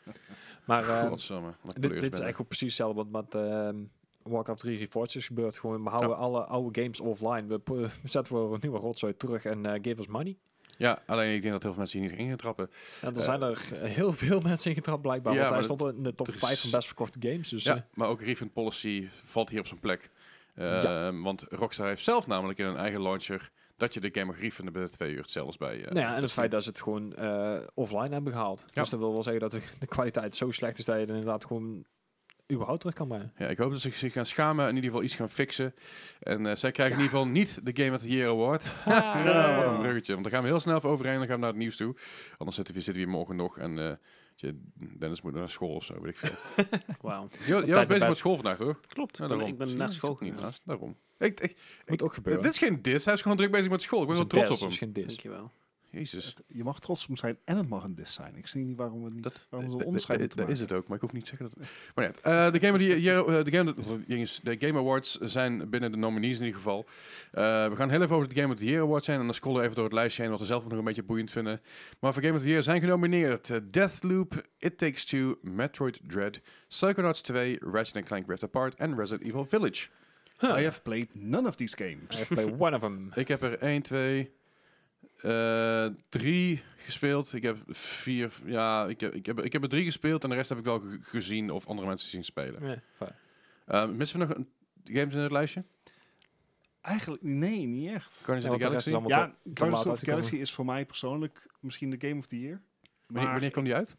S1: [laughs]
S3: [laughs] maar eh,
S1: Godsamme, wat een
S3: dit,
S1: kleur
S3: dit
S1: ben
S3: is
S1: ik.
S3: eigenlijk ook precies hetzelfde wat met ehm Warcraft 3 Reforged is gebeurd. Gewoon, we houden alle oude games offline. We, pro- we zetten weer een nieuwe rotzooi terug en eh, give us money.
S1: Ja, alleen ik denk dat heel veel mensen hier niet in gaan trappen.
S3: Ja, er
S1: Eh,
S3: zijn er eh, heel veel [laughs] mensen in getrapt blijkbaar.
S1: Ja,
S3: want hij
S1: maar
S3: stond in de top
S1: er is-
S3: 5 van best verkochte games. Dus eh,
S1: ja, maar ook refund policy valt hier op zijn plek. Eh, Want Rockstar heeft zelf namelijk in hun eigen launcher dat je de game mag refunden binnen twee uur. Zelfs bij. eh,
S3: nou ja, en het feit dat ze het gewoon eh, offline hebben gehaald. Dus dat wil wel zeggen dat de, [laughs] de kwaliteit zo slecht is dat je het inderdaad gewoon überhaupt terug kan brengen.
S1: ja, ik hoop dat ze zich gaan schamen en in ieder geval iets gaan fixen. En eh, zij krijgen
S3: Ja.
S1: in ieder geval niet de Game of the Year Award. [laughs]
S3: Ah.
S1: Wat een bruggetje. Want daar gaan we heel snel even overheen en dan gaan we naar het nieuws toe. Anders zitten we, zitten we hier morgen nog en eh, je- Dennis moet naar school of zo, weet ik
S4: [laughs]
S1: veel.
S4: Wauw.
S1: Jij- Jij was
S3: naar
S1: bezig
S3: bed.
S1: met school vandaag, hoor?
S4: Klopt.
S1: Ja,
S4: ik ben-
S1: daarom.
S4: ik ben
S1: Zie je,
S4: naar
S1: ik
S4: school
S1: zit er niet
S4: gegaan.
S1: naast. Daarom. Ik, ik,
S3: Moet ook gebeuren.
S1: dit is geen dis, hij is gewoon druk bezig met school. Ik ben
S3: Dat
S1: zo
S3: is
S1: trots
S3: een
S1: op
S3: dis,
S1: hem.
S3: dat is geen dis.
S4: Dankjewel.
S1: Jezus.
S2: het- je mag trots op hem zijn en het mag een dis zijn. Ik zie niet waarom we niet
S1: Dat-
S2: waarom we
S1: Dat-
S2: zo'n onderscheid
S1: dat-
S2: moeten
S1: dat
S2: maken.
S1: is het ook, maar ik hoef niet te zeggen dat. Maar ja, eh, de, game of the Year- eh, de, game, of- jongens, de Game Awards zijn binnen de nominees in ieder geval. Eh, we gaan heel even over de Game of the Year Awards zijn en dan scrollen we even door het lijstje heen wat we zelf nog een beetje boeiend vinden. Maar voor Game of the Year zijn genomineerd eh, Deathloop, It Takes Two, Metroid Dread, Psychonauts 2, Ratchet Clank Rift Apart en Resident Evil Village.
S3: Huh.
S2: I have played none of these games.
S3: I have played one of them.
S1: Ik heb er 1, 2, 3 gespeeld. Ik heb 4, ja, ik heb, ik, heb, ik heb er 3 gespeeld en de rest heb ik wel ge- gezien of andere mensen zien spelen.
S3: Ja, fijn.
S1: Eh, missen we nog een games in het lijstje?
S2: Eigenlijk, nee, niet echt.
S1: Guardians
S3: Ja,
S1: of
S3: want
S1: the
S3: de rest
S1: Galaxy?
S3: is allemaal te-
S2: Ja,
S3: te laat
S2: Guardians of the
S3: uitgekomen.
S2: Galaxy is voor mij persoonlijk misschien de Game of the Year.
S1: wanneer,
S2: Maar
S1: wanneer kwam die uit?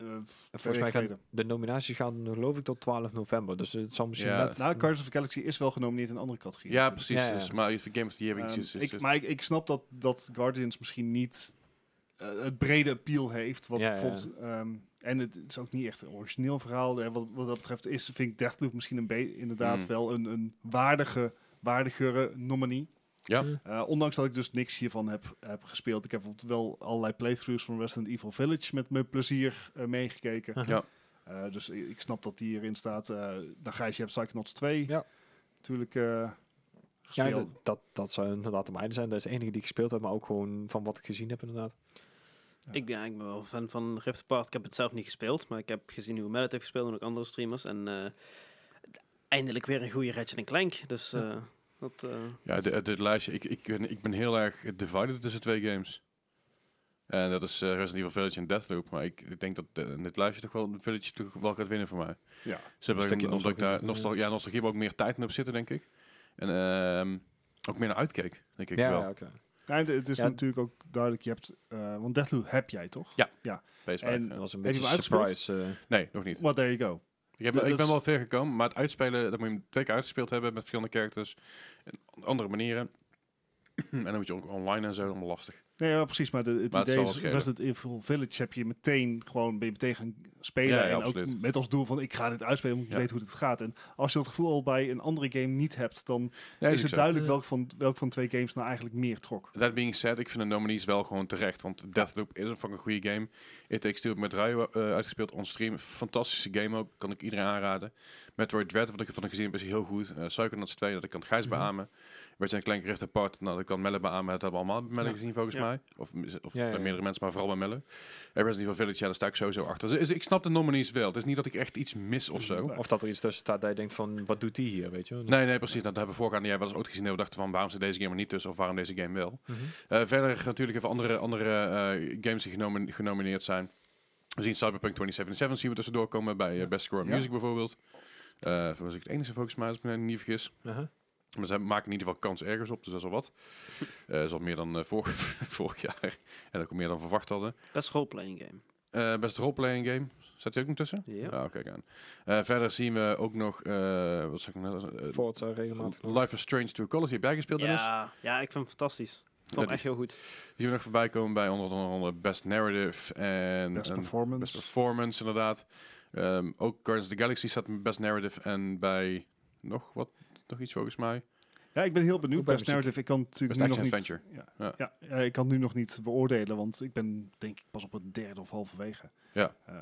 S2: eh, twee
S3: Volgens mij
S2: weken
S3: gaan
S2: geleden.
S3: de nominaties gaan geloof ik tot 12 november. Dus het zal misschien
S1: Ja.
S3: net...
S2: Nou, Guardians of the Galaxy is wel genomineerd in een andere categorie.
S1: Ja,
S2: natuurlijk.
S1: precies.
S3: Ja, ja.
S1: Dus, maar voor Game of the Year iets is,
S2: Ehm,
S1: is-
S2: ik, maar ik, ik snap dat, dat Guardians misschien niet eh, het brede appeal heeft. Wat
S3: Ja, ja.
S2: bijvoorbeeld, ehm, en het, is ook niet echt een origineel verhaal. hè. wat, wat dat betreft is, vind ik Deathloop misschien een be- inderdaad
S1: Mm.
S2: wel een, een waardige, waardigere nominee.
S1: ja.
S3: Hm.
S2: Eh, ondanks dat ik dus niks hiervan heb, heb gespeeld. Ik heb bijvoorbeeld wel allerlei playthroughs van Resident Evil Village met mijn plezier eh, meegekeken.
S3: Aha.
S1: Ja.
S2: Eh, dus ik, ik snap dat die hierin staat. Eh dan ga je, je hebt Psychonauts 2
S3: Ja.
S2: natuurlijk eh,
S3: Ja,
S2: gespeeld.
S3: dat- dat, dat zou inderdaad de mijne zijn. Dat is de enige die ik gespeeld heb, maar ook gewoon van wat ik gezien heb inderdaad.
S4: Ik, ben- ja, ik ben wel fan van Rift Apart. Ik heb het zelf niet gespeeld, maar ik heb gezien hoe Mel het heeft gespeeld en ook andere streamers. En eh, eindelijk weer een goede Ratchet Clank. Dus
S3: Ja.
S4: eh, dat... eh,
S1: Ja, dit, dit lijstje, ik, ik, ben, ik ben heel erg divided tussen twee games. En dat is eh, Resident Evil Village en Deathloop. Maar ik, ik denk dat eh, dit lijstje toch wel Village toch wel gaat winnen voor mij.
S2: Ja.
S1: Ze hebben
S3: stukje
S1: ook- omdat ik
S3: nostalgie
S1: daar
S3: met,
S1: nostal ja, nostalgie maar ook meer tijd in heb zitten, denk ik. En ehm, ook meer naar uitkeek, denk ik
S3: ja,
S1: wel.
S3: ja, oké.
S2: Ja, het, het is
S3: Ja.
S2: natuurlijk ook duidelijk, je hebt, eh, want Deathloop heb jij toch?
S1: PS5,
S2: En-
S1: ja.
S3: Dat was
S2: Heb
S3: een
S2: je hem
S3: beetje een
S2: uitgespeeld?
S3: surprise. eh.
S1: Nee, nog niet.
S2: Well, there you go.
S1: Ik, heb,
S2: Dat-
S1: ik
S2: dat
S1: ben
S2: is-
S1: wel ver gekomen, maar het uitspelen, dat moet je hem twee keer uitgespeeld hebben met verschillende characters. En andere manieren. [clears throat] en dan moet je ook online en zo, allemaal lastig.
S2: Nee, ja, precies, maar de, het
S1: Maar het
S2: idee
S1: zal wel
S2: is,
S1: schelen.
S2: Resident Evil Village heb je meteen gewoon, ben je meteen gaan
S1: Ja,
S2: spelen.
S1: ja,
S2: en ook
S1: absoluut.
S2: met als doel van, ik ga dit uitspelen, want ik
S1: Ja.
S2: weet hoe dit gaat. En als je dat gevoel al bij een andere game niet hebt, dan
S1: Nee,
S2: is het duidelijk
S3: Ja.
S2: welk van, welk van twee games nou eigenlijk meer trok.
S1: That being said, ik vind de nominees wel gewoon terecht. Want Deathloop is een fucking goede game. It Takes Two heb ik met Ryu eh, uitgespeeld on stream. Fantastische game ook, kan ik iedereen aanraden. Metroid Dread, wat ik ervan heb gezien heb, is heel goed. Eh Psychonauts 2, dat kan Gijs
S3: Mhm.
S1: beamen. Ratchet Clank Rift Apart, nou, dat kan Melle beamen. Dat hebben we allemaal bij Melle
S3: Ja.
S1: gezien, volgens
S2: Ja.
S1: mij. Of, mis- of
S3: Ja, ja,
S1: bij
S3: ja.
S1: meerdere mensen, maar vooral bij Melle. En Resident Evil Village, ja, daar sta ik sowieso achter. Dus, is- ik snap de nominees wel. Het is niet dat ik echt iets mis of zo.
S3: Of dat er iets tussen staat dat je denkt van, wat doet die hier, weet je wel?
S1: Nee, nee, precies. Nou, Dat hebben we voorgaande jaar wel eens ooit gezien. Dat we dachten van, waarom zit deze game er niet tussen? Of waarom deze game wel?
S3: Mhm.
S1: Eh, verder natuurlijk even andere, andere eh, games die genomi- genomineerd zijn. We zien Cyberpunk 2077 zien we tussendoor komen bij eh, Best Score in
S2: Ja.
S1: Music bijvoorbeeld. Eh dat was ik het enige volgens mij, als ik me niet vergis.
S3: Aha.
S1: Maar ze maken in ieder geval kans ergens op, dus dat is al
S2: [laughs]
S1: wat. Eh dat is al meer dan eh, vorig, [laughs] vorig jaar. En ook meer dan we verwacht hadden.
S4: best roleplaying game.
S1: Eh, best roleplaying game. Zet die ook nog tussen?
S4: Ja.
S1: Ah, kijk aan. Eh, verder zien we ook nog, eh, wat zeg ik nou? Eh,
S3: Forza regelmatig.
S1: Life is Strange to Quality. Heb jij gespeeld, Dennis?
S4: Ja, ja, ik vind het fantastisch. Ik vond
S1: Ja,
S4: het
S1: die-
S4: echt heel goed.
S1: Die we nog voorbij komen bij onder andere Best Narrative en
S2: Best
S1: en-
S2: performance.
S1: Best Performance, inderdaad. Ehm, ook Guardians of the Galaxy staat met Best Narrative en bij nog wat, nog iets volgens mij.
S2: Ja, ik ben heel benieuwd.
S3: Ook bij
S2: Best
S3: muziek.
S2: Narrative, ik kan natuurlijk
S1: Best
S2: nu nog niet...
S1: Action
S2: Ja. Ja. eh, ik kan het nu nog niet beoordelen, want ik ben denk ik pas op het derde of halverwege.
S1: Ja.
S2: Eh,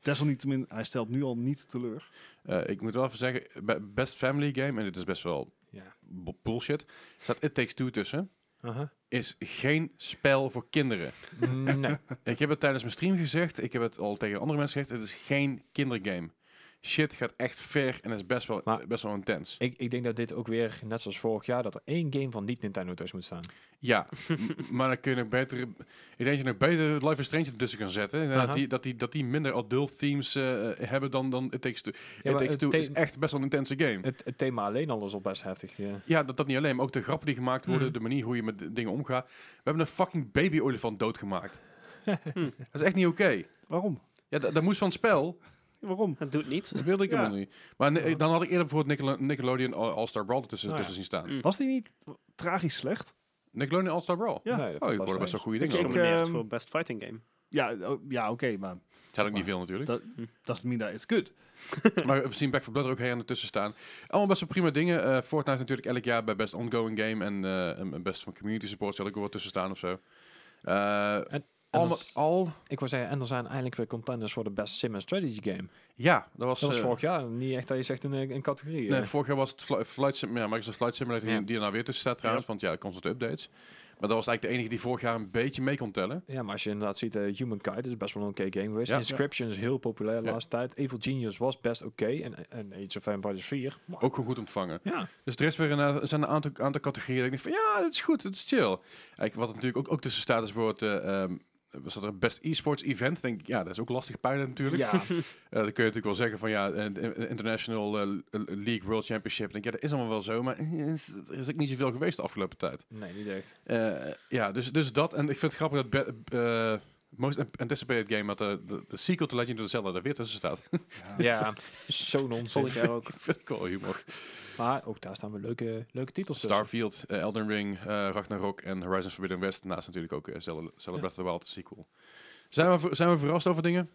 S2: desalniettemin, hij stelt nu al niet teleur.
S1: Eh, ik moet wel even zeggen, bij Best Family Game, en dit is best wel
S3: Ja.
S1: bu- bullshit, staat It Takes Two tussen.
S3: Aha.
S1: Is geen spel voor kinderen.
S3: Nee.
S1: Ik heb het tijdens mijn stream gezegd, ik heb het al tegen andere mensen gezegd, het is geen kindergame. Shit gaat echt ver en is best wel,
S3: Maar-
S1: best wel intens.
S3: ik, ik denk dat dit ook weer, net zoals vorig jaar, dat er één game van niet-Nintendo tussen moet staan.
S1: Ja, m-
S3: [laughs]
S1: maar dan kun je nog beter... Ik denk dat je nog beter het Life is Strange ertussen kan zetten. En
S3: Aha.
S1: Dat, die, dat, die, dat die minder adult themes eh, hebben dan, dan It Takes Two. It
S3: maar
S1: Takes
S3: het
S1: Two is
S3: the-
S1: echt best wel een intense game.
S3: Het, het thema alleen al is al best heftig. eh. Ja.
S1: ja, dat, dat niet alleen, maar ook de grappen die gemaakt worden,
S3: Mhm.
S1: de manier hoe je met d- dingen omgaat. We hebben een fucking baby-olifant
S3: [laughs]
S1: doodgemaakt. Dat is echt niet oké.
S2: Waarom?
S1: Ja, da- dat moest van het spel.
S2: Waarom?
S4: Het doet niet.
S1: Dat wilde ik
S2: Ja.
S1: helemaal niet. Maar ne- dan had ik eerder bijvoorbeeld Nickel- Nickelodeon All- All-Star Brawl tussen,
S3: Oh ja.
S1: tussen zien staan.
S4: Mm.
S2: Was die niet tragisch slecht?
S1: Nickelodeon All-Star Brawl.
S2: Ja.
S3: Nee, dat
S1: Oh,
S3: valt
S1: ik hoorde best wel goede dingen
S2: Ik-
S1: over.
S2: ik-
S4: genomineerd
S2: ehm,
S4: voor Best Fighting Game.
S2: Ja, oh, ja oké, maar
S1: Het had ook niet veel
S3: Hm?
S1: natuurlijk.
S2: dat mean that it's good.
S1: Maar we zien Back 4 Blood er ook her en ertussen staan. Allemaal best wel prima dingen. Eh, Fortnite is natuurlijk elk jaar bij Best Ongoing Game en, eh, en- en Best van Community Support zal ik wel tussen staan of zo. Eh,
S3: En
S1: al,
S3: dat
S1: met
S3: is-
S1: al,
S3: Ik wil zeggen, en er zijn eindelijk weer contenders voor de best sim en strategy game.
S1: ja, dat was,
S3: Dat was
S1: eh,
S3: vorig jaar niet echt dat je zegt een, eh, een categorie.
S1: nee,
S3: eh.
S1: vorig jaar was het Fli- Flight Simulator, ja, Microsoft Flight Simulator
S3: Ja.
S1: die, die er nou weer tussen staat trouwens, want ja, constant updates. Maar dat was eigenlijk de enige die vorig jaar een beetje mee kon tellen.
S3: Ja, maar als je inderdaad ziet, eh, Humankind is best wel een oké game geweest.
S1: Ja.
S3: Inscription is heel populair de
S1: Ja.
S3: laatste tijd. Evil Genius was best oké. En, en Age of Empires 4. wow.
S1: Ook gewoon goed ontvangen.
S3: Ja.
S1: Dus er is weer een, eh, er zijn een aantal, aantal categorieën. dat Ik denk van ja, dat is goed, dat is chill. Kijk, wat er natuurlijk ook, ook tussen staat is bijvoorbeeld. eh, ehm, was dat een best e-sports event? Denk ik, ja, dat is ook lastig pijlen natuurlijk.
S3: Ja,
S1: Eh, dan kun je natuurlijk wel zeggen van ja, en- en- International eh, League World Championship. Denk ik, ja, dat is allemaal wel zo, maar eh, is- er is ook niet zoveel geweest de afgelopen tijd.
S3: nee, niet echt.
S1: Eh, ja, dus, dus dat. En ik vind het grappig dat Be- eh, Most anticipated game dat de, de, de sequel to Legend of Zelda er weer tussen staat. [laughs]
S2: [laughs]
S3: Ja, zo
S4: Volgend
S3: nonsens.
S4: jaar ook.
S1: Vind ik wel humor.
S3: Maar ook daar staan we leuke, leuke titels tussen.
S1: Starfield, eh, Elden Ring, eh, Ragnarok en Horizon Forbidden West. Naast natuurlijk ook eh, Zelda, Zelda
S3: Ja.
S1: Breath of the Wild sequel. Zijn we, ver- zijn we verrast over dingen?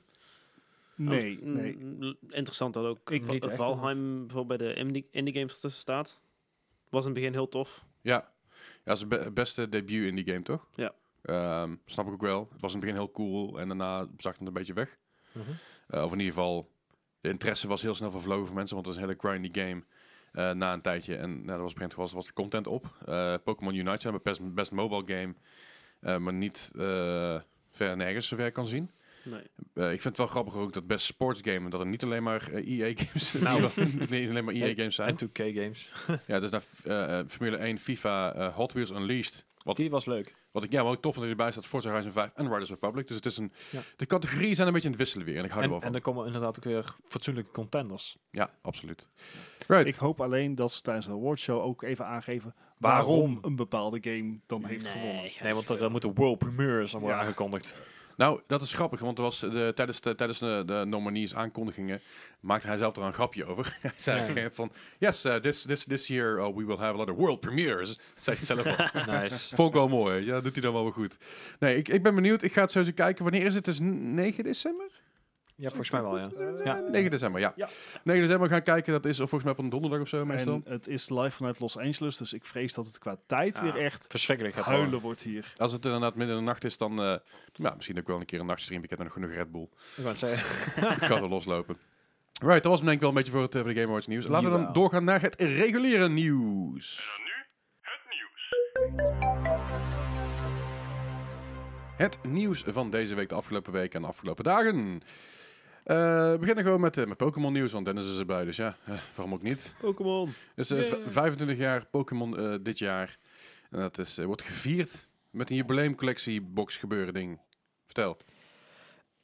S2: Nee,
S3: Hm.
S4: Oh,
S2: nee.
S4: mm, l- Interessant dat ook
S3: Ik
S4: Va-
S3: niet echt,
S4: Valheim bijvoorbeeld bij de indie, indie games ertussen staat. Was in het begin heel tof.
S1: Ja. Ja, dat is het be- beste debut in die game, toch?
S4: Ja.
S1: Ehm, snap ik ook wel. Het was in het begin heel cool en daarna zakt het een beetje weg.
S3: Mhm.
S1: Eh, of in ieder geval, de interesse was heel snel vervlogen voor mensen, want het is een hele grindy game. eh, na een tijdje, en nou, dat was op een gegeven moment was, was de content op. Eh, Pokémon Unite zijn mijn best, best mobile game, eh, maar niet eh, ver nergens zover ik kan zien.
S4: Nee.
S1: Eh, ik vind het wel grappig ook dat best sports game, dat er niet alleen maar eh, EA-games
S3: [laughs] Nou.
S1: [laughs] niet alleen maar
S3: Hey,
S1: EA-games zijn.
S3: En 2K games.
S1: Ja, dus naar eh, eh, Formule 1, FIFA, eh, Hot Wheels Unleashed. Wat
S3: Die was leuk.
S1: wat ik, ja, wat ik tof vond dat erbij staat Forza Horizon 5 en Riders Republic. Dus het is een,
S3: Ja.
S1: de categorieën zijn een beetje aan het wisselen weer. En ik hou er
S3: En,
S1: wel
S3: en
S1: van.
S3: dan komen inderdaad ook weer fatsoenlijke contenders.
S1: Ja, absoluut. Right.
S2: Ik hoop alleen dat ze tijdens de awardshow ook even aangeven
S3: Waarom?
S2: waarom, een bepaalde game dan heeft gewonnen.
S3: Nee, want er eh, moeten world premiers worden
S1: [laughs]
S2: Ja.
S3: aangekondigd.
S1: nou, dat is grappig, want er was eh, de, tijdens de, tijdens de, de nominees aankondigingen maakte hij zelf er een grapje over. [laughs] hij zei
S3: Ja.
S1: op een gegeven moment van, yes, eh, this, this, this year uh, we will have a lot of world premieres. [laughs] Zei hij zelf al.
S3: Nice.
S1: Vond ik wel mooi. Ja, dat doet hij dan wel weer goed. Nee, ik, ik ben benieuwd. Ik ga het zo eens kijken. Wanneer is het? Het is 9 december?
S3: Ja, volgens mij wel, ja.
S2: Ja.
S3: Ja,
S1: 9 december, ja.
S2: Ja.
S1: 9 december gaan kijken. Dat is of volgens mij op een donderdag of zo meestal.
S2: En het is live vanuit Los Angeles, dus ik vrees dat het qua tijd
S3: Ja.
S2: weer echt
S3: verschrikkelijk. gaat worden.
S2: huilen wordt hier.
S1: Als het inderdaad midden in de nacht is, dan eh, ja, misschien ook wel een keer een nachtstream. Ik heb nog genoeg Red Bull.
S3: Ik wou het zeggen. [laughs]
S1: Ik ga er loslopen. [laughs] Right, dat was denk ik wel een beetje voor het eh, voor de Game Awards nieuws. Laten we dan
S3: Jawel.
S1: doorgaan naar het reguliere nieuws. Het nieuws van deze week, de afgelopen week en de afgelopen dagen. Eh, we beginnen gewoon met, eh, met Pokémon nieuws, want Dennis is erbij, dus ja, eh, waarom ook niet.
S4: Pokémon.
S1: Dus eh, v-
S3: Yay.
S1: 25 jaar Pokémon eh, dit jaar. En dat is, eh, wordt gevierd met een jubileumcollectie box gebeuren ding. Vertel.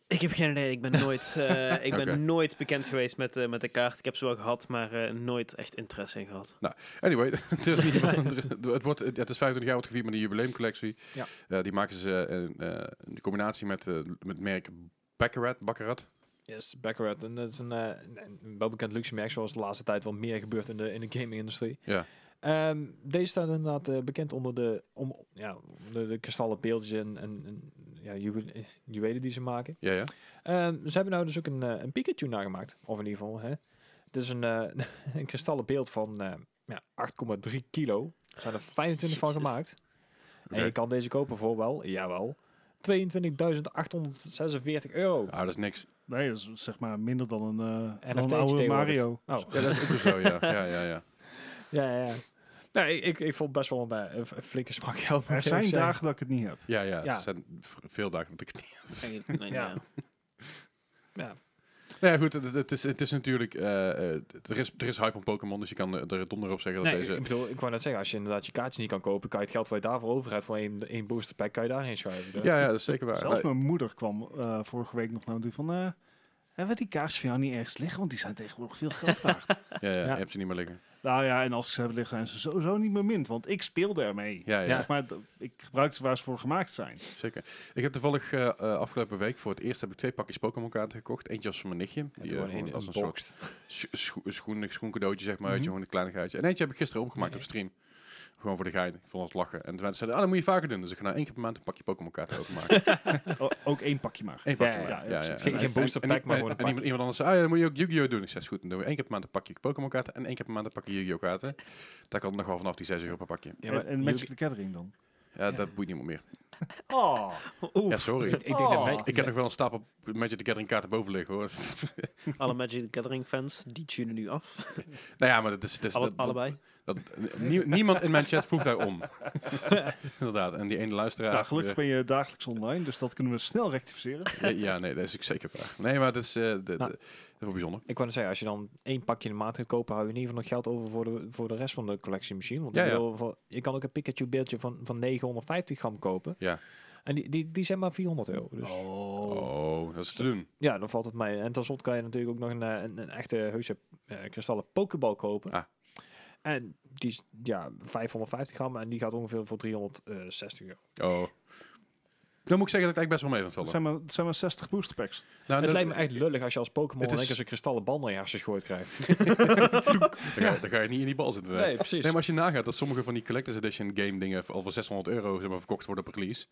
S4: Ik heb geen idee. Ik ben nooit,
S1: [laughs]
S4: eh, ik ben
S1: Oké.
S4: nooit bekend geweest met, eh, met de kaart. Ik heb ze wel gehad, maar eh, nooit echt interesse in gehad.
S1: Anyway, [laughs] het, is in ieder geval een- het, wordt, het is 25 jaar wordt gevierd met een jubileumcollectie.
S3: Ja.
S1: Eh, die maken ze eh, in, eh, in combinatie met, eh, met het merk Baccarat. Baccarat.
S3: Yes, Baccarat. En dat is een, eh, een- een welbekend luxe merk, zoals de laatste tijd wel meer gebeurt in de, in de gaming-industrie.
S1: Ja.
S3: Ehm, deze staat inderdaad eh, bekend onder de, om, ja, onder de kristallen beeldjes en, en, en ja, juwe- eh, juwelen die ze maken.
S1: Ja, ja.
S3: Ehm, ze hebben nou dus ook een, eh, een Pikachu nagemaakt. Of in ieder geval, hè. Het is een, eh, [laughs] een kristallen beeld van eh, ja, 8,3 kilo. Er zijn er 25 van
S4: Jezus.
S3: gemaakt. En
S1: Oké.
S3: je kan deze kopen voor wel, jawel, 22.846 euro.
S1: Ah, dat is niks.
S2: Nee, dat is zeg maar minder dan een, eh, dan
S3: NFT's
S2: een oude
S3: tegenwoordig. [laughs]
S2: Mario.
S3: Oh,
S1: Ja, dat is [laughs] ook weer zo, ja. Ja, ja, ja.
S3: ja, ja. ja. Nou, ik, ik, ik vond best wel een, eh, een flinke smak geld. moet
S2: Er
S3: ik
S2: zijn
S3: zeggen.
S2: dagen dat ik het niet heb.
S1: Ja, ja.
S3: Ja.
S1: Het zijn v- veel dagen dat ik het niet
S4: Nee, nee,
S3: Ja.
S4: nee.
S1: [laughs] Nou ja, goed, het, het is, het is natuurlijk... eh, eh, er, is, er is hype om Pokémon, dus je kan eh, er donder op zeggen dat
S3: Nee,
S1: deze...
S3: ik bedoel, ik wou net zeggen, als je inderdaad je kaartjes niet kan kopen, kan je het geld wat je daarvoor over hebt voor één, één booster pack, kan je daarheen schuiven.
S1: [laughs]
S3: Dus-
S1: Ja, ja, dat is zeker waar.
S2: Zelfs
S1: Eh,
S2: mijn moeder kwam eh, vorige week nog naar me toe van... eh, hebben we die kaars van jou niet ergens liggen? Want die zijn tegenwoordig veel
S3: [laughs]
S2: geld waard.
S1: ja, ja,
S3: Ja.
S1: je hebt ze niet meer liggen.
S2: nou ja, en als ik ze heb liggen, zijn ze sowieso niet meer mint. Want ik speelde ermee.
S1: Ja, ja,
S3: Ja.
S2: Zeg maar, d- ik gebruik ze waar ze voor gemaakt zijn.
S1: zeker. Ik heb toevallig eh, eh, afgelopen week voor het eerst heb ik twee pakjes Pokémon kaarten gekocht. Eentje was voor mijn nichtje.
S3: Ja,
S1: Die,
S3: gewoon
S1: eh,
S3: één-
S1: als
S3: een
S1: een soort
S3: box.
S1: scho scho- schoen, schoencadeautje, zeg maar.
S2: Mhm.
S1: Weet je, gewoon een kleinigheidje. En eentje heb ik gisteren opgemaakt op stream. Gewoon voor de gein. Ik vond het lachen. En de mensen zeiden, ah, dat moet je vaker doen. Dus ik ga nou één keer per maand een pakje Pokémon kaarten openmaken.
S2: O- ook één pakje maar.
S1: Eén pakje
S3: Ja,
S1: maar.
S2: ja,
S1: Ja, ja,
S2: precies.
S1: En-
S3: Geen, geen
S1: en-
S3: booster
S1: en-
S3: pack, maar
S1: en-
S3: gewoon een
S1: en
S3: pak.
S1: iemand, iemand anders zei, ah, ja, dan moet je ook Yu-Gi-Oh doen. Ik zei, is goed, dan doen we één keer per maand een pakje Pokémon kaarten en één keer per maand een pakje Yu-Gi-Oh kaarten. Daar kan het nog wel vanaf die 6 euro per pakje.
S3: Ja, maar
S2: en, en
S3: Yugi-
S2: Magic the Gathering dan.
S1: Ja, dat boeit niemand meer.
S2: Oh,
S4: Oeh,
S1: Ja, sorry.
S3: [laughs] ik denk dat
S2: Oh.
S3: Mag-
S1: Ik heb nog wel een stapel Magic the Gathering kaarten boven liggen, hoor.
S4: alle Magic the Gathering fans, die tunen nu af.
S1: nou ja, maar dat is... Dat is
S4: Alle,
S1: dat- dat-
S4: allebei.
S1: Dat, nie- niemand in mijn chat vroeg daarom. Inderdaad, en die ene luisteraar.
S2: nou, gelukkig ben je dagelijks online, dus dat kunnen we snel rectificeren.
S1: eh, ja, nee, dat is ik zeker waar. Nee, maar dat is, eh, de, de-
S3: Nou.
S1: dat is wel bijzonder.
S3: Ik wou net zeggen, als je dan één pakje in de maand gaat kopen, hou je in ieder geval nog geld over voor de, voor de rest van de collectie misschien. Want ik
S1: Ja, ja.
S3: bedoel, voor- je kan ook een Pikachu beeldje van, van 950 gram kopen.
S1: Ja.
S3: En die, die, die zijn maar 400 euro. Dus
S2: Oh.
S1: Oh, dat is te doen.
S3: ja, dan valt het mee. En tenslotte kan je natuurlijk ook nog een, eh, een, een echte heuse eh, kristallen pokeball kopen.
S1: Ah.
S3: En die is ja, 550 gram en die gaat ongeveer voor 360 euro.
S1: Oh. Dan moet ik zeggen dat ik eigenlijk best wel mee van het
S2: Het
S1: vallen.
S2: zijn maar, het zijn maar 60 booster packs.
S1: Nou,
S3: het
S1: dat-
S3: lijkt me echt lullig als je als Pokémon
S1: Het
S3: in één
S1: is-
S3: keer zo'n kristallen bal naar je hersens gegooid krijgt.
S1: dan, ga, je- dan ga je niet in die bal zitten.
S3: Nee, precies.
S1: Nee, maar als je nagaat dat sommige van die Collectors Edition game dingen al voor 600 euro zeg maar, verkocht worden per release,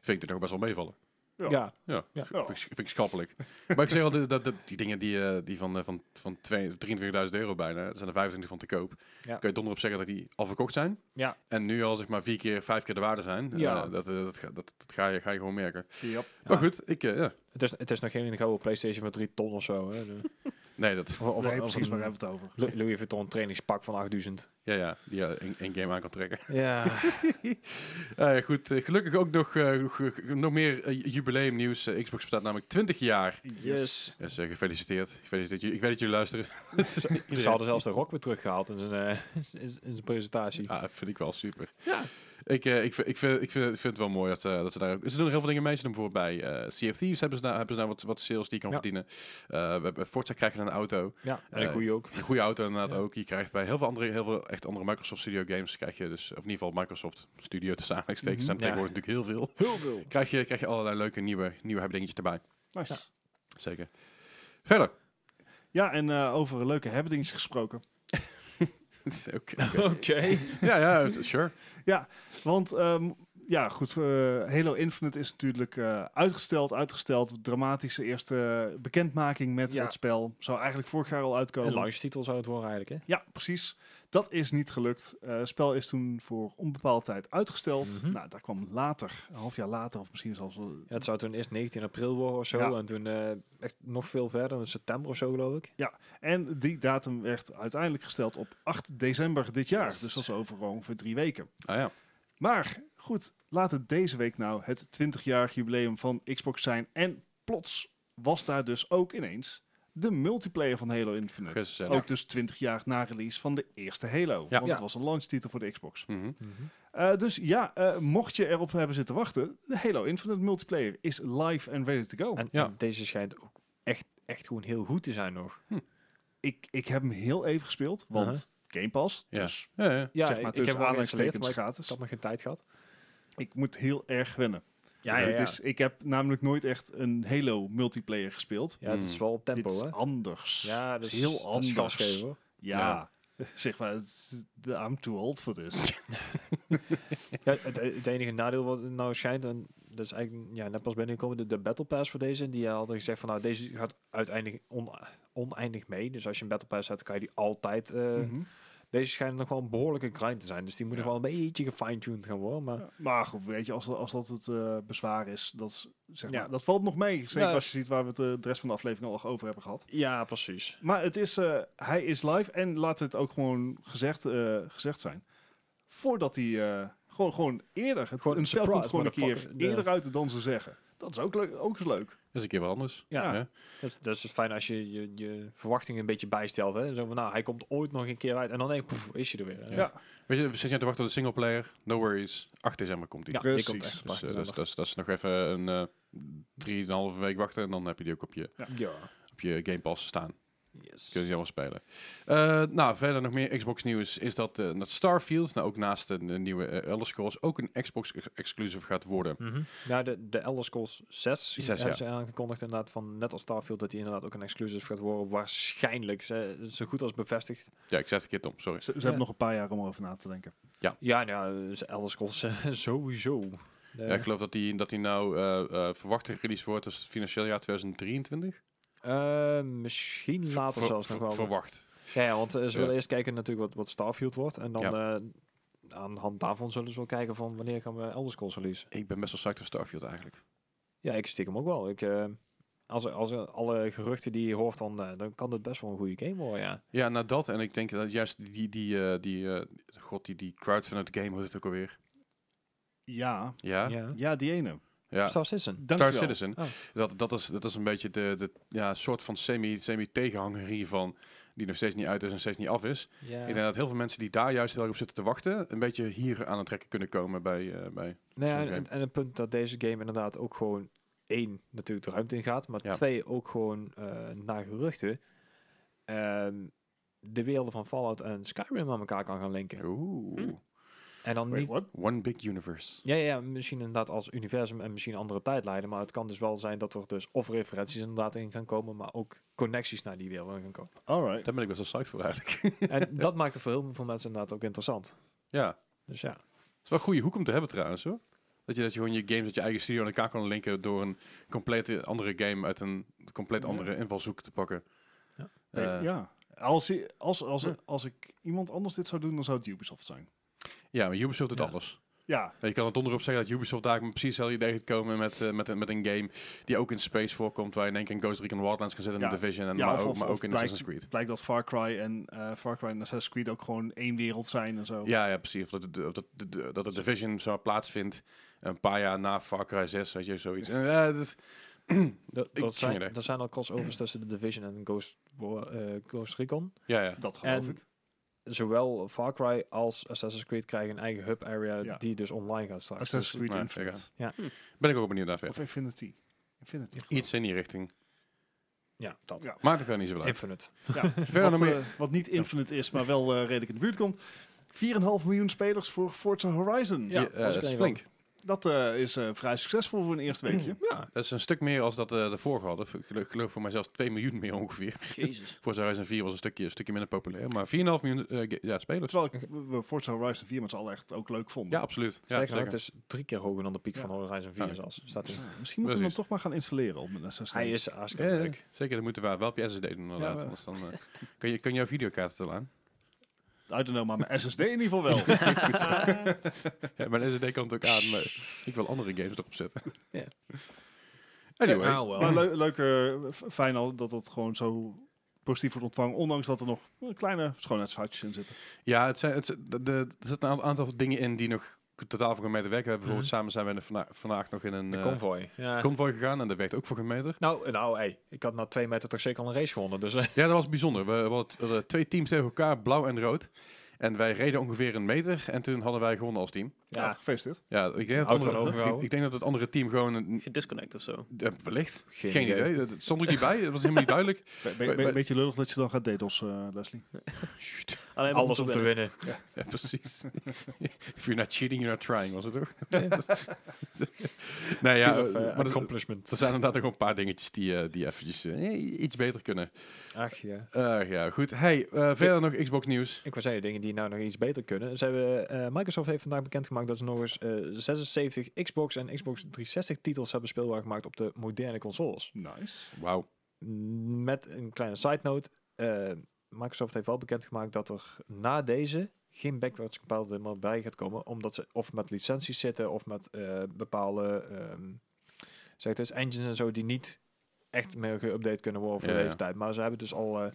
S1: vind ik dat nog best wel meevallen.
S2: Ja.
S3: Ja,
S1: Ja,
S3: Ja.
S1: Vind, ik, vind ik schappelijk. maar ik zeg al dat, dat, dat die dingen die, eh, die van, eh, van, van twee- 23.000 euro bijna, er zijn er 25 van te koop,
S3: Ja.
S1: kun je donder op zeggen dat die al verkocht zijn.
S3: Ja.
S1: En nu al zeg maar vier keer, vijf keer de waarde zijn.
S3: Ja.
S1: Eh, dat, eh, dat, ga- dat, dat ga, je, ga je gewoon merken.
S2: Ja.
S1: Maar goed, ik, eh, ja.
S3: het is, het is nog geen gouden PlayStation van 3 ton of zo. Hè. dus- De-
S1: nee, dat,
S3: Of, of,
S2: nee,
S3: of
S2: precies, waar
S3: een
S2: hebben we het over?
S3: Lu- Louis Vuitton trainingspak van 8000.
S1: ja, ja, die eh, één één game aan kan trekken.
S3: [laughs] Ja,
S1: Eh, goed, eh, gelukkig ook nog, eh, g- g- nog meer eh, jubileumnieuws. Eh, Xbox bestaat namelijk 20 jaar.
S3: yes.
S1: Dus eh, gefeliciteerd. gefeliciteerd. jullie- Ik weet dat jullie luisteren.
S3: Ze hadden zelfs de rock weer teruggehaald in zijn, eh, [laughs] in zijn- in zijn presentatie.
S1: Ja, dat vind ik wel super.
S3: Ja.
S1: Ik, eh, ik, vind- ik, vind, ik, vind, ik vind het wel mooi dat, eh, dat ze daar... Ze doen er heel veel dingen mee. Ze doen bijvoorbeeld bij eh Sea of Thieves hebben ze daar, hebben ze daar wat, wat sales die je kan
S3: Ja.
S1: verdienen. Eh, bij- bij Forza krijg je dan een auto.
S3: Ja, en een
S1: Eh,
S3: goeie ook.
S1: Een goede auto inderdaad
S3: Ja.
S1: ook. Je krijgt bij heel veel andere, heel veel echt andere Microsoft Studio games krijg je dus... Of in ieder geval Microsoft Studio tussen aanhalingstekens.
S2: Mhm.
S1: zijn er tegenwoordig natuurlijk heel veel.
S2: Heel veel.
S1: Krijg je, krijg je allerlei leuke nieuwe, nieuwe dingetjes erbij.
S2: Nice.
S3: Ja.
S1: Zeker. Verder. [laughs]
S2: Ja, en eh, over leuke hebbedings gesproken.
S1: Oké.
S3: [laughs] Oké.
S1: ja, ja, t- sure.
S2: Want, ehm, ja, goed, eh, Halo Infinite is natuurlijk eh, uitgesteld, uitgesteld. Dramatische eerste bekendmaking met
S3: Ja.
S2: het spel. Zou eigenlijk vorig jaar al
S3: Een
S2: uitkomen.
S3: launchtitel zou het worden eigenlijk, hè?
S2: Ja, precies. Dat is niet gelukt. Eh, Het spel is toen voor onbepaalde tijd uitgesteld.
S3: Mhm.
S2: Nou, daar kwam later, een half jaar later, of misschien zelfs wel
S3: Ja, het zou toen eerst 19 april worden of zo.
S2: Ja.
S3: En toen eh, echt nog veel verder, in september of zo geloof ik.
S2: En die datum werd uiteindelijk gesteld op 8 december dit jaar.
S3: Yes.
S2: Dus dat is over ongeveer drie weken.
S1: Ah ja.
S2: Maar goed, laat het deze week nou het 20-jarig jubileum van Xbox zijn. En plots was daar dus ook ineens de multiplayer van Halo Infinite.
S1: Gezellig.
S2: Ook dus 20 jaar na release van de eerste Halo. Want
S3: Ja.
S2: het was een launchtitel voor de Xbox.
S1: Mhm.
S2: Eh, dus ja, eh, mocht je erop hebben zitten wachten, de Halo Infinite multiplayer is live and ready to go.
S3: En,
S1: Ja.
S3: en deze schijnt ook echt, echt gewoon heel goed te zijn nog.
S2: Ik, ik heb hem heel even gespeeld, want Game Pass,
S1: Ja.
S2: dus
S1: Ja, ja.
S3: Ja,
S2: zeg maar tussen
S3: wel geïnstalleerd,
S2: aanhalingstekens
S3: maar
S2: gratis.
S3: ik had nog geen tijd gehad.
S2: Ik moet heel erg wennen.
S3: Ja,
S2: Dit Is, ik heb namelijk nooit echt een Halo multiplayer gespeeld.
S3: Ja, het is
S1: Mm.
S3: wel op tempo,
S2: Dit is
S3: hè?
S2: anders.
S3: Ja, dus dat is
S2: heel
S3: dat
S2: anders.
S3: is gas geven, hoor.
S2: Ja. [laughs] Zeg maar, het is- I'm too old for this.
S3: Ja, het, het enige nadeel wat het nou schijnt, en dat is eigenlijk ja, net pas binnengekomen, de, de Battle Pass voor deze, die hadden gezegd van nou, deze gaat uiteindelijk on- oneindig mee. Dus als je een Battle Pass hebt, kan je die altijd... eh,
S2: Mhm.
S3: Deze schijnt nog wel een behoorlijke grind te zijn, dus die moet nog
S2: Ja.
S3: wel een beetje gefine-tuned gaan worden. Maar
S2: Ja, Maar goed, weet je, als, als dat het eh, bezwaar is, dat, is, zeg
S3: Ja.
S2: maar, dat valt nog mee. Zeker
S3: Ja.
S2: als je ziet waar we het eh, de rest van de aflevering al over hebben gehad.
S3: ja, precies.
S2: Maar het is, eh, hij is live en laat het ook gewoon gezegd, eh, gezegd zijn. Voordat hij eh, gewoon, gewoon eerder, het,
S3: Gewoon
S2: een
S3: een
S2: spel komt
S3: surprise,
S2: gewoon een keer
S3: motherfucker. De-
S2: eerder uit dan ze zeggen. Dat is ook, leuk, ook eens leuk.
S1: Dat is een keer wat anders.
S3: Ja,
S1: Ja.
S3: Dat, is, dat is fijn als je je, je verwachtingen een beetje bijstelt. Hè? Zo van, nou, hij komt ooit nog een keer uit. En dan denk ik, poef, is je er weer. hè?
S2: Ja.
S1: Weet je, we zitten aan te wachten op de singleplayer. No worries. 8 december komt die.
S3: Ja, die komt
S2: Precies.
S3: echt op
S1: Dus, eh,
S3: 18
S1: dat, is,
S3: november.
S1: dat, is, dat is nog even een eh, drieënhalve week wachten. En dan heb je die ook op je,
S3: Ja.
S1: op je Game Pass staan.
S3: Yes.
S1: Kun je die allemaal spelen. Eh, nou, verder nog meer Xbox nieuws. Is dat, eh, dat Starfield, nou ook naast de, de nieuwe eh, Elder Scrolls, ook een Xbox ex- exclusive gaat worden.
S3: Mhm. Nou, de, de Elder Scrolls 6,
S1: Die zes,
S3: hebben ze aangekondigd inderdaad van net als Starfield dat die inderdaad ook een exclusive gaat worden. Waarschijnlijk, ze, zo goed als bevestigd.
S1: Ja, ik zet het verkeerd om, sorry.
S2: Ze, ze hebben nog een paar jaar om over na te denken.
S3: Ja, nou, ja, Elder Scrolls eh, [laughs] sowieso. Eh, De-
S1: Ja, ik geloof dat die, dat die nou eh eh verwacht gereleased wordt als het financieel jaar 2023.
S3: eh, misschien
S1: Ver-
S3: later
S1: ver-
S3: zelfs
S1: ver-
S3: nog wel.
S1: Verwacht.
S3: Ja, ja, want eh, ze
S1: Ja.
S3: willen eerst kijken natuurlijk wat, wat Starfield wordt. En dan eh, aan de hand daarvan zullen ze wel kijken van wanneer gaan we Elder Scrolls releasen.
S1: Ik ben best wel psyched voor Starfield eigenlijk.
S3: Ja, ik stiekem ook wel. Ik, eh, als, er- als er alle geruchten die je hoort, dan, eh, dan kan het best wel een goede game worden, ja.
S1: Ja, nou dat. En ik denk dat juist die, die, eh, die, eh, god, die, die crowdfunded game, hoe heet het ook alweer?
S2: Ja,
S1: Ja? Ja.
S3: ja.
S2: ja die ene.
S3: Star Citizen.
S1: Hm? Star
S2: Dankjewel.
S1: Citizen.
S3: Oh.
S1: Dat, dat, is, dat is een beetje de, de ja, soort van semi, semi-tegenhanger hiervan. Die nog steeds niet uit is en steeds niet af is.
S3: Ja.
S1: Ik denk dat heel veel mensen die daar juist heel erg op zitten te wachten, een beetje hier aan het trekken kunnen komen bij. eh, bij.
S3: Nou ja,
S1: Zo'n
S3: en,
S1: game.
S3: en- en een punt dat deze game inderdaad ook gewoon één, natuurlijk de ruimte in gaat, maar
S1: Ja.
S3: twee, ook gewoon eh naar geruchten ehm, de werelden van Fallout en Skyrim aan elkaar kan gaan linken.
S1: Oeh.
S3: En dan
S2: Wait,
S3: niet...
S2: what?
S1: One big universe.
S3: Ja, ja, ja, misschien inderdaad als universum en misschien andere tijdlijnen. Maar het kan dus wel zijn dat er dus of referenties inderdaad in gaan komen, maar ook connecties naar die wereld in gaan
S1: [laughs]
S3: komen.
S2: Alright.
S1: Daar ben ik best wel psyched voor eigenlijk.
S3: En dat maakt het voor heel veel mensen inderdaad ook interessant.
S1: ja.
S3: Dus ja.
S1: Het is wel een goede hoek om te hebben trouwens hoor. Dat je, dat je gewoon je games uit je eigen studio aan elkaar kan linken door een compleet andere game uit een compleet
S2: Ja.
S1: andere invalshoek te pakken.
S3: Ja.
S1: Eh, Hm.
S2: Nee, ja. Als, i- als, als,
S1: Ja.
S2: als ik iemand anders dit zou doen, dan zou het Ubisoft zijn.
S1: ja, maar Ubisoft doet
S3: Ja.
S1: alles.
S2: Ja,
S1: Je kan het donderop zeggen dat Ubisoft daar met precies hetzelfde idee gaat komen met, eh, met, een- met een game die ook in space voorkomt, waar je in één keer in Ghost Recon Wildlands kan zitten in
S2: Ja.
S1: de Division, en
S2: Ja,
S1: maar,
S2: of-
S1: ook,
S2: of-
S1: maar
S2: of
S1: ook in
S2: blijkt-
S1: Assassin's Creed.
S2: blijkt dat Far Cry en, eh, Far Cry en Assassin's Creed ook gewoon één wereld zijn en zo.
S1: Ja, ja, precies. Of dat, de- of dat, de- de- dat de Division zo plaatsvindt een paar jaar na Far Cry 6, weet je, zoiets. En, ja, dat, [clears throat]
S3: Dat,
S1: Ik-
S3: dat zijn,
S1: geen idee.
S3: er zijn al crossovers tussen de Division en Ghost, War- eh, Ghost Recon.
S1: ja, ja.
S2: Dat geloof
S3: En-
S2: ik.
S3: Zowel Far Cry als Assassin's Creed krijgen een eigen hub area
S2: Ja.
S3: die dus online gaat straks.
S2: Assassin's Creed
S1: maar,
S2: Infinite.
S1: Ben ik ook benieuwd naar
S2: Of
S1: verder.
S2: Infinity. Infinity.
S1: Iets in die richting.
S3: Dus- ja, dat.
S2: Ja.
S1: Maakt het wel niet zo uit.
S3: Infinite.
S2: [clears throat] Ja,
S1: Verder
S2: wat,
S1: nog
S2: eh, wat niet Infinite is, maar wel eh, redelijk in de buurt komt. 4,5 miljoen spelers voor Forza Horizon.
S3: Ja,
S1: Ja, eh,
S3: was
S1: dat
S3: ik
S1: is
S3: een van.
S1: flink.
S2: Dat eh, is eh, vrij succesvol voor een eerste weekje.
S3: Ja.
S1: Dat is een stuk meer als dat eh de vorige hadden. Ik geloof, geloof voor mij zelfs 2 miljoen meer ongeveer. [laughs]
S4: Jezus.
S1: Voor Horizon 4 was een stukje, een stukje minder populair. Maar 4,5 miljoen eh, ge- ja, spelers.
S2: Terwijl ik we Forza Horizon 4 met z'n allen echt ook leuk vond.
S1: Ja, absoluut. Ja,
S3: Sterker nog,
S1: zeker.
S3: het is drie keer hoger dan de piek
S2: Ja.
S3: van Horizon 4
S1: Ja.
S3: zelfs. Staat in.
S2: Misschien moeten we hem
S1: Precies.
S2: toch maar gaan installeren op mijn SSD.
S3: Hij is hartstikke
S1: Ja, ja,
S3: leuk.
S1: zeker, dat moeten we wel op je SSD doen
S2: Ja,
S1: inderdaad.
S2: maar-
S1: Anders dan, eh, [laughs] kun, je, kun jouw videokaart het al aan?
S2: I don't know, maar mijn SSD in ieder geval
S3: [laughs]
S2: wel.
S1: Goed zo. ja, mijn SSD kan het ook aan, maar ik wil andere games erop zetten.
S3: [laughs] Ja.
S1: Anyway,
S3: Ah, wel.
S2: maar leu- leuk, eh, f- fijn al dat dat gewoon zo positief wordt ontvangen. Ondanks dat er nog eh, kleine schoonheidsfoutjes in zitten.
S1: Ja, het zijn, het, zijn- de, de- er zitten een aantal dingen in die nog totaal voor gemeten werken. We hebben bijvoorbeeld samen zijn we in de vana- vandaag nog in een
S3: Mhm.
S1: eh,
S3: De convoy. Ja.
S1: convoy gegaan en dat werkt ook voor gemeten.
S3: nou, nou hey, ik had na twee meter toch zeker al een race gewonnen. Dus eh,
S1: Ja, dat was bijzonder. We hadden t- we hadden twee teams tegen elkaar, blauw en rood. En wij reden ongeveer een meter en toen hadden wij gewonnen als team.
S2: Ja,
S3: ja,
S2: gefeliciteerd.
S1: Ja, ik denk, dat
S3: Auto
S1: het andere,
S3: overhouden.
S1: ik, ik denk dat het andere team gewoon... Een,
S4: Gedisconnect of zo.
S1: eh, wellicht.
S3: Geen
S1: Geen,
S3: idee.
S1: idee. Dat- dat Stond ik niet bij? Dat was helemaal niet duidelijk. [laughs]
S2: Be-
S1: Maar-
S2: be- be-
S1: maar-
S2: beetje lullig dat je dan gaat dedels, eh, Leslie.
S1: Shoot.
S4: Alleen maar
S3: alles om te winnen.
S1: Ja, precies. [laughs] If you're not cheating, you're not trying, was het
S3: [laughs]
S1: toch? nee, ja.
S3: Fear of, eh,
S1: maar er,
S3: accomplishment.
S1: er zijn inderdaad nog een paar dingetjes die, eh, die eventjes eh, iets beter kunnen.
S3: Ach ja.
S1: Eh, ja, goed. Hey, eh, verder nog Xbox nieuws.
S3: Ik wou zeggen, dingen die nou nog iets beter kunnen. Ze hebben, eh, Microsoft heeft vandaag bekendgemaakt dat ze nog eens eh, 76 Xbox en Xbox 360 titels hebben speelbaar gemaakt op de moderne consoles.
S2: Nice.
S1: Wauw.
S3: Met een kleine side note. eh, Microsoft heeft wel bekendgemaakt dat er na deze geen backwards compatibility meer bij gaat komen. Omdat ze of met licenties zitten of met eh, bepaalde ehm, zeg het eens, engines en zo die niet echt meer geüpdate kunnen worden voor
S1: Ja, ja.
S3: deze tijd. Maar ze hebben dus al eh,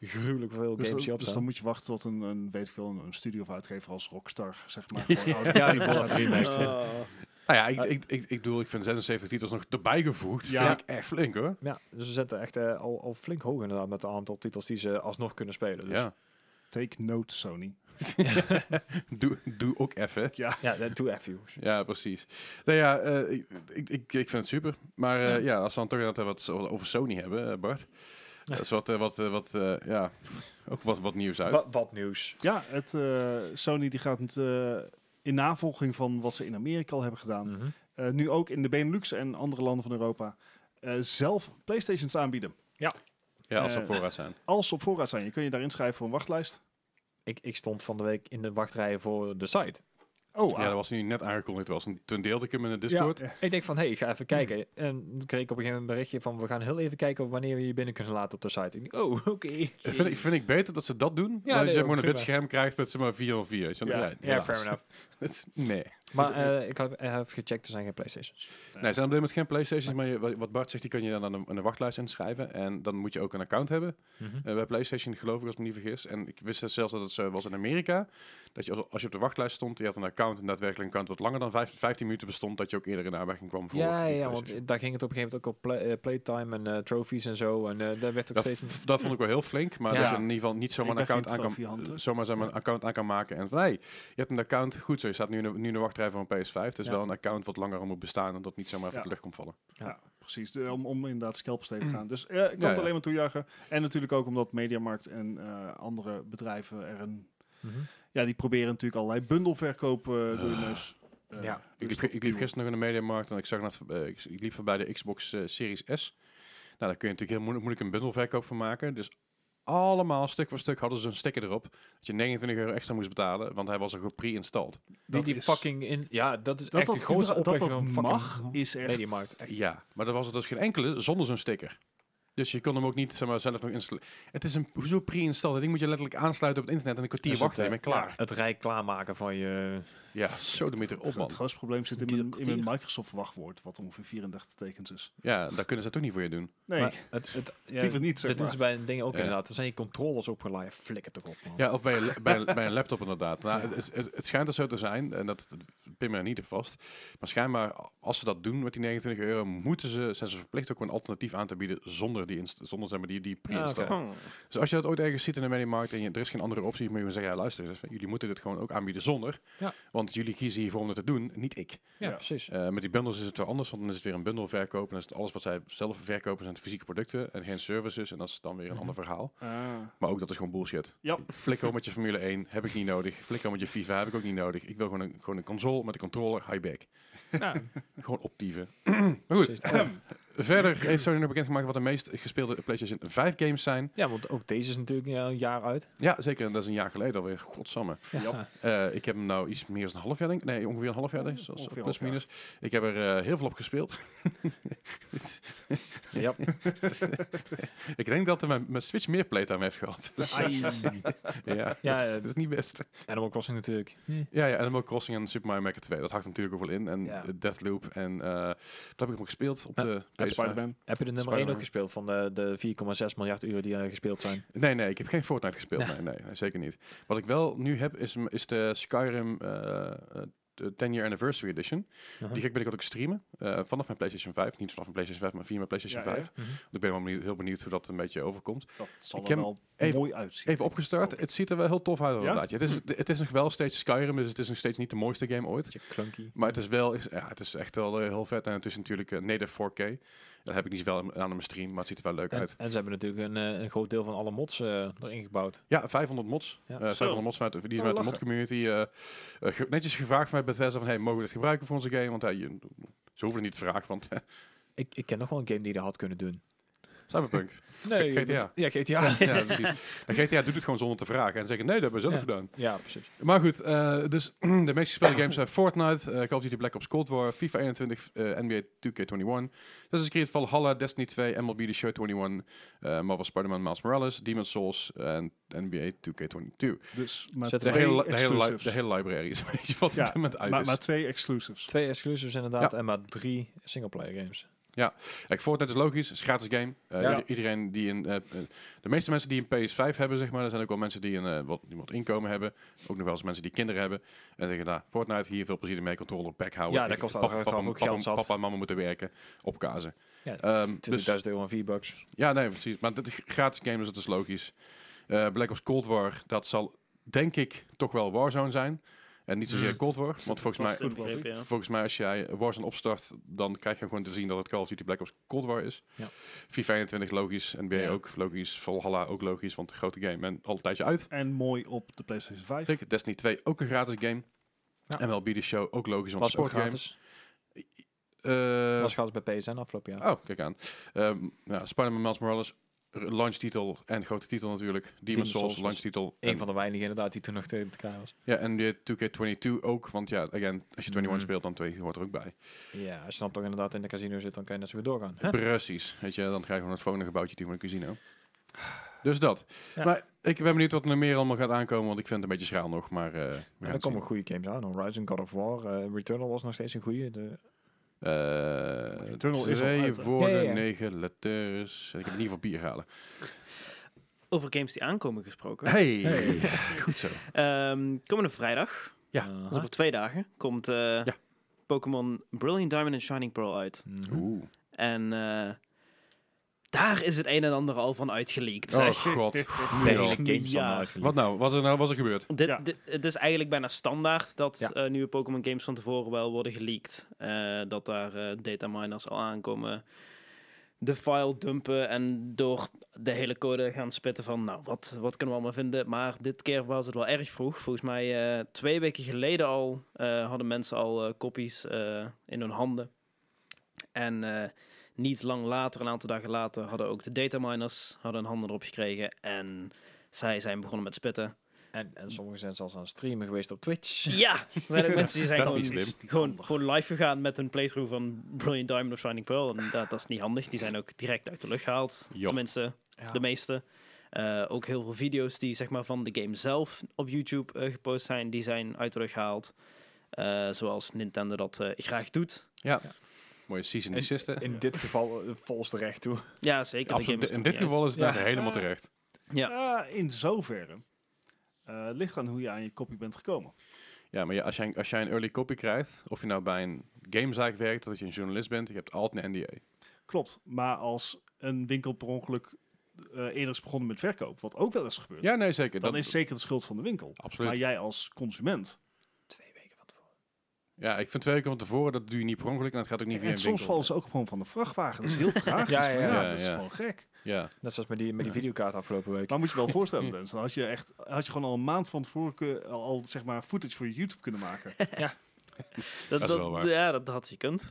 S3: gruwelijk veel
S2: Dus,
S3: games
S2: dan-
S3: die op
S2: dus
S3: staan.
S2: dan moet je wachten tot een, een weet ik veel, een, een studio of uitgever als Rockstar, zeg
S3: [laughs]
S2: maar. Gewoon oude [laughs]
S3: Ja, die
S2: titels
S3: wordt
S2: gaat
S3: remade.
S2: remaken.
S4: Oh.
S1: Nou ja, ik, ik, ik, ik bedoel, ik vind 76 titels nog erbij gevoegd.
S2: Ja.
S1: Vind ik echt flink hoor.
S3: Ja, dus ze zetten echt eh, al, al flink hoog inderdaad met het aantal titels die ze alsnog kunnen spelen. Dus,
S1: Ja.
S2: Take note, Sony.
S1: [laughs] doe, doe ook even.
S2: Ja,
S3: ja, dat eh, doe even, jongens.
S1: Ja, precies. Nou ja, eh, ik, ik, ik vind het super. Maar eh, ja. als we dan toch inderdaad wat zo- over Sony hebben, eh, Bart. Dat is wat, eh, wat, eh, wat eh, ja, ook wat, wat nieuws uit.
S3: Wat, wat nieuws.
S2: ja het, eh, Sony die gaat het, eh, in navolging van wat ze in Amerika al hebben gedaan,
S3: Mhm.
S2: eh, nu ook in de Benelux en andere landen van Europa, eh, zelf Playstations aanbieden.
S1: ja, als ze
S2: eh,
S1: op voorraad zijn.
S2: Als ze op voorraad zijn, je kun je daar inschrijven voor een wachtlijst.
S3: Ik, ik stond van de week in de wachtrij voor de site.
S2: Oh,
S1: Ja, dat was nu net aangekondigd. Was. En Toen deelde ik hem in de Discord.
S3: Ja, ik denk van, hé, hey, ik ga even kijken. En toen kreeg ik op een gegeven moment een berichtje van... we gaan heel even kijken wanneer we je binnen kunnen laten op de site. Ik denk, oh, [laughs] oké.
S1: Eh, Vind, ik, vind ik beter dat ze dat doen. Ja, dat
S3: nee,
S1: je
S3: ook
S1: gewoon een
S3: prima.
S1: wit scherm krijgt met zeg maar 404. Weet je wel.
S2: Ja.
S1: Ja,
S3: Ja, fair enough.
S1: [laughs]
S3: [laughs]
S1: Dat is- Nee.
S3: Maar eh, ik heb eh, heb gecheckt, er zijn geen Playstations.
S1: Nee, er zijn op dit moment geen Playstations, maar je- wat- wat Bart zegt, die kan je dan aan een, aan een wachtlijst inschrijven. En dan moet je ook een account hebben
S3: Mhm.
S1: eh, bij PlayStation, geloof ik, als ik me niet vergis. En ik wist zelfs dat het zo was in Amerika. Dat je als, als je op de wachtlijst stond, je had een account, en daadwerkelijk een account wat langer dan vijf- 15 minuten bestond, dat je ook eerder in aanmerking kwam voor
S3: Ja,
S1: die
S3: ja, want
S1: PlayStation.
S3: eh, daar ging het op een gegeven moment ook op play- eh, playtime en eh, trophies en zo. En eh, daar werd ook
S1: Dat,
S3: steeds...
S1: v- dat vond ik wel heel flink, maar
S3: Ja.
S1: dat je in ieder geval niet zomaar
S2: Ik
S1: een
S2: ben
S1: account
S2: geen
S1: aan
S2: trofeehunter.
S1: kan, zomaar zomaar een account aan kan maken. En van, hey, je hebt een account, goed zo, je staat nu in de, nu in de wachtrij voor een PS5. Het is dus
S3: Ja.
S1: wel een account wat langer moet bestaan en dat niet zomaar uit
S2: Ja.
S1: de lucht komt vallen.
S2: Ja, precies. De- om, om inderdaad scalpsteek te gaan. Dus eh, ik kan
S1: Mm. Ja,
S2: het
S1: ja.
S2: alleen maar toejuichen. En natuurlijk ook omdat Mediamarkt en eh, andere bedrijven er een
S3: Mhm.
S2: Ja, die proberen natuurlijk allerlei bundelverkoop eh, door
S1: Ah.
S2: je neus. eh,
S3: Ja.
S2: door de
S1: Ik liep,
S2: stad te
S1: ik liep
S2: duwen.
S1: gisteren nog in de mediamarkt en ik zag net, eh, ik, ik liep voorbij de Xbox eh, Series S. Nou, daar kun je natuurlijk heel moeilijk, moeilijk een bundelverkoop van maken. Dus allemaal stuk voor stuk hadden ze een sticker erop dat je 29 euro extra moest betalen, want hij was al gepre-installed.
S3: Die,
S2: Dat
S3: die
S2: is-
S3: fucking in... Ja, dat is
S2: dat
S3: echt
S2: dat
S3: het grootste
S2: überhaupt- dat
S3: opwekking van
S2: dat
S3: fucking
S2: mag, is echt-
S3: Mediamarkt. Echt.
S1: Ja, maar er was er dus geen enkele zonder zo'n sticker. Dus je kon hem ook niet zeg maar, zelf nog installeren. Het is een hoezo pre-installed. ding moet je letterlijk aansluiten op het internet en een kwartier
S3: Dus het,
S1: wachten en
S3: eh,
S1: je bent klaar.
S3: ja, het rij klaarmaken van je...
S1: Ja, zo de meter op
S2: Het,
S1: man.
S2: het grootste probleem zit in
S4: Duur
S2: mijn, in mijn
S4: kwartier.
S2: Microsoft wachtwoord, wat ongeveer 34 tekens is.
S1: Ja, daar kunnen ze toch niet voor je doen.
S2: Nee,
S3: Maar het, het, ja,
S2: liever niet, zeg
S3: dat doen
S2: maar.
S3: ze bij een ding ook
S1: Ja.
S3: inderdaad. Er zijn je controllers opgeladen. Flikker toch op, man.
S1: Ja, of bij een, la- bij, een- bij een laptop inderdaad. Nou, het, het, het schijnt er zo te zijn, en dat, dat pin me er niet op vast. Maar schijnbaar, als ze dat doen met die 29 euro, moeten ze, zijn ze verplicht ook een alternatief aan te bieden zonder die, inst- zonder, zeg maar, die, die pre-install.
S3: Ah, oké.
S4: Oh.
S1: Dus als je dat ooit ergens ziet in de mediamarkt en je, er is geen andere optie, moet je gewoon zeggen, ja, luister, eens, jullie moeten dit gewoon ook aanbieden zonder.
S3: Ja.
S1: Want jullie kiezen hiervoor om dat te doen, niet ik.
S3: Ja,
S2: Ja.
S3: precies.
S1: Eh, met die bundles is het wel anders, want dan is het weer een bundel verkopen. Dan is het alles wat zij zelf verkopen, zijn fysieke producten en geen services. En dat is dan weer een ander verhaal.
S2: Ah.
S1: Maar ook dat is gewoon bullshit. [laughs]
S2: Ja.
S1: Flikker met je Formule 1, heb ik niet nodig. Flikker met je FIFA, heb ik ook niet nodig. Ik wil gewoon een, gewoon een console met een controller, high back.
S3: Nou,
S1: Gewoon optieven. [clears throat] maar goed,
S3: precies.
S1: [clears throat] verder heeft Sony nog bekendgemaakt wat de meest gespeelde PlayStation 5 games zijn.
S3: Ja, want ook deze is natuurlijk ja, een jaar uit.
S1: Ja, zeker. En dat is een jaar geleden alweer. Godsamme.
S3: Ja.
S1: Eh, ik heb hem nou iets meer dan een half jaar, denk ik. Nee, ongeveer een half jaar, denk ik. Zoals-
S2: Ongeveer
S1: plus
S2: half jaar.
S1: minus. Ik heb er eh, heel veel op gespeeld. [laughs]
S3: Ja.
S1: ik denk dat mijn, mijn Switch meer playtime heeft gehad. [laughs] ja, dat,
S3: Ja,
S1: is,
S3: eh,
S1: dat is niet best.
S3: Animal Crossing natuurlijk.
S1: Ja, ja, Animal Crossing en Super Mario Maker 2. Dat hakt natuurlijk ook wel in. En
S3: Ja.
S1: eh, Deathloop. En eh, dat heb ik hem gespeeld op
S3: Ja.
S1: de
S2: Ja,
S1: PS5.
S2: Spider-Man.
S3: Heb je de nummer 1
S1: Spider-Man.
S3: ook gespeeld van de, de 4,6 miljard uren die er gespeeld zijn?
S1: Nee, nee, ik heb geen Fortnite gespeeld.
S3: Nee.
S1: Nee, nee, nee, zeker niet. Wat ik wel nu heb, is, m- is de Skyrim eh, eh, de 10-year Anniversary Edition. Die ga ik binnenkort ook streamen. eh, vanaf mijn PlayStation 5. Niet vanaf mijn PlayStation 5, maar via mijn PlayStation
S2: Ja, ja.
S1: 5.
S3: Mhm.
S1: Want ik ben wel benieuwd- heel benieuwd hoe dat een beetje overkomt.
S2: Dat zal
S1: Ik
S2: er
S1: heb
S2: wel
S1: even-
S2: mooi uitzien.
S1: Even opgestart.
S2: Hoop ik.
S1: Het ziet er wel heel tof uit
S2: Ja?
S1: inderdaad. Ja, Het, is, het is nog wel steeds Skyrim, dus het is nog steeds niet de mooiste game ooit.
S3: Beetje clunky.
S1: Maar het is wel, is, ja, het is echt wel eh, heel vet. En het is natuurlijk eh, native 4K. Dat heb ik niet wel aan aan mijn stream, maar het ziet er wel leuk
S3: En,
S1: uit.
S3: en ze hebben natuurlijk een, eh, een groot deel van alle mods eh, erin gebouwd.
S1: Ja, 500 mods.
S3: Ja.
S1: Eh,
S3: Zo.
S1: 500 mods vanuit, die is
S2: Oh,
S1: vanuit de
S2: lachen.
S1: mod community netjes gevraagd vanuit Bethesda van, hey, mogen we dit gebruiken voor onze game? Want hey, je- ze hoeven het niet te vragen, want [laughs] eh,
S3: Ik, ik ken nog wel een game die dat had kunnen doen. [laughs]
S1: Cyberpunk.
S3: Nee,
S1: GTA.
S3: dat- Ja,
S1: [laughs]
S3: GTA.
S1: ja, precies. En GTA doet het gewoon zonder te vragen en zeggen, nee, dat hebben we zelf
S3: Ja.
S1: gedaan.
S3: ja, precies.
S1: Maar goed, eh, dus [clears throat] de meest
S2: [coughs]
S1: gespeelde games zijn Fortnite, eh, Call of Duty Black Ops Cold War, FIFA 21, eh, NBA 2K21, Assassin's Creed Valhalla, Destiny 2, MLB The Show 21, eh Marvel Spider-Man Miles Morales, Demon's Souls en NBA 2K22.
S2: Dus maar
S3: Zet
S1: De
S2: twee
S1: hele, de, hele li-
S2: exclusives.
S1: de hele library is [laughs] een beetje wat
S2: Ja,
S1: op dit moment uit
S2: maar,
S1: is.
S2: maar twee exclusives.
S3: Twee exclusives inderdaad en maar drie singleplayer
S1: Dus-
S3: games.
S1: Kijk, Fortnite is logisch, het is gratis game. Eh,
S3: Ja.
S1: ieder- Iedereen die een, eh, eh, de meeste mensen die een PS5 hebben, zeg maar, er zijn ook wel mensen die een eh, wat, die wat inkomen hebben, ook nog wel eens mensen die kinderen hebben en zeggen, nou, Fortnite hier veel plezier mee, controller back houden.
S3: Ja, dat
S1: Ik-
S3: kost
S1: papa,
S3: uiteraard
S1: papa,
S3: ook
S1: papa-
S3: geld zat.
S1: papa en mama moeten werken, opkazen.
S3: Ja,
S1: Ehm,
S3: 20.000
S1: dus,
S3: euro en 4 bucks.
S1: ja, nee, precies. Maar dat is gratis game, dus dat is logisch. Eh, Black Ops Cold War, dat zal denk ik toch wel Warzone zijn en niet zozeer
S4: Hmm.
S1: Cold War, want volgens mij
S4: Vast inbegrepen, ja.
S1: Volgens mij, als jij Warzone opstart, dan krijg je gewoon te zien dat het Call of Duty Black Ops Cold War is.
S3: Ja.
S1: FIFA 21 logisch, NBA
S3: Ja.
S1: ook logisch, Valhalla ook logisch, want een grote game en al een tijdje uit.
S2: En mooi op de PlayStation 5.
S1: Zeker, Destiny 2 ook een gratis game.
S3: Ja.
S1: MLB The Show ook logisch, want
S3: Was ook
S1: sportgame.
S3: gratis.
S1: Eh,
S3: was gratis bij PSN afgelopen jaar.
S1: oh, kijk aan. Ehm nou, Spider-Man Miles Morales, r- launchtitel en grote titel natuurlijk. Demon's,
S3: Demon's
S1: Souls,
S3: Souls was
S1: launchtitel.
S3: Een
S1: En-
S3: van de weinigen inderdaad die toen nog tegen elkaar was.
S1: Ja, en de 2K22 ook, want ja, again, als je 21
S3: Mhm.
S1: speelt, dan 2 hoort er ook bij.
S3: Ja, als je dan toch inderdaad in de casino zit, dan kan je net zo weer doorgaan. Hè?
S1: Precies. Weet je, dan krijg je gewoon het volgende gebouwtje toe met een
S3: [sighs]
S1: casino. Dus dat.
S3: Ja.
S1: Maar ik ben benieuwd wat er meer allemaal gaat aankomen, want ik vind het een beetje schraal nog, maar eh, we gaan
S3: En er
S1: het zien.
S3: komen goede games aan. Horizon, God of War, eh, Returnal was nog steeds een goede. De,
S1: Eh,
S2: Returnal is al
S1: twee
S2: uit, hè?
S1: woorden,
S3: Ja, ja, ja.
S1: negen letters. En Ik heb in ieder geval bier halen.
S4: Over games die aankomen gesproken. [laughs]
S1: Hey!
S3: Hey.
S1: [laughs] Goed zo.
S4: Ehm, komende vrijdag,
S1: Ja.
S3: Aha.
S4: dat is over twee dagen, komt eh,
S1: Ja.
S4: Pokémon Brilliant Diamond en Shining Pearl uit.
S3: Mhm.
S1: Oeh.
S4: En eh, daar is het een en ander al van uitgelekt.
S1: Oh
S4: zeg.
S1: god.
S3: De
S1: Nu al.
S3: hele games dan
S4: Ja.
S3: uitgelekt.
S1: Wat nou? Wat is er nou? Wat is er gebeurd?
S4: Dit,
S2: Ja.
S4: dit- het is eigenlijk bijna standaard dat
S3: Ja.
S4: eh, nieuwe Pokémon games van tevoren wel worden geleakt. Eh, dat daar eh dataminers al aankomen. de file dumpen en door de hele code gaan spitten van, nou, wat, wat kunnen we allemaal vinden? Maar dit keer was het wel erg vroeg. Volgens mij eh, twee weken geleden al eh, hadden mensen al eh kopies eh, in hun handen. En eh, niet lang later, een aantal dagen later, hadden ook de dataminers hadden hun handen erop gekregen. En zij zijn begonnen met spitten.
S3: En, en sommigen zijn zelfs aan het streamen geweest op Twitch.
S4: Ja, er zijn ook mensen die zijn
S1: Dat is
S4: gewoon,
S1: niet slim.
S2: niet
S4: gewoon,
S2: handig.
S4: gewoon live gegaan met hun playthrough van Brilliant Diamond of Shining Pearl. En dat, dat is niet handig. Die zijn ook direct uit de lucht gehaald.
S1: Ja.
S4: Tenminste,
S3: Ja.
S4: de meeste. Eh, ook heel veel video's die zeg maar, van de game zelf op YouTube eh, gepost zijn, die zijn uit de lucht gehaald. Eh, zoals Nintendo dat eh, graag doet.
S1: Ja.
S3: Ja.
S1: Mooie season
S3: En-
S1: assisten.
S3: In dit geval eh, vols terecht toe.
S4: Ja, zeker. de game
S1: Absoluut.
S4: is
S1: In
S4: nog
S1: dit
S4: niet uit.
S1: geval is het
S3: Ja.
S1: daar helemaal terecht.
S4: Ja.
S2: Eh, in zoverre. Eh ligt aan hoe je aan je kopie bent gekomen.
S1: Ja, maar ja, als, jij, als jij een early copy krijgt, of je nou bij een gamezaak werkt, of dat je een journalist bent, je hebt altijd een NDA.
S2: Klopt, maar als een winkel per ongeluk eh, eerder is begonnen met verkoop, wat ook wel eens gebeurt,
S1: Ja, nee, zeker.
S2: dan is zeker de schuld van de winkel. Maar
S1: Absoluut.
S2: jij als consument.
S3: Twee weken van tevoren.
S1: Ja, ik vind twee weken van tevoren, dat doe je niet per ongeluk en dat gaat ook niet via
S2: en
S1: een
S2: soms
S1: winkel.
S2: vallen ze ook gewoon van de vrachtwagen. Dat is
S1: [laughs]
S2: heel tragisch.
S3: Ja,
S2: maar
S3: ja,
S2: ja,
S1: ja,
S2: dat is
S1: ja.
S2: gewoon gek.
S1: Ja,
S3: Net zoals met die, met
S1: Ja.
S3: die videokaart afgelopen week.
S2: Maar moet je wel voorstellen, Dennis, dan had je, echt, had je gewoon al een maand van tevoren kun- al, al, zeg maar footage voor je YouTube kunnen maken.
S4: [laughs]
S1: [laughs]
S4: Dat,
S1: is
S4: dat-
S1: wel waar.
S4: Ja, dat had je kunt.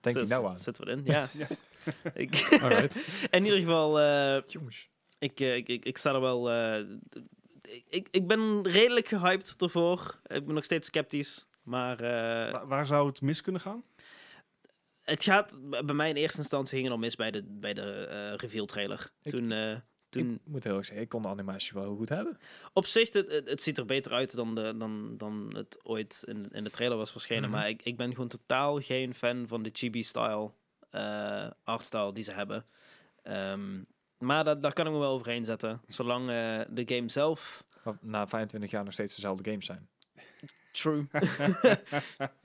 S3: Denk je
S4: Zit-
S3: nou aan?
S4: Zit wel in,
S3: [laughs]
S4: ja.
S2: Ja.
S4: [laughs] Ik-
S1: alright.
S4: [laughs] in ieder geval, eh,
S3: Jongens.
S4: ik, eh, ik, ik, ik sta er wel... eh, ik, ik ben redelijk gehyped ervoor. Ik ben nog steeds sceptisch. Maar eh,
S2: Wa- waar zou het mis kunnen gaan?
S4: het gaat... Bij mij in eerste instantie ging het al mis bij de, bij de eh, reveal trailer.
S3: Ik-
S4: toen... eh, toen,
S3: Ik moet heel erg zeggen, ik kon de animatie wel heel goed hebben.
S4: op zich, het, het, het ziet er beter uit dan, de, dan, dan het ooit in, in de trailer was verschenen.
S3: Mhm.
S4: Maar ik, ik ben gewoon totaal geen fan van de chibi-style eh, artstyle die ze hebben. Ehm, maar dat, daar kan ik me wel overheen zetten. Zolang eh, de game
S3: [laughs]
S4: zelf...
S3: Maar na 25 jaar nog steeds dezelfde games zijn.
S2: [laughs]
S4: True.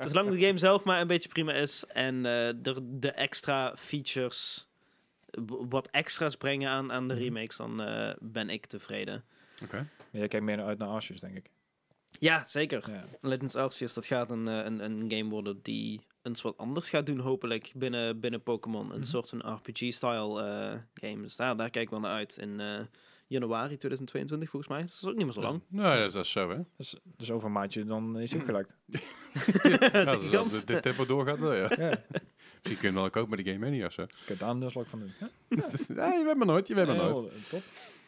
S4: Zolang de game zelf maar een beetje prima is en eh, de, de extra features w- wat extra's brengen aan, aan de
S3: Mhm.
S4: remakes, dan eh, ben ik tevreden.
S1: Oké.
S3: Maar jij kijkt meer naar- uit naar Asjes, denk ik.
S4: Ja, zeker.
S3: Ja.
S4: Legends Arceus, dat gaat een, eh, een, een game worden die eens wat anders gaat doen, hopelijk, binnen, binnen Pokémon. Een
S3: Mhm.
S4: soort van RPG-style eh game. Dus daar, daar kijk ik wel naar uit. In eh, januari 2022, volgens mij. Dus dat is ook niet meer zo lang.
S1: Nou, dat is, dat is
S2: [laughs]
S1: zo, hè.
S3: Dus, dus over een maandje, dan is het ook gelukt.
S1: Ja, als
S4: de
S1: het-
S4: kans.
S1: als dit tempo doorgaat, wel, ja.
S3: ja. Je
S1: Misschien kun je wel kopen met de Game Mania of
S2: [laughs]
S1: zo.
S3: kunt daar een deurslag van doen. Ja,
S1: [laughs] Ja, je weet maar nooit, je weet maar
S3: heel,
S1: nooit.
S3: eh, Top.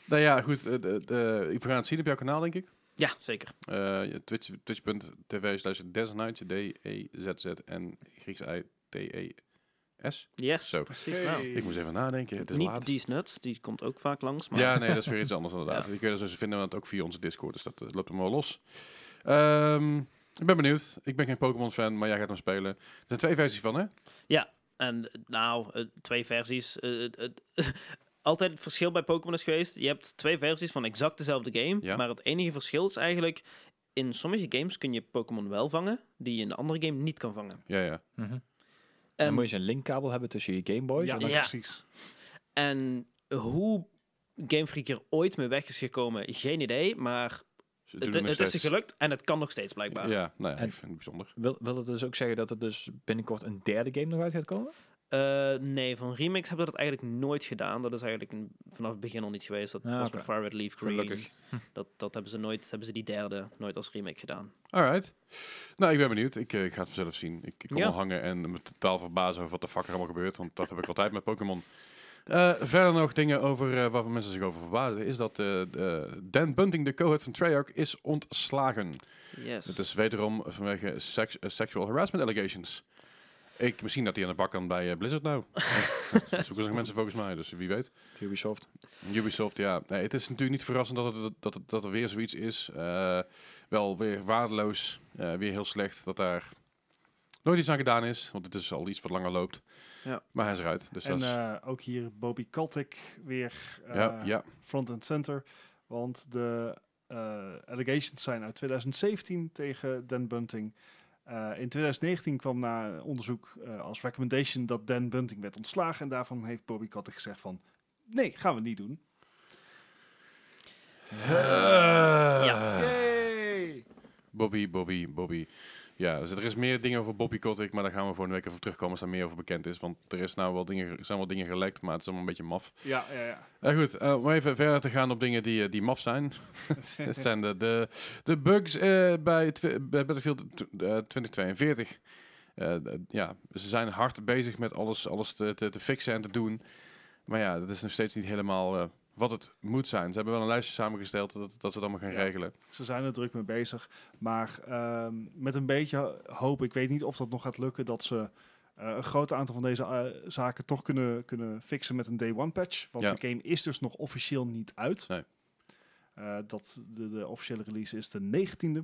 S1: Nou ja, goed. eh, de- de- we gaan het zien op jouw kanaal, denk ik.
S4: Ja, zeker.
S1: Eh, je- Twitch, twitch.tv slash E Dezenite, D-E-Z-Z en Grieks I-T-E-S.
S4: Yes.
S1: Zo.
S4: Precies. Nou,
S1: Ik moest even nadenken, het is
S4: niet
S1: laat.
S4: These Nuts, die komt ook vaak langs. Maar
S1: Ja, nee, dat is weer iets anders inderdaad.
S4: [laughs] Ja.
S1: Die kun je zo vinden, want ook via onze Discord, dus dat eh, loopt hem wel los. Ehm, ik ben benieuwd. Ik ben geen Pokémon-fan, maar jij gaat hem spelen. Er zijn twee versies van, hè?
S4: En eh, nou, eh, twee versies. eh, het- [laughs] het- altijd het verschil bij Pokémon is geweest. Je hebt twee versies van exact dezelfde game.
S1: Ja.
S4: Maar het enige verschil is eigenlijk. In sommige games kun je Pokémon wel vangen. die je in de andere game niet kan vangen. Ehm,
S1: Ja, ja.
S3: Mhm. Dan
S4: En,
S3: moet je een linkkabel hebben tussen je Game Boy.
S2: Ja,
S3: zodat-
S4: Ja.
S2: precies.
S4: en hoe Game Freak er ooit mee weg is gekomen, geen idee. Maar
S1: Ze doen
S4: het,
S1: nog
S4: het is ze
S1: steeds-
S4: gelukt en het kan nog steeds blijkbaar.
S1: Ja, nou ja,
S3: En-
S1: ik vind het bijzonder.
S3: Wil, wil dat dus ook zeggen dat er dus binnenkort een derde game nog uit gaat komen?
S4: Eh, nee, van Remix hebben we dat eigenlijk nooit gedaan. Dat is eigenlijk een- vanaf het begin al niet geweest. Dat
S3: Ah,
S4: was
S3: oké.
S4: met Fire Red Leaf Green.
S3: Gelukkig.
S4: [laughs] Dat, dat hebben ze nooit, hebben ze die derde nooit als remake gedaan.
S1: Alright. Nou, ik ben benieuwd. Ik eh, ga het vanzelf zien. Ik, ik kom
S4: Ja.
S1: al hangen en me totaal verbazen over wat de fuck er allemaal gebeurt, want dat heb ik altijd met Pokémon. Eh, verder nog dingen over eh, waarvan mensen zich over verbazen, is dat eh, de- Dan Bunting, de co-head van Treyarch, is ontslagen.
S4: Yes.
S1: Het is wederom vanwege seks- eh, sexual harassment allegations. Ik, misschien dat hij aan de bak kan bij eh, Blizzard
S2: [laughs]
S1: nou. Dat zoeken zich mensen volgens mij, dus wie weet.
S3: Ubisoft.
S1: Ubisoft, ja. Nee, het is natuurlijk niet verrassend dat, het, dat, het- dat er weer zoiets is. Eh, wel weer waardeloos, eh, weer heel slecht dat daar nooit iets aan gedaan is. Want het is al iets wat langer loopt.
S4: Ja.
S1: Maar hij is eruit. Dus
S2: en
S1: dat is,
S2: eh, ook hier Bobby Kotick weer eh,
S1: ja, ja,
S2: front and center. Want de eh, allegations zijn uit 2017 tegen Dan Bunting. Eh, in 2019 kwam na een onderzoek eh, als recommendation dat Dan Bunting werd ontslagen. En daarvan heeft Bobby Kotick gezegd van... Nee, gaan we niet doen.
S1: Eh,
S4: ja.
S2: Yay! eh,
S1: Ah. Eh. Bobby, Bobby, Bobby. Ja, Ja, dus er is meer dingen over Bobby Kotick, maar daar gaan we volgende week even op terugkomen als daar meer over bekend is. Want er is nou wel dingen, er zijn wel dingen gelekt, maar het is allemaal een beetje maf.
S2: Ja, ja, ja.
S1: Eh, goed, eh, om even verder te gaan op dingen die, eh, die maf zijn. [laughs] dat zijn de, de, de bugs eh, bij, twi- bij Battlefield tw- eh, 2042. Eh, d- ja, ze zijn hard bezig met alles, alles te, te, te fixen en te doen. Maar ja, dat is nog steeds niet helemaal eh, wat het moet zijn. Ze hebben wel een lijstje samengesteld dat, dat ze het allemaal gaan
S2: Ja.
S1: regelen.
S2: Ze zijn er druk mee bezig. Maar ehm, met een beetje hoop, ik weet niet of dat nog gaat lukken, dat ze eh, een groot aantal van deze eh, zaken toch kunnen, kunnen fixen met een day one patch. Want
S1: Ja.
S2: de game is dus nog officieel niet uit.
S1: Nee.
S2: Eh, dat de, de officiële release is de 19e.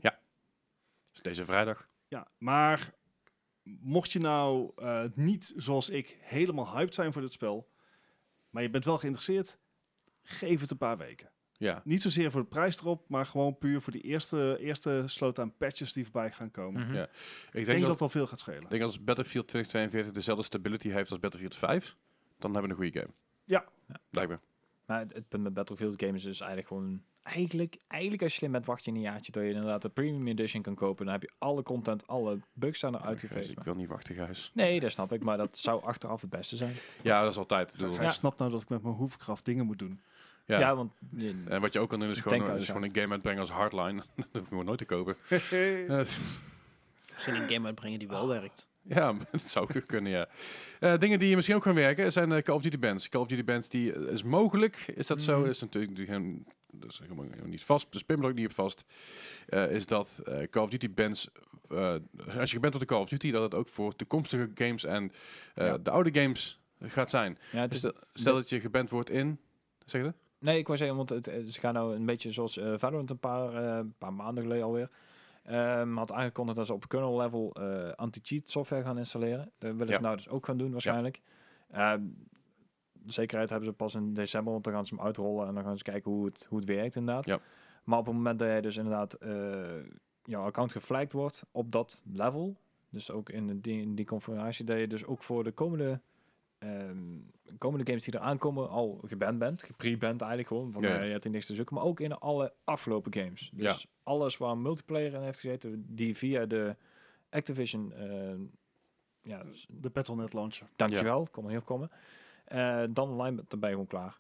S1: Dus deze vrijdag.
S2: Ja, maar mocht je nou eh, niet, zoals ik, helemaal hyped zijn voor dit spel, maar je bent wel geïnteresseerd, geef het een paar weken.
S1: Ja,
S2: Niet zozeer voor de prijs erop, maar gewoon puur voor die eerste, eerste sloot aan patches die voorbij gaan komen.
S3: Mhm.
S1: Ja. ik
S2: Ik denk dat
S1: dat
S2: dat al veel gaat schelen.
S1: Ik denk als Battlefield 2042 dezelfde stability heeft als Battlefield 5, dan hebben we een goede game.
S2: Ja.
S3: Ja.
S1: Blijkbaar.
S3: Maar het, het punt met Battlefield games is eigenlijk gewoon... Eigenlijk, eigenlijk als je slim bent, wacht je een jaartje tot je inderdaad de premium edition kan kopen. Dan heb je alle content, alle bugs zijn er
S1: Gijs,
S3: uitgeveegd.
S1: Dus Ik wil niet wachten, Gijs.
S3: Nee, dat snap ik, maar dat zou achteraf het beste zijn.
S1: Ja, dat is altijd. Ik bedoel,
S2: Hij
S3: Ja.
S2: snapt nou dat ik met mijn hoefkracht dingen moet doen.
S1: ja.
S3: Ja, want... je-
S1: En wat je ook kan doen is gewoon,
S3: Denkhuis,
S1: is
S3: ja.
S1: gewoon een game uitbrengen als Hardline. [laughs] dat hoef ik gewoon nooit te
S3: [laughs]
S1: kopen. Eh,
S4: Misschien een game uitbrengen die
S1: Ah.
S4: wel werkt.
S1: [laughs] ja, dat zou ook nog kunnen, ja. Eh, dingen die misschien ook gaan werken zijn eh, Call of Duty Bands. Call of Duty Bands die, eh, is mogelijk, is dat zo?
S3: Mhm.
S1: Dat is natuurlijk geen, dat is helemaal, helemaal niet vast. Dus pin er ook niet op vast. Eh, is dat eh, Call of Duty Bands, eh, als je geband op de Call of Duty, dat het ook voor toekomstige games en eh,
S3: Ja.
S1: de oude games eh, gaat zijn.
S3: ja, het is,
S1: Stel, stel dat je geband wordt in, zeg je dat?
S3: Nee, ik wou zeggen, want het, eh, ze gaan nou een beetje zoals eh Valorant een paar, eh, een paar maanden geleden alweer. ehm, had aangekondigd dat ze op kernel level eh, anti-cheat software gaan installeren. Dat willen
S1: Ja.
S3: ze nou dus ook gaan doen waarschijnlijk. Ehm, de zekerheid hebben ze pas in december, want dan gaan ze hem uitrollen en dan gaan ze kijken hoe het, hoe het werkt inderdaad.
S1: Ja.
S3: Maar op het moment dat jij dus inderdaad eh, jouw account geflagged wordt op dat level, dus ook in die, in die configuratie, dat je dus ook voor de komende, ehm, komende games die er aankomen al geband bent, gepreband eigenlijk gewoon, van nou,
S1: Ja,
S3: ja,
S1: ja.
S3: je hebt hier niks te zoeken, maar ook in alle afgelopen games.
S1: Ja.
S3: Dus alles waar multiplayer in heeft gezeten, die via de Activision, ehm ja, s-
S2: De Battle.net launcher.
S3: dankjewel, kon er niet op komen, eh, dan online met- erbij gewoon klaar.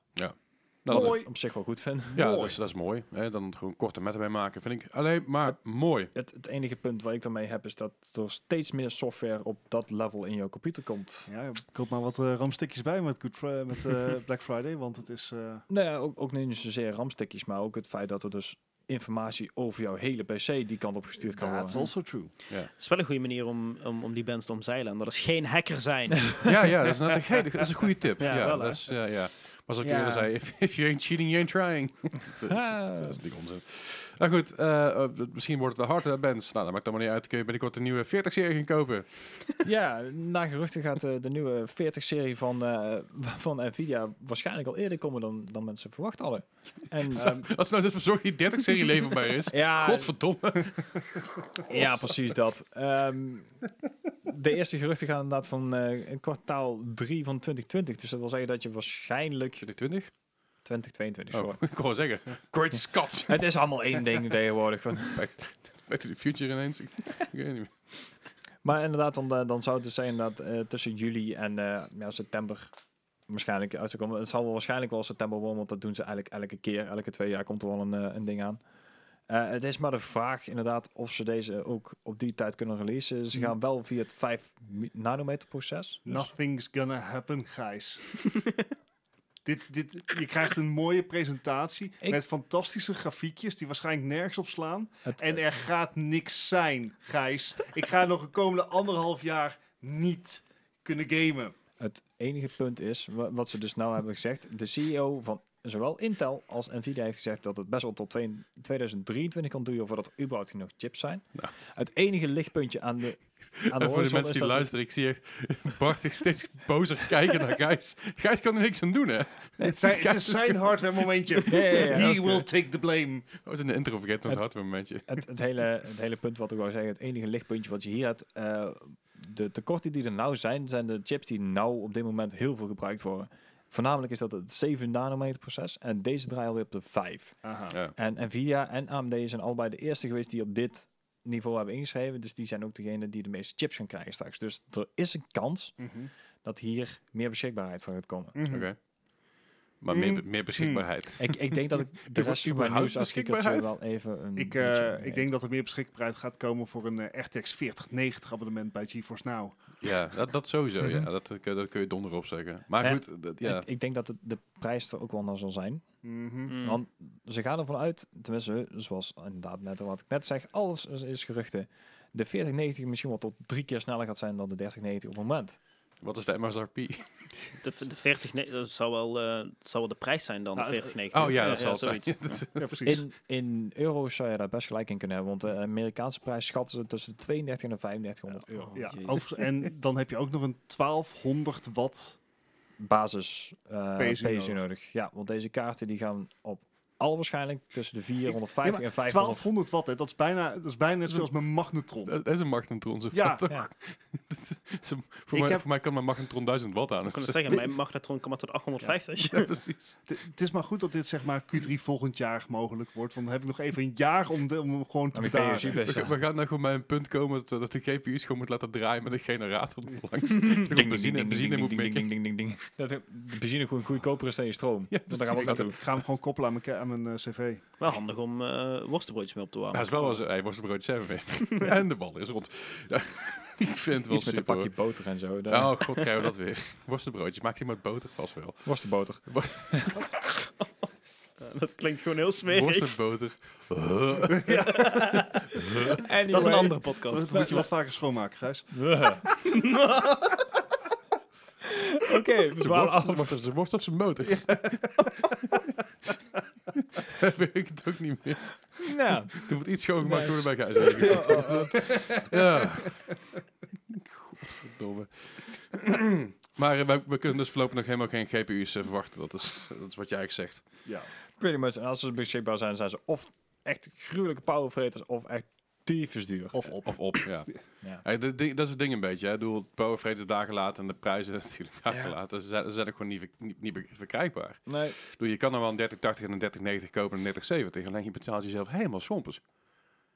S1: Nou, dat-
S2: Mooi.
S3: Wat ik op zich wel goed vind.
S1: Ja,
S2: Mooi.
S1: dat is, dat is mooi. Hè? Dan gewoon korte metten bij maken, vind ik alleen maar mooi.
S3: [laughs] Het, het enige punt waar ik daarmee heb is dat er steeds meer software op dat level in jouw computer komt.
S2: Ja, koop maar wat eh, ramstikjes bij met, Good Fri- met eh, Black Friday, want het is... eh,
S3: Nou ja, ook, ook niet zozeer ramstikjes, maar ook het feit dat er dus informatie over jouw hele PC die kant op gestuurd kan
S2: that's
S3: worden.
S2: also true.
S4: Het is wel een goede manier om, om, om die bands te omzeilen. En dat is geen hacker
S1: [laughs]
S4: zijn.
S1: Ja, ja, dat is, net een, ge- dat is een goede tip. Ja,
S4: Ja, wel,
S1: dat
S4: hè?
S1: is, ja, ja. Maar zoals ik
S3: Ja.
S1: eerder zei, if, if you ain't cheating, you ain't trying. [laughs] dat, is, dat is niet onzin. Nou goed, eh, eh, misschien wordt het wel hard, hè, Benz. Nou, dat maakt allemaal niet uit. Kun je binnenkort een nieuwe 40-serie gaan kopen.
S3: Ja, na geruchten gaat eh, de nieuwe 40-serie van, eh, van Nvidia waarschijnlijk al eerder komen dan, dan mensen verwacht hadden.
S1: [laughs]
S3: En, ehm,
S1: Als nou dus zorg die 30-serie leverbaar is. Ah.
S3: ja,
S1: Godverdomme. [laughs]
S3: ja, precies dat. Ehm, de eerste geruchten gaan inderdaad van eh, kwartaal 3 van 2020. Dus dat wil zeggen dat je waarschijnlijk
S1: 2020?
S3: 2022,
S1: Oh,
S3: sorry.
S1: [laughs] ik kon wel zeggen. Great
S3: [laughs]
S1: Scott.
S3: Het is allemaal één ding tegenwoordig.
S1: [laughs] Back to the future ineens. Ik, ik weet niet meer.
S3: Maar inderdaad, dan, eh, dan zou het dus zijn dat eh, tussen juli en eh, ja, september waarschijnlijk uit zou komen. Het zal wel waarschijnlijk wel september worden, want dat doen ze eigenlijk elke keer. Elke twee jaar komt er wel een, eh, een ding aan. Eh, het is maar de vraag inderdaad of ze deze ook op die tijd kunnen releasen. Ze gaan wel via het 5 mi- nanometer proces. Dus
S2: Nothing's gonna happen, Gijs. dit, dit, je krijgt een mooie presentatie
S3: Ik-
S2: met fantastische grafiekjes die waarschijnlijk nergens op slaan.
S3: het,
S2: En er gaat niks zijn, Gijs. Ik ga nog de komende anderhalf jaar niet kunnen gamen.
S3: het enige punt is, wa- wat ze dus nou hebben gezegd, de CEO van zowel Intel als Nvidia heeft gezegd dat het best wel tot twee- 2023 kan duren voordat er überhaupt genoeg chips zijn.
S1: Nou.
S3: Het enige lichtpuntje
S1: [laughs]
S3: aan de, aan de
S1: En voor de
S3: horizon
S1: mensen
S3: is
S1: die
S3: dat het-
S1: luisteren, ik zie echt Bart echt steeds bozer kijken naar Gijs. Gijs kan er niks aan doen, hè?
S2: Het, zijn,
S3: [laughs]
S2: het is zijn hardware momentje.
S3: Ja, ja, ja,
S2: He
S3: oké.
S2: will take the blame.
S1: Oh, is in de intro vergeten dat het hard momentje.
S3: het, het, hele, het hele punt wat ik wou zeggen, het enige lichtpuntje wat je hier hebt, eh, de tekorten die er nou zijn, zijn de chips die nou op dit moment heel veel gebruikt worden. Voornamelijk is dat het 7 nanometer proces en deze draait alweer op de 5.
S2: Aha.
S1: Ja.
S3: En Nvidia en AMD zijn allebei de eerste geweest die op dit niveau hebben ingeschreven. Dus die zijn ook degene die de meeste chips gaan krijgen straks. Dus er is een kans dat hier meer beschikbaarheid van gaat komen.
S2: Mhm.
S1: Oké. Maar meer,
S3: Hm.
S2: Mm.
S1: meer beschikbaarheid.
S3: Ik, ik denk dat
S2: [laughs]
S3: ik de
S1: Überhaupt
S3: rest van mijn nieuwsartikeltje
S1: beschikbaarheid?
S3: wel even een...
S2: Ik,
S3: beetje
S2: eh, ik
S3: meegeef.
S2: denk dat er meer beschikbaarheid gaat komen voor een eh, RTX 4090 abonnement bij GeForce Now.
S1: Ja, dat, dat sowieso. Ja,
S3: Hm. Mhm.
S1: dat, eh, kun- dat kun je donder op zeggen. Maar
S3: Eh,
S1: goed, dat, ja.
S3: ik, ik denk dat het- de prijs er ook wel naar zal zijn.
S2: Mhm.
S4: Mm.
S3: Want ze gaan ervan uit, tenminste, zoals inderdaad net wat ik net zeg, alles is, is geruchten. De 4090 misschien wel tot drie keer sneller gaat zijn dan de 3090 op het moment.
S1: Wat is de
S3: [laughs]
S1: MSRP?
S4: De, de 40, nee, dat zou wel, eh, dat zou wel de prijs zijn dan,
S2: Nou,
S4: de 4090.
S1: Oh ja, dat zal het zijn. [laughs]
S4: zoiets.
S1: Dat is-
S2: Ja, precies.
S3: In, in euro's zou je daar best gelijk in kunnen hebben, want de Amerikaanse prijs schatten ze tussen de 32 en de 3500 euro.
S2: ja,
S4: Jezus.
S2: overigens- en dan heb je ook nog een 1200 watt.
S3: Basis eh
S2: PSU
S3: PSU
S2: nodig.
S3: nodig. Ja, want deze kaarten die gaan op alle waarschijnlijk tussen de 450 en 500.
S2: 1200 watt, hè, dat is bijna, dat is bijna net zoals mijn magnetron.
S1: Dat dat is een magnetron. Zo
S2: Ja.
S1: van-
S3: Ja.
S1: [laughs] Dat is een- voor,
S2: Ik
S1: mij,
S2: heb-
S1: voor mij kan mijn magnetron 1000 watt aan. dus-
S4: Ik kan het zeggen, mijn magnetron kan maar tot
S1: [laughs]
S4: 850.
S1: Ja, precies.
S2: Het het is maar goed dat dit zeg maar Q3 volgend jaar mogelijk wordt. Want dan heb ik nog even een jaar om, de, om hem gewoon te
S3: Maar die
S2: betalen.
S3: PSU
S2: Ja,
S1: We,
S3: best
S1: we gaan nou gewoon bij een punt komen dat, dat de GPU's gewoon moet laten draaien met een generator
S3: [laughs]
S1: er langs. Dus gewoon benzine, benzine moet mee.
S3: Dat de benzine gewoon goedkoper is dan je stroom.
S1: Ja,
S3: Want daar gaan we ook
S1: precies.
S3: naartoe.
S2: Dus Ik ga hem gewoon koppelen aan mijn, ke- aan mijn eh, cv.
S4: [laughs] Wel handig om eh worstenbroodjes mee op te warmen.
S1: Dat is wel als hij was de brood 7 weer. En de bal is rond. [laughs] Ja, ik vind het wel
S3: Iets met een
S1: super,
S3: pakje boter en zo.
S1: hoor.
S3: Daar
S1: Oh god, krijgen we dat weer. Worstenbroodjes, maak die met boter vast wel.
S3: was de boter.
S4: Eh, dat klinkt gewoon heel smerig.
S1: [laughs] Worstenboter.
S4: Dat is een andere
S2: Dat
S4: podcast.
S2: moet je wat vaker schoonmaken, Gijs.
S3: Oké, okay,
S1: Ze worst, of- ze worst of zijn boter. [laughs] Dat weet ik het ook niet meer.
S3: [laughs] Nou,
S1: Er moet iets schoongemaakt
S3: Nee.
S1: worden bij Gijs. denk ik. [laughs] Ja. Godverdomme. [clears throat] maar eh, we, we kunnen dus voorlopig nog helemaal geen GPU's eh, verwachten. Dat is, dat is wat jij eigenlijk zegt.
S2: Ja.
S3: pretty much. En als ze beschikbaar zijn, zijn ze of echt gruwelijke powerfreters of echt tyfus duur.
S2: Of op.
S1: Of op, ja.
S3: Ja.
S1: Hey, dat, ding- dat is het ding een beetje. Hè. Ik bedoel, Power Freight is dagen later en de prijzen [laughs] natuurlijk dagen
S3: Ja.
S1: later. Ze zijn, ze zijn ook gewoon niet, ver- niet, niet be- verkrijgbaar.
S3: Nee,
S1: Ik bedoel, je kan er wel een 3080 en een 3090 kopen en een 3070. Alleen je betaalt jezelf helemaal schompers.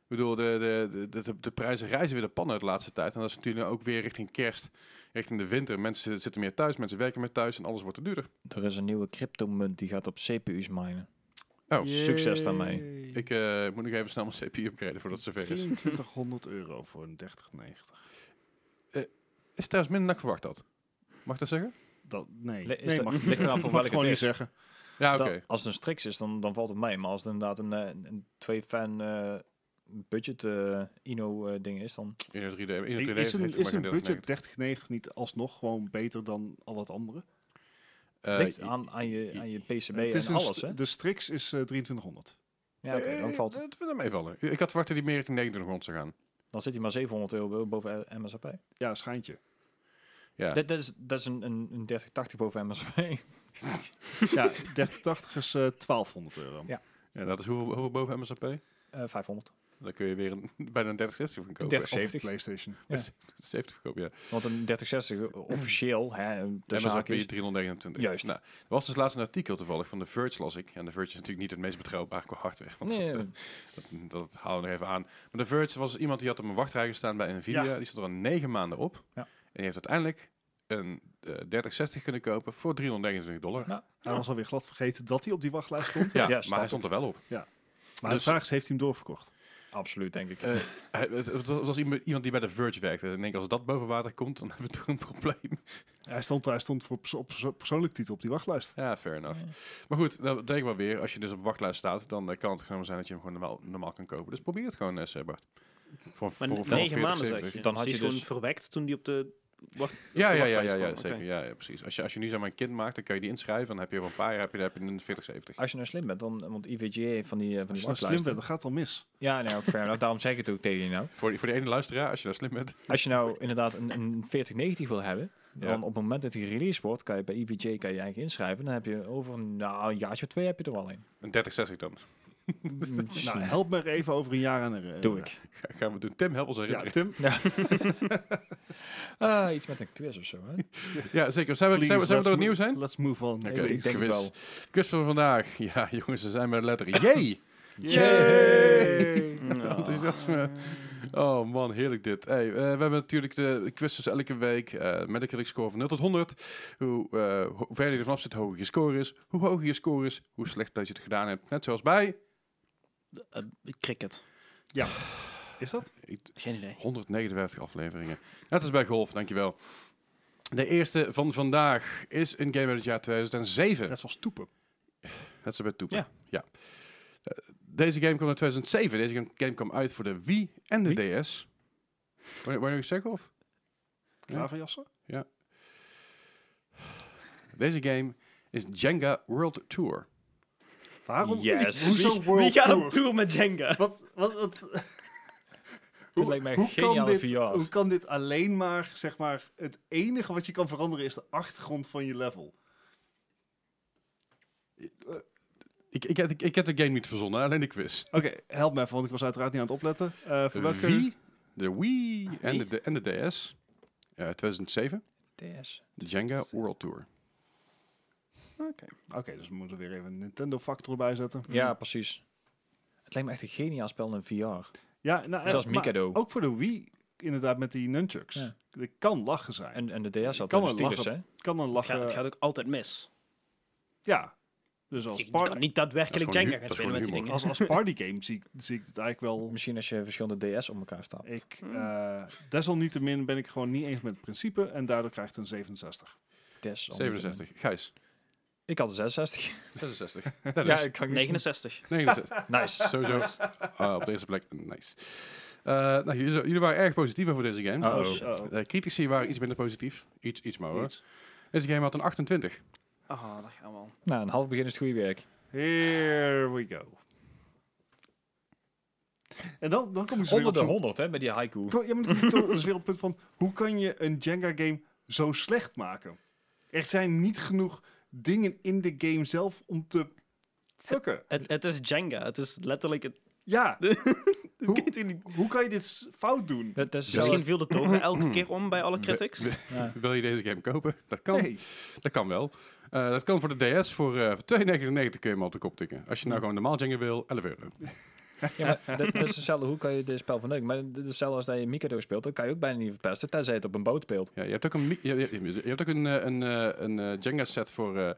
S1: Ik bedoel, de, de, de, de, de prijzen reizen weer de pan uit de laatste tijd. En dat is natuurlijk ook weer richting kerst, richting de winter. Mensen zitten meer thuis, mensen werken meer thuis en alles wordt er duurder.
S3: er is een nieuwe cryptomunt die gaat op CPU's minen.
S1: Oh.
S3: Succes daarmee.
S1: Ik eh, moet nog even snel mijn CPU upgraden voordat het zover is.
S2: 2300 euro voor een 3090.
S1: Is trouwens minder dan ik verwacht had. Mag ik dat zeggen?
S2: Dat, nee.
S3: Le- is
S2: nee,
S3: dat-
S2: mag,
S3: ligt eraan
S2: mag
S3: voor welke
S2: gewoon
S3: het
S2: niet
S3: is.
S2: zeggen.
S1: Ja, oké.
S3: Dat- als het een Strix is, dan, dan valt het mee. Maar als het inderdaad een, eh, een, een twee-fan eh, budget eh, Ino-ding is, dan...
S1: In het 3D. In het 3D heeft
S2: Is
S1: hij
S2: een,
S1: maar
S2: is
S1: geen
S2: een
S1: 3090.
S2: budget 3090 niet alsnog gewoon beter dan al het andere?
S1: Eh,
S3: ligt aan, aan, je, aan je PCB
S2: het is
S3: en
S2: een
S3: alles,
S2: st-
S3: hè?
S2: De Strix is eh, 2300.
S3: Ah, Ja, oké, dan,
S1: eh,
S3: valt, het-
S1: Dat wil hem meevallen. Ik had verwacht dat hij meer richting 29 rond zou gaan.
S3: dan zit hij maar 700 euro bo- boven eh, MSRP.
S2: Ja, schijntje.
S1: Ja.
S3: Dat, dat is, dat is een, een, een 3080 boven [laughs] MSRP.
S2: ja, 3080 is eh, 1200 euro.
S3: Ja.
S1: ja, dat is hoeveel, hoeveel boven MSRP?
S3: Eh 500.
S1: Dan kun je weer een, [laughs] bijna een 3060 van
S3: Een
S1: kopen.
S3: 3070.
S2: Of een PlayStation.
S3: ja.
S1: 70 verkopen, ja.
S3: Want
S2: [clears throat]
S3: een 3060 officieel, hè,
S1: De
S3: tussen
S1: MSRP
S3: haakjes,
S1: 329.
S3: Juist.
S1: Nou, er was dus laatst een artikel toevallig van The Verge, las ik. En The Verge is natuurlijk niet het meest betrouwbaar qua hardware. Want
S3: Nee,
S1: dat, eh, [laughs] dat, dat halen we nog even aan. Maar The Verge was iemand die had op een wachtrij gestaan bij Nvidia.
S2: Ja.
S1: Die stond er al negen maanden op.
S3: Ja.
S1: En die heeft uiteindelijk een eh, 3060 kunnen kopen voor 329 dollar.
S3: Ja.
S2: Hij was alweer glad vergeten dat hij op die wachtlijst stond.
S1: Ja, maar
S3: snap
S1: hij
S3: ik.
S1: stond er wel op.
S2: Maar
S1: Dus-
S2: de vraag is, heeft hij hem doorverkocht?
S3: absoluut, denk ik.
S1: Eh, [laughs] hij- het, het was, het was iemand iemand die bij The Verge werkte. En ik denk, als dat boven water komt, dan hebben we toch een probleem.
S2: Hij stond, hij stond voor perso- op perso- persoonlijk titel op die wachtlijst.
S1: Ja, fair enough.
S3: Ja.
S1: Maar goed, dat betekent wel weer, als je dus op wachtlijst staat, dan eh, kan het gewoon zijn dat je hem gewoon normaal, normaal kan kopen. Dus probeer het gewoon, eh Sebart. Voor,
S4: Maar
S1: voor, voor
S4: negen
S1: 40,
S4: maanden zeg
S1: 70.
S4: je.
S3: Dan had
S4: Dus die
S3: je
S4: is
S3: dus-
S4: gewoon verwekt toen die op de... Wacht,
S1: Ja,
S4: de
S1: ja, ja, ja,
S4: wachtlijst
S1: ja,
S4: kwam,
S1: zeker.
S4: oké.
S1: Ja, ja, precies. Als je, als je nu zomaar een kind maakt, dan kan je die inschrijven. Dan heb je over een paar jaar heb je, dan heb je een 4070.
S4: Ah.
S3: Als je nou slim bent, dan, want IVGA heeft van die, eh,
S2: Als
S3: van die
S2: je nou slim bent,
S3: wachtlijsten.
S2: dan gaat het al mis.
S3: Ja, nou, fair enough. Daarom zeg ik het ook tegen je nou.
S1: Voor, die- voor die ene luisteraar, als je nou slim bent.
S3: Als je nou inderdaad een, een 4090 wil hebben,
S1: Ja.
S3: dan op het moment dat die release wordt, kan je bij IVJ kan je eigen inschrijven. Dan heb je over nou, een jaartje of twee heb je er wel een. Dus, eh,
S1: Een 3060 dan. [laughs]
S2: Nou, help me er even over een jaar aan herinneren.
S3: Doe ik.
S1: Ga- Gaan we doen. Tim, help ons
S2: Ja,
S1: herinneren.
S2: Tim,
S3: Ah, iets met een quiz of zo. Hè?
S1: Ja, zeker. Zijn we, zijn we,
S2: please,
S1: zijn we
S2: let's
S1: door het
S2: mo-
S1: nieuws heen?
S2: Let's move on.
S1: Oké,
S3: ik denk het
S1: quiz.
S3: wel.
S1: [laughs] Quiz van vandaag. Ja, jongens, ze zijn bij de letter J. Yay!
S4: Ja.
S1: Enthousiasme. Oh man, heerlijk dit. Hey, eh, we hebben natuurlijk de quizzes elke week eh met een critic score van 0 tot 100. Hoe, eh, hoe verder je er vanaf zit, hoe hoger je score is. Hoe hoger je score is, hoe slecht dat je het gedaan hebt. Net zoals bij
S4: Eh, cricket.
S2: Is dat?
S4: Geen idee.
S1: 159 afleveringen. Net als bij golf, dankjewel. De eerste van vandaag is een game uit het jaar 2007.
S2: Net zoals toepen.
S1: Dat ze bij Toepen. Ja.
S4: Ja.
S1: Eh, Deze game kwam in 2007. Deze game- game kwam uit voor de Wii en de DS. Wanneer wil je zeggen of?
S2: Klaverjassen?
S1: Deze game is Jenga World Tour.
S2: Waarom?
S3: Yes.
S2: Hoezo
S4: Wie-
S2: World
S4: Wie gaat
S2: Tour?
S4: op tour met Jenga?
S2: Wat, wat,
S3: [laughs]
S2: wat,
S3: Dit lijkt mij een
S2: kan
S3: geniale
S2: dit,
S3: VR.
S2: hoe kan dit alleen maar, zeg maar, het enige wat je kan veranderen is de achtergrond van je level?
S1: Ik, ik, ik, ik heb de game niet verzonnen, alleen de quiz.
S2: Oké, help me even, want ik was uiteraard niet aan het opletten. Eh voor welke...
S1: Wie? De Wii en de, en de DS. Eh, 2007.
S3: DS.
S1: De Jenga World Tour.
S2: Oké, dus we moeten weer even een Nintendo-factor bijzetten.
S3: Ja, precies. Het lijkt me echt een geniaal spel in VR.
S2: Ja, nou, eh,
S3: Zoals
S2: maar
S3: Mikado.
S2: Ook voor de Wii, inderdaad, met die nunchucks.
S3: Ja.
S2: Het kan lachen zijn.
S3: En, en de DS had
S2: Kan
S3: een
S2: wel
S3: stylus, hè?
S2: Het kan een
S4: Het
S2: lachen...
S4: gaat, het gaat ook altijd mis.
S2: Ja. Dus als,
S4: Je
S2: par
S4: kan niet daadwerkelijk
S1: Dat is gewoon hu-
S4: Jenga gaan
S1: dat is
S4: spelen met die
S1: gewoon
S4: dingen.
S2: als,
S3: [laughs]
S2: als partygame zie, ik- zie ik het eigenlijk wel...
S3: Misschien als je verschillende DS om elkaar staat.
S2: Ik, eh, desalniettemin ben ik gewoon niet eens met het principe en daardoor krijgt het een 67.
S3: DS om-
S1: 67. Gijs.
S3: Ik had een 66.
S1: [laughs] 66.
S3: ja, ik kan niet
S4: 69.
S3: [laughs]
S1: 69.
S3: Nice.
S1: Sowieso. Ah, op de eerste plek. Nice. Eh, nou, jullie, jullie waren erg positief over deze game.
S3: Oh,
S2: shit.
S1: Eh, De critici waren iets minder positief. Iets, iets maar hoor.
S2: Iets.
S1: Deze game had een 28.
S4: Ah, dat gaan we al.
S3: Nou, een half begin is het goede werk.
S2: Here we go. En dan, dan kom ik dus weer
S3: Onder
S2: op
S3: de
S2: zo'n...
S3: 100, hè, met die haiku.
S2: Kom- Ja, maar dan kom ik toch dus weer op het punt van... Hoe kan je een Jenga-game zo slecht maken? Er zijn niet genoeg dingen in de game zelf om te fucken.
S4: Het, het is Jenga. Het is letterlijk... Het,
S3: [laughs]
S2: Ja,
S4: Hoe?
S2: hoe, hoe kan je dit s- fout doen?
S3: Dat is
S4: Misschien
S3: zelfs-
S4: viel de toren elke keer om bij alle
S1: We-
S4: critics.
S1: we-
S3: ja.
S1: Wil je deze game kopen? Dat kan.
S2: Nee.
S1: Dat kan wel. Eh, dat kan voor de DS voor, eh voor 2,99 kun je hem al te kop tikken. Als je
S2: Mm.
S1: nou gewoon normaal Jenga wil, 11 euro.
S3: Ja, [laughs] maar dat, dat is hetzelfde. Hoe kan je dit spel verneuken? Maar dit is hetzelfde als dat je Mikado speelt. Dat kan je ook bijna niet verpesten, tenzij je het op een boot speelt.
S1: Ja, je hebt ook een, mi- je, je- je hebt ook een, eh, een, eh, een eh, Jenga set voor eh,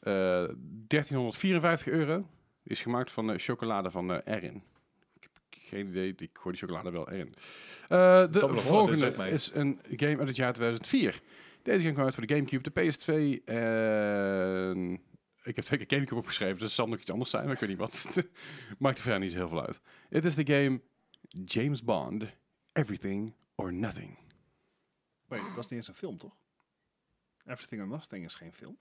S1: eh, 1354 euro. Die is gemaakt van eh, chocolade van eh, Erin. Ik heb geen idee, ik gooi die chocolade wel erin. Eh, de
S3: Dubbele honderd is dus ook
S1: volgende
S3: mee.
S1: is een game uit het jaar 2004. Deze game kwam uit voor de Gamecube, de PS2 en... Ik heb twee keer Gamecube opgeschreven, dus het zal nog iets anders zijn, maar ik weet niet wat. [laughs] Maakt er verder niet zo heel veel uit. Het is de game James Bond, Everything or Nothing.
S2: Wait, dat is niet eens een film, toch? Everything and Nothing is geen film.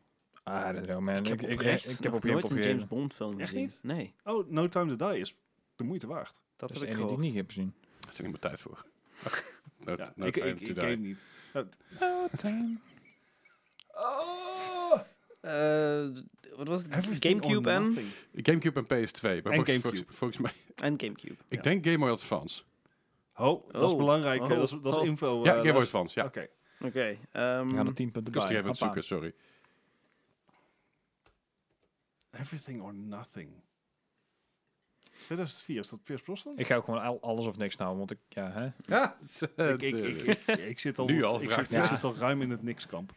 S3: I don't know, man. Ik, ik, ik,
S4: oprecht
S3: ik heb
S4: nog
S3: op
S4: nooit een
S3: James
S4: James
S3: gezien.
S4: Bond film
S2: Echt
S4: gezien.
S2: niet?
S4: Nee,
S2: Oh, No Time to Die is de moeite waard.
S4: dat
S3: Dat is
S4: heb
S3: de
S4: ik
S3: enige die
S4: gehoord.
S3: ik niet heb gezien.
S1: Daar heb ik niet meer tijd
S2: [laughs]
S1: voor. No-
S2: Ja,
S1: no
S2: ik
S1: time
S2: ik,
S1: to
S2: ik
S1: die.
S2: game niet. Oh,
S4: Eh, wat was het? Gamecube en?
S1: Gamecube en PS2. Maar volgens,
S2: Gamecube.
S1: Volgens, volgens mij,
S4: En Gamecube.
S1: ik denk Game Boy Advance.
S2: Oh, dat is
S4: Oh.
S2: belangrijk. eh,
S4: Oh.
S2: Dat is, dat is
S4: Oh.
S2: info. eh,
S1: ja, Game Boy
S2: luister-
S1: Advance, ja.
S2: Oké.
S4: Oké. ehm,
S3: We gaan er 10 punten
S1: Ik was er
S3: bij.
S1: even aan het
S3: Hoppa.
S1: zoeken,
S2: [laughs]
S1: sorry.
S2: Everything or Nothing. 2004, is dat Piers Brosnan?
S3: Ik ga ook gewoon al- alles of niks nou, want ik... Ja, hè?
S1: Ja,
S2: ik, ik, ik, ik, [laughs] ik zit al,
S1: eh, Nu al,
S2: ik
S1: vraagt
S2: zit,
S3: hij.
S2: ik zit al ruim in het nikskamp.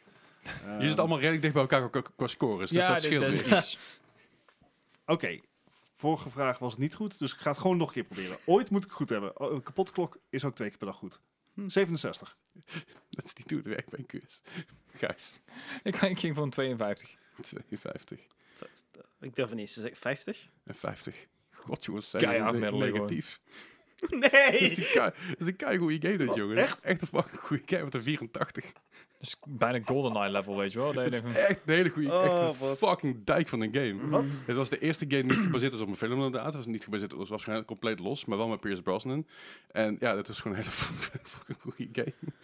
S2: Eh,
S1: Je zit allemaal redelijk dicht bij elkaar qua- qua scores, dus dat scheelt weer.
S2: Oké, vorige vraag was niet goed, dus ik ga het gewoon nog een keer proberen. Ooit moet ik het goed hebben. Oh, een kapotklok is ook twee keer per dag goed. 67.
S1: [laughs] Dat is niet hoe het werkt bij een quiz. [laughs] Gijs,
S3: Ik [laughs] ik ging van 52.
S1: 52
S4: Ik durf het niet eens te zeggen. [laughs] 50?
S1: en 50. God, jongens, zijn
S3: Keihard
S1: jullie
S3: medley, hoor.
S2: [laughs]
S1: negatief. Dat
S4: Nee!
S1: is een kei- dat is een kei goede game,
S2: Oh,
S1: dit, jongens. Echt? Echt een fucking goede game met een 84.
S3: Dus bijna GoldenEye level, weet je wel. Dat je
S1: Het is
S3: denkt van,
S1: echt een hele goede,
S4: Oh,
S1: echt een
S4: wat.
S1: fucking dijk van een game.
S2: Wat?
S1: Het was de eerste game die niet gebaseerd is op een film inderdaad. Het was niet gebaseerd, het was waarschijnlijk compleet los, maar wel met Pierce Brosnan. En ja, dat is gewoon een hele [laughs] fucking goede game.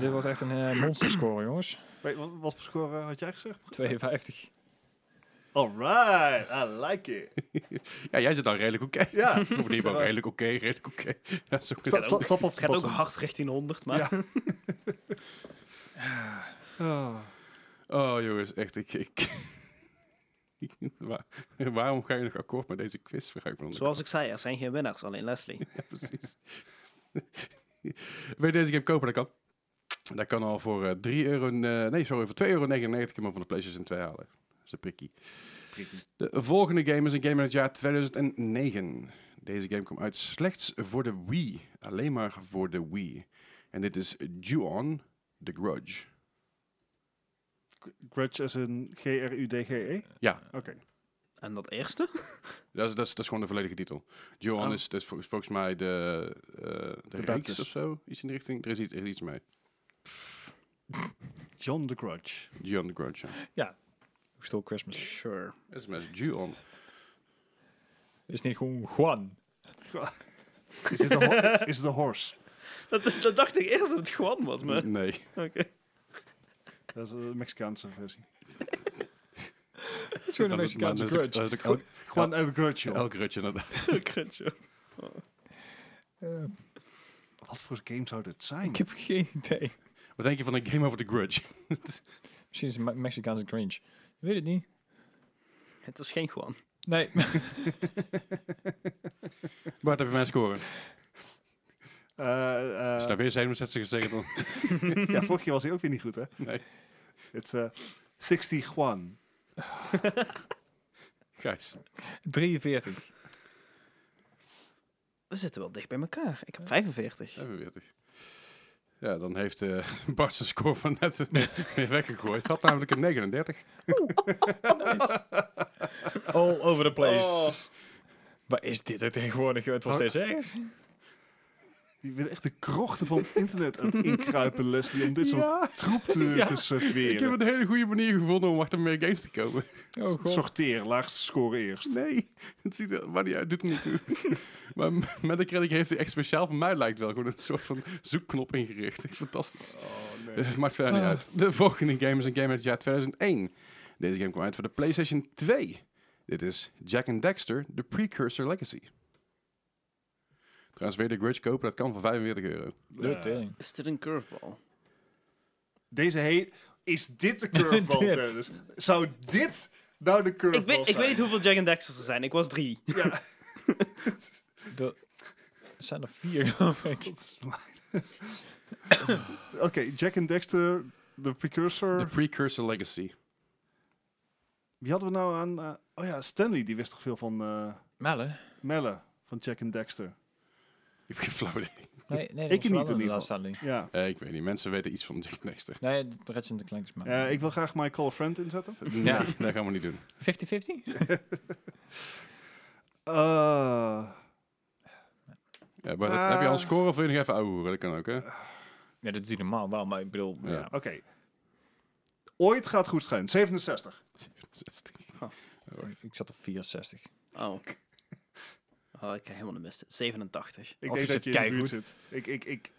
S3: Dit wordt echt een eh, monsterscore, jongens.
S2: Wait, wat, wat voor score eh, had jij gezegd?
S3: 52.
S2: Alright, I like it.
S1: Ja, jij zit nou redelijk oké.
S2: Ja.
S1: Of in ieder geval redelijk oké, redelijk oké. Ja, zo kun je het
S2: Top,
S1: ook.
S2: top, top of
S4: Het gaat ook
S2: bottom.
S4: hard richting 100, maar...
S2: Ja. Ah.
S1: Oh jongens, echt, ik... ik [laughs] Waar- waarom ga je nog akkoord met deze quizvraag? van
S4: [laughs] Zoals ik zei, er zijn geen winnaars, alleen Leslie.
S1: Ja, precies. Wil je deze game kopen? Dat kan. Dat kan al voor eh, 3 euro... eh, nee, sorry, voor 2,99 euro kun je hem van de PlayStation 2 halen. Dat is een prikkie.
S2: Prikkie.
S1: De volgende game is een game uit het jaar 2009. Deze game kwam uit slechts voor de Wii. Alleen maar voor de Wii. En dit is Ju-On The Grudge.
S2: Grudge is een G-R-U-D-G-E?
S1: Ja.
S2: Oké.
S4: En dat eerste? [laughs]
S1: Dat is, dat, is, dat is gewoon de volledige titel. Ju-On
S2: Oh.
S1: is, dat is vol- volgens mij de, eh de, reeks
S2: Baptist.
S1: of zo. Iets in de richting. Er is iets, er is iets mee.
S2: John the Grudge.
S1: Ju-On The
S2: [laughs]
S1: Grudge, ja.
S3: Still Christmas.
S4: Sure.
S1: Dat is met Ju-On.
S3: Is niet gewoon Juan?
S2: Is dit een, ho- is dit een horse?
S4: Dat, dat dacht ik eerst dat het gewoon was, maar...
S1: [laughs] Nee.
S4: Mm. [laughs]
S2: Dat is een Mexicaanse versie.
S3: Het is gewoon een
S1: Dat is- maar
S3: Mexicaanse
S1: dat is-
S3: grudge.
S1: dat is ook elk-
S2: Gewoon El Grudge, joh.
S1: Elk grudge inderdaad.
S4: Grudge, joh.
S3: eh,
S2: Wat voor game zou dit zijn?
S3: ik heb geen idee.
S1: Wat denk je van een game over the grudge? [laughs]
S3: Misschien is het Me- Mexicaanse grunge. Ik weet het niet.
S4: Het is geen gewoon.
S3: Nee, [laughs]
S1: Bart, heb je mijn score?
S2: Eh, eh,
S1: Is nou weer 67 gezegd dan?
S2: ja, vorig jaar was hij ook weer niet goed, hè?
S1: Nee.
S2: Het is eh, 60
S1: [laughs]
S2: Juan.
S1: Gijs.
S3: 43.
S4: We zitten wel dicht bij elkaar. Ik heb 45.
S1: 45. Ja, dan heeft eh, Bart zijn score van net [laughs] weer weggegooid. Had namelijk een 39.
S3: All over the place.
S4: Oh.
S3: Maar is dit er tegenwoordig? Het was
S2: Oh.
S3: steeds erg.
S2: Je bent echt de krochten van het internet aan het inkruipen, Leslie, om dit soort troep te,
S3: Ja.
S2: te
S1: Ik heb
S2: serveren.
S1: een hele goede manier gevonden om achter meer games te komen. [laughs]
S3: Oh god.
S2: Sorteer, laagste score eerst.
S1: Nee, het ziet er, maar niet uit, doet er niet toe. [laughs] maar Metacritic heeft hij echt speciaal voor mij lijkt wel gewoon een soort van zoekknop ingericht. Echt fantastisch.
S2: Oh, nee.
S1: [laughs] Het maakt verder niet
S3: Ah.
S1: uit. De volgende game is een game uit het jaar 2001. Deze game kwam uit voor de PlayStation 2. Dit is Jack and Dexter, The Precursor Legacy. Trouwens, weer de Grudge kopen, dat kan voor 45 euro.
S3: De
S2: Eh,
S3: tering.
S4: Is dit een curveball?
S2: Deze heet... Is dit
S3: [laughs]
S2: de curveball,
S3: Dit.
S2: Dennis? Zou dit nou de curveball
S4: Ik weet, ik
S2: zijn?
S4: weet niet hoeveel Jack and Dexters er zijn. Ik was drie.
S2: Ja,
S3: De... Er zijn er vier, geloof ik.
S2: dat is mijn-
S4: [laughs]
S2: Oké, Jack and Dexter, de precursor.
S1: The Precursor Legacy.
S2: Wie hadden we nou aan... eh, oh ja, Stanley, die wist toch veel van eh,
S3: Melle?
S2: Melle, van Jack and Dexter.
S1: Ik heb geen flauw idee.
S3: Nee, nee
S2: Ik niet
S3: dat was wel
S2: in
S3: de
S2: ieder
S3: laatste stelling.
S2: Ja.
S1: Eh, ik weet niet, mensen weten iets van Jack and Dexter.
S3: Nee, de Ratchet Clank is maar.
S2: Eh, ik wil graag My Call a Friend inzetten.
S1: Nee,
S3: [laughs] Ja.
S1: dat gaan we niet doen.
S3: 50-50?
S2: Eh,
S1: Ja, Eh, maar dat- heb je al een
S2: Ah.
S1: score of wil je nog even ouwe hoeren? Dat kan ook, hè?
S3: Ja, dat is niet normaal wel, maar ik bedoel...
S1: Ja.
S3: Ja.
S2: Oké. Ooit gaat goed schijn. 67.
S1: 67.
S3: Ik zat op 64.
S4: Oh. Oh, ik heb helemaal de mist. 87.
S2: Ik
S3: Of
S2: denk
S3: is
S2: dat
S3: het
S2: je in de buurt
S3: keigoed?
S2: zit.
S3: [laughs]
S2: Ik, ik, ik...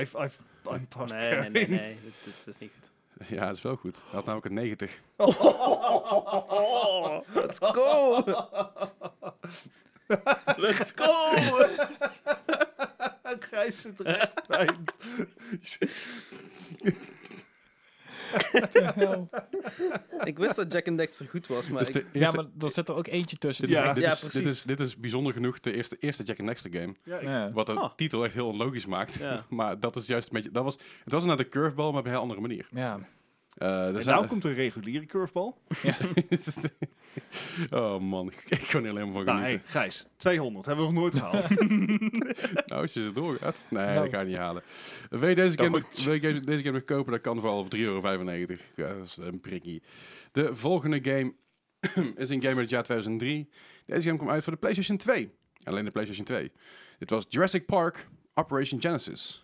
S2: I've, I've, I'm past
S4: nee, nee, nee, nee. Dit, dit is niet goed.
S1: Ja, dat is wel goed. Hij had namelijk een 90.
S2: [laughs]
S4: [laughs] [laughs] Oh, let's go! let's go!
S2: Gijs zit recht bij het.
S4: [laughs]
S3: [laughs]
S4: ik wist dat Jack and Dexter goed was, maar...
S1: Dit is de
S4: ik-
S1: eerste-
S3: Ja, maar er zit er ook eentje tussen.
S1: dit is-
S2: Ja.
S1: dit
S4: Ja,
S1: is- dit
S4: precies.
S1: is- Dit is bijzonder genoeg de eerste, eerste Jack and Dexter game.
S2: Ja, ik-
S3: Ja.
S1: Wat de
S4: Ah.
S1: titel echt heel onlogisch maakt.
S4: Ja.
S1: [laughs] maar dat is juist een beetje... Dat was, het was inderdaad de curveball, maar op een heel andere manier.
S3: Ja.
S1: Eh, er
S2: En
S1: zijn- [laughs]
S2: nou komt een reguliere curveball.
S1: oh man, ik, ik kan hier helemaal van
S2: Nou, hey,
S1: genieten.
S2: Gijs, 200 hebben we nog nooit gehaald.
S1: Nou, als je ze doorgaat. Nee,
S3: Nou.
S1: dat ga je niet halen. Wil je deze game,
S3: Nou,
S1: nog, wil je deze deze game nog kopen? Dat kan vooral voor 3,95 euro. Ja, dat is een prikkie. De volgende game [clears throat] is een game uit het jaar 2003. Deze game kwam uit voor de PlayStation 2. Alleen de PlayStation 2. Dit was Jurassic Park Operation Genesis.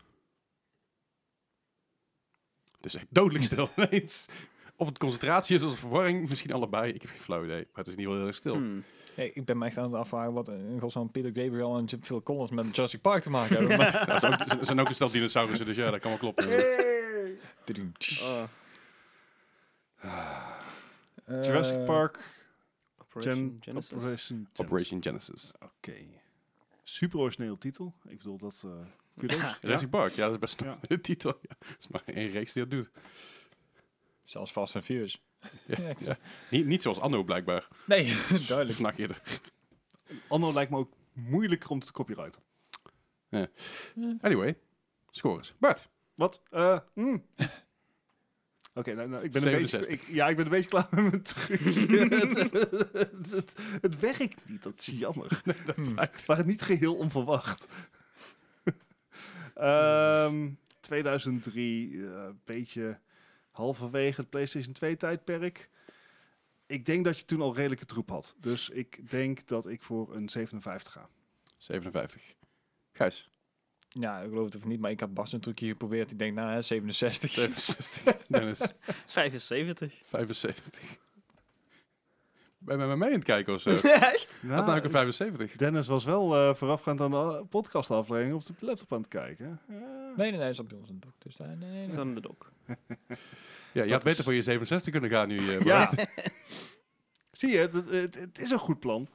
S1: Het is echt dodelijk stil ineens. Of het concentratie is of verwarring. Misschien allebei. Ik heb geen flauw idee. Maar het is niet wel heel erg
S4: [laughs]
S1: stil.
S4: Hmm.
S3: Hey, ik ben me echt aan het afvragen wat een godsnaam Peter Gabriel en Jim- Phil Collins met Jurassic Park te
S2: [laughs]
S3: maken hebben. Maar-
S1: Ja, er zijn ook- er zijn ook een stel dinosaurussen, dus ja, dat kan wel kloppen.
S2: Hey.
S4: Oh.
S3: Eh,
S2: Jurassic Park,
S4: Operation
S2: Gen-
S4: Genesis.
S2: Operation Genesis.
S1: Operation Genesis.
S2: Oké. Super origineel titel. Ik bedoel, dat... eh kudos. Ja.
S1: Jurassic Park, ja, dat is best
S2: Ja.
S1: een titel. Ja. Dat is maar één reeks die dat doet.
S3: Zelfs Fast and Furious.
S1: Ja,
S3: [laughs] Ja, het is-
S1: ja. Niet, niet zoals Anno blijkbaar.
S3: Nee, [laughs] duidelijk.
S1: Vandaag eerder.
S2: Anno lijkt me ook moeilijker om te copyrighten.
S1: Anyway, scores. Bart,
S2: Wat? Eh, hmm. [laughs] Oké, nou, nou, ik ben een beetje...
S1: 67.
S2: ik- ja, ik ben een beetje klaar met mijn trucje. [laughs] het, het, het- het werkt niet, dat is jammer.
S3: Hmm.
S2: Maar het niet geheel onverwacht. [laughs] Ehm, 2003, eh, een beetje halverwege het PlayStation 2-tijdperk. Ik denk dat je toen al redelijke troep had. Dus ik denk dat ik voor een 57 ga.
S1: 57. Gijs,
S3: Ja, ik geloof het of niet, maar ik had Bas een trucje geprobeerd. Ik denk, nou hè,
S2: [laughs]
S3: 67.
S1: 67. Dennis,
S4: 75.
S1: 75. Ben je met mij aan het kijken of zo? Had
S4: Echt?
S1: nou ook een 75.
S2: Dennis was wel eh, voorafgaand aan de podcastaflevering op de laptop aan het kijken.
S3: Nee, nee, nee, dat is op ons in het boek. Dus, eh, nee, nee,
S4: Is
S3: nee.
S4: aan de dok.
S1: Ja, je
S2: Dat
S1: had beter
S2: is-
S1: voor je 67 kunnen gaan nu. eh,
S2: Ja.
S1: Bart.
S2: [laughs] Zie je, het, het, het is een goed plan.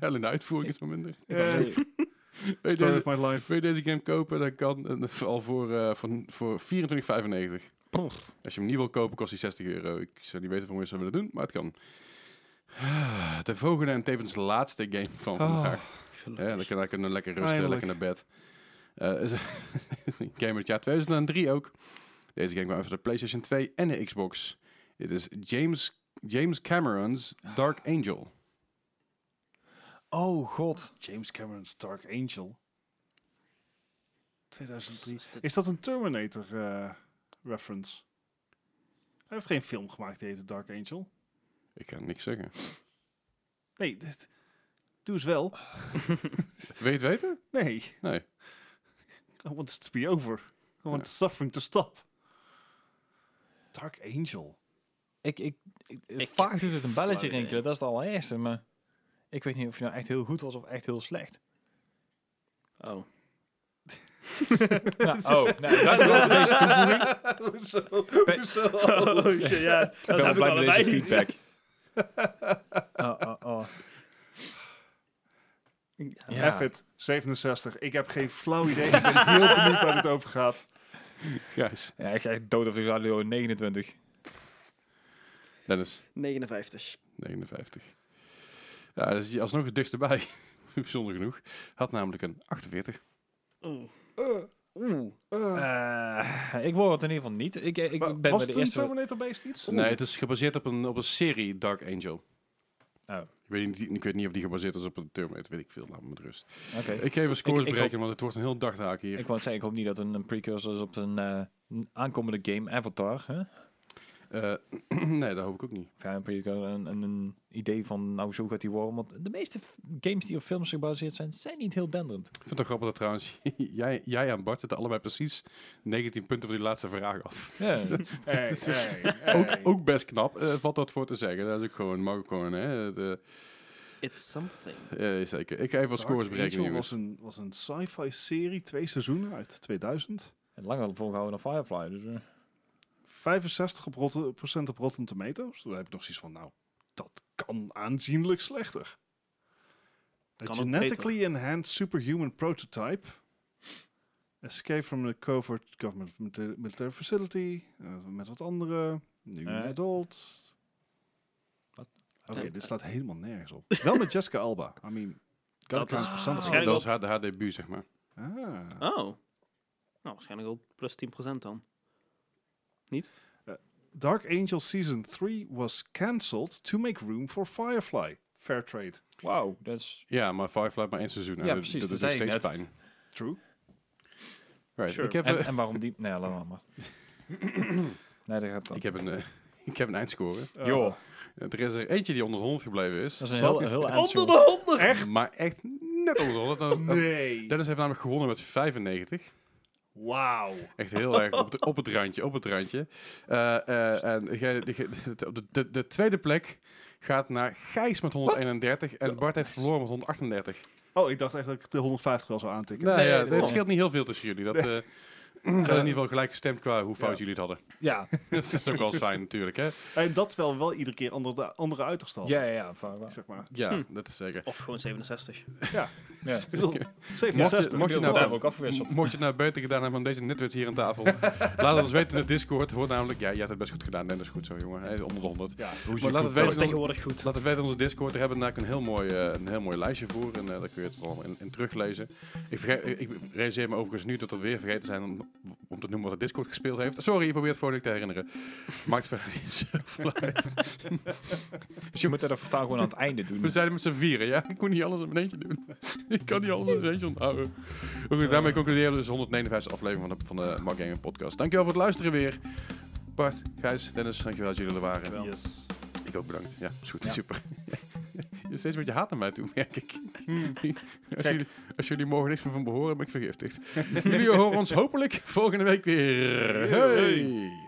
S1: ja, alleen de uitvoering is wel minder.
S2: Eh,
S1: Weet je,
S2: story
S1: deze,
S2: of my life.
S1: wil je deze game kopen, dan kan eh, al voor, eh, van, voor 24,95. Als je hem niet wil kopen, kost hij 60 euro. Ik zou niet weten waarom je dat zou willen doen, maar het kan. De volgende en tevens laatste game van vandaag. Ja, dan
S4: Gelukkig.
S1: kunnen we kunnen lekker rusten,
S2: Eindelijk.
S1: lekker naar bed. Eh, is- [laughs] is een game uit het jaar 2003 ook. Deze game kwam uit voor de PlayStation 2 en de Xbox. Dit is James, James Cameron's Dark Angel.
S3: Oh god.
S2: James Cameron's Dark Angel. 2003.
S4: Is dit-
S2: Is dat een Terminator eh, reference? Hij heeft geen film gemaakt die heet Dark Angel.
S1: Ik ga niks zeggen.
S2: Nee, dit, doe eens wel.
S1: Wil je het weten?
S2: Nee,
S1: Nee.
S2: [laughs] I want it to be over. I want
S1: Ja.
S2: suffering to stop. Dark Angel.
S3: Ik, ik, ik,
S4: Ik-
S3: vaak doet het een belletje
S4: flauw idee.
S3: rinkelen, dat is het allereerste. Maar ik weet niet of je nou echt heel goed was of echt heel slecht.
S4: Oh.
S3: Nou, [laughs] oh, nou, dankjewel voor deze
S2: [laughs]
S3: toevoeging.
S2: Hoezo?
S3: Ben-
S2: Hoezo?
S4: [laughs] Oh, shit, ja. Dat
S3: Ik ben wel
S4: heb [laughs] ik
S3: blij met
S4: allebei
S3: deze
S4: niet.
S3: feedback. Oh, [laughs] oh, oh. [laughs] Ja.
S2: F it, 67. Ik heb geen flauw idee. Ik ben [laughs] heel benieuwd waar het over gaat.
S1: Gijs.
S3: Ja, ik ga echt dood op de radio 29.
S1: Dennis.
S4: 59.
S1: 59. Ja, daar is hij alsnog het dichtst bij. [laughs] Bijzonder genoeg. Had namelijk een 48.
S4: Oeh.
S2: Eh,
S4: Oeh.
S2: eh.
S4: Ah.
S3: Eh, ik word het in ieder geval niet. Ik, ik
S2: Maar
S3: ben bij
S2: was
S3: de
S2: het een
S3: eerste...
S2: Terminator-based iets?
S1: Nee, het is gebaseerd op een, op een serie Dark Angel.
S3: Oh.
S1: Ik weet, niet, ik weet niet of die gebaseerd is op een Terminator, weet ik veel. Laat me met rust.
S3: Oké.
S1: Ik ga even scores
S3: Ik- ik
S1: berekenen, want het wordt een heel dagtaak hier.
S3: Ik wou zeggen, ik hoop niet dat een, een precursor is op een eh, een aankomende game Avatar. Hè?
S1: Eh, [clears throat] nee, dat hoop ik ook niet.
S3: Of ja, een, precursor, een, een, een idee van, nou zo gaat die worden. Want de meeste f- games die op films gebaseerd zijn, zijn niet heel denderend.
S1: Ik vind het wel grappig dat trouwens, [laughs] jij, jij en Bart zitten allebei precies 19 punten voor die laatste vraag af. [laughs]
S3: Ja, [laughs]
S2: Hey, [laughs] hey, hey.
S1: Ook, ook best knap, eh, valt dat voor te zeggen. Dat is ook gewoon, mag ook gewoon, hè. De,
S4: It's something.
S1: eh, zeker. Ik ga even wat
S2: Dark
S1: scores
S2: Angel
S1: berekenen, jongens.
S2: was een, was een sci-fi serie, twee seizoenen uit 2000.
S3: en langer volgehouden dan Firefly. Dus, eh,
S2: 65% op Rotten, procent op Rotten Tomatoes. Daar heb ik nog zoiets van, nou, dat kan aanzienlijk slechter.
S4: Kan
S2: A
S4: ook
S2: genetically enhanced superhuman prototype. Escape from the covert government milita- military facility. eh, met wat andere. New
S3: Eh.
S2: adult.
S3: Wat?
S2: Oké,
S4: Eh.
S2: dit slaat helemaal nergens op. Wel met Jessica Alba. I mean, gotta
S4: Dat is
S2: count for something.
S1: Oh, Dat
S4: waarschijnlijk
S1: was haar, haar debuut, zeg maar.
S2: Ah.
S4: Oh. Nou, waarschijnlijk al plus 10% dan.
S2: Dark Angel Season 3 was cancelled to make room for Firefly. Fair trade.
S3: Wauw, dat is...
S1: Ja, maar Firefly maar één seizoen.
S3: Ja,
S1: dat-
S3: precies,
S1: Dat
S3: dat
S1: is nog
S3: zei ik
S1: steeds
S3: net.
S1: pijn.
S2: True.
S1: Right,
S4: Sure.
S1: ik, heb,
S3: En,
S1: eh,
S3: en waarom die... Nee, laat maar.
S1: [coughs]
S3: maar. Nee, dat gaat [laughs] dan.
S1: ik, heb een, eh, [laughs] ik heb een eindscore.
S2: Eh,
S3: Joh,
S1: Er is er eindje die onder de 100 gebleven is.
S3: dat is een heel,
S2: Wat?
S3: heel eindshow.
S4: de Oh, honderd!
S1: Maar echt net onder de 100. Dat- dat-
S2: Nee.
S1: Dennis heeft namelijk gewonnen met 95.
S2: Wauw.
S1: Echt heel erg op het, op het randje, op het randje. Eh, eh, en jij- de, de, de, de tweede plek gaat naar Gijs met 131 en Bart heeft verloren met 138.
S2: Oh, ik dacht echt dat ik de 150 wel zou aantikken.
S1: Nou
S3: Nee,
S1: ja,
S3: dat
S1: het
S3: klopt.
S1: scheelt niet heel veel tussen jullie. Dat, eh, zijn in ieder geval gelijk gestemd qua hoe fout
S2: Ja.
S1: jullie het hadden. [laughs]
S2: Ja,
S1: dat is ook wel fijn natuurlijk, hè?
S2: en dat wel wel iedere keer andere, andere uiterste hadden,
S3: Ja, ja, ja. van-
S2: zeg maar.
S1: Ja, dat is zeker.
S4: Of gewoon 67.
S3: ja.
S2: Ik bedoel,
S1: Mocht je,
S2: 67.
S1: mocht je
S3: Nou, daar
S1: nou
S3: hebben we ook afgewisseld.
S1: Mocht je het nou beter gedaan hebben dan deze netwits hier aan tafel, laat het ons weten in de Discord. Hoor namelijk, ja, je hebt het best goed gedaan. Nee, dat is goed zo, jongen. Hey, onder de 100.
S2: Ja,
S1: Maar laat het
S4: Dat is
S1: weten. in-
S4: tegenwoordig goed.
S1: Laat het weten in onze Discord. Daar hebben we namelijk een heel mooi, eh, een heel mooi lijstje voor. En eh, daar kun je het allemaal in, in teruglezen. Ik, vergeet, ik realiseer me overigens nu dat we weer vergeten zijn om, om te noemen wat de Discord gespeeld heeft. Sorry, je probeert het voor niet te herinneren. Maakt verder niet [laughs] zoveel uit.
S3: Misschien moeten we dat vertaal gewoon aan het einde doen.
S1: We zijn met z'n vieren, ja. Ik kon niet alles in mijn eentje doen. [laughs] ik kan niet alles in mijn eentje onthouden. Oké, daarmee concluderen we dus de 159 aflevering van de, van de Mark Gaming Podcast. Dankjewel voor het luisteren weer. Bart, Gijs, Dennis, dankjewel dat jullie er waren.
S2: Yes.
S1: Ik ook bedankt. Ja, is goed.
S3: Ja.
S1: Super. [laughs] Je hebt steeds wat je haat naar mij toe, merk ik. [laughs] als, jullie, als jullie morgen niks meer [laughs] van me horen, ben ik vergiftigd. jullie horen ons hopelijk volgende week weer. hey.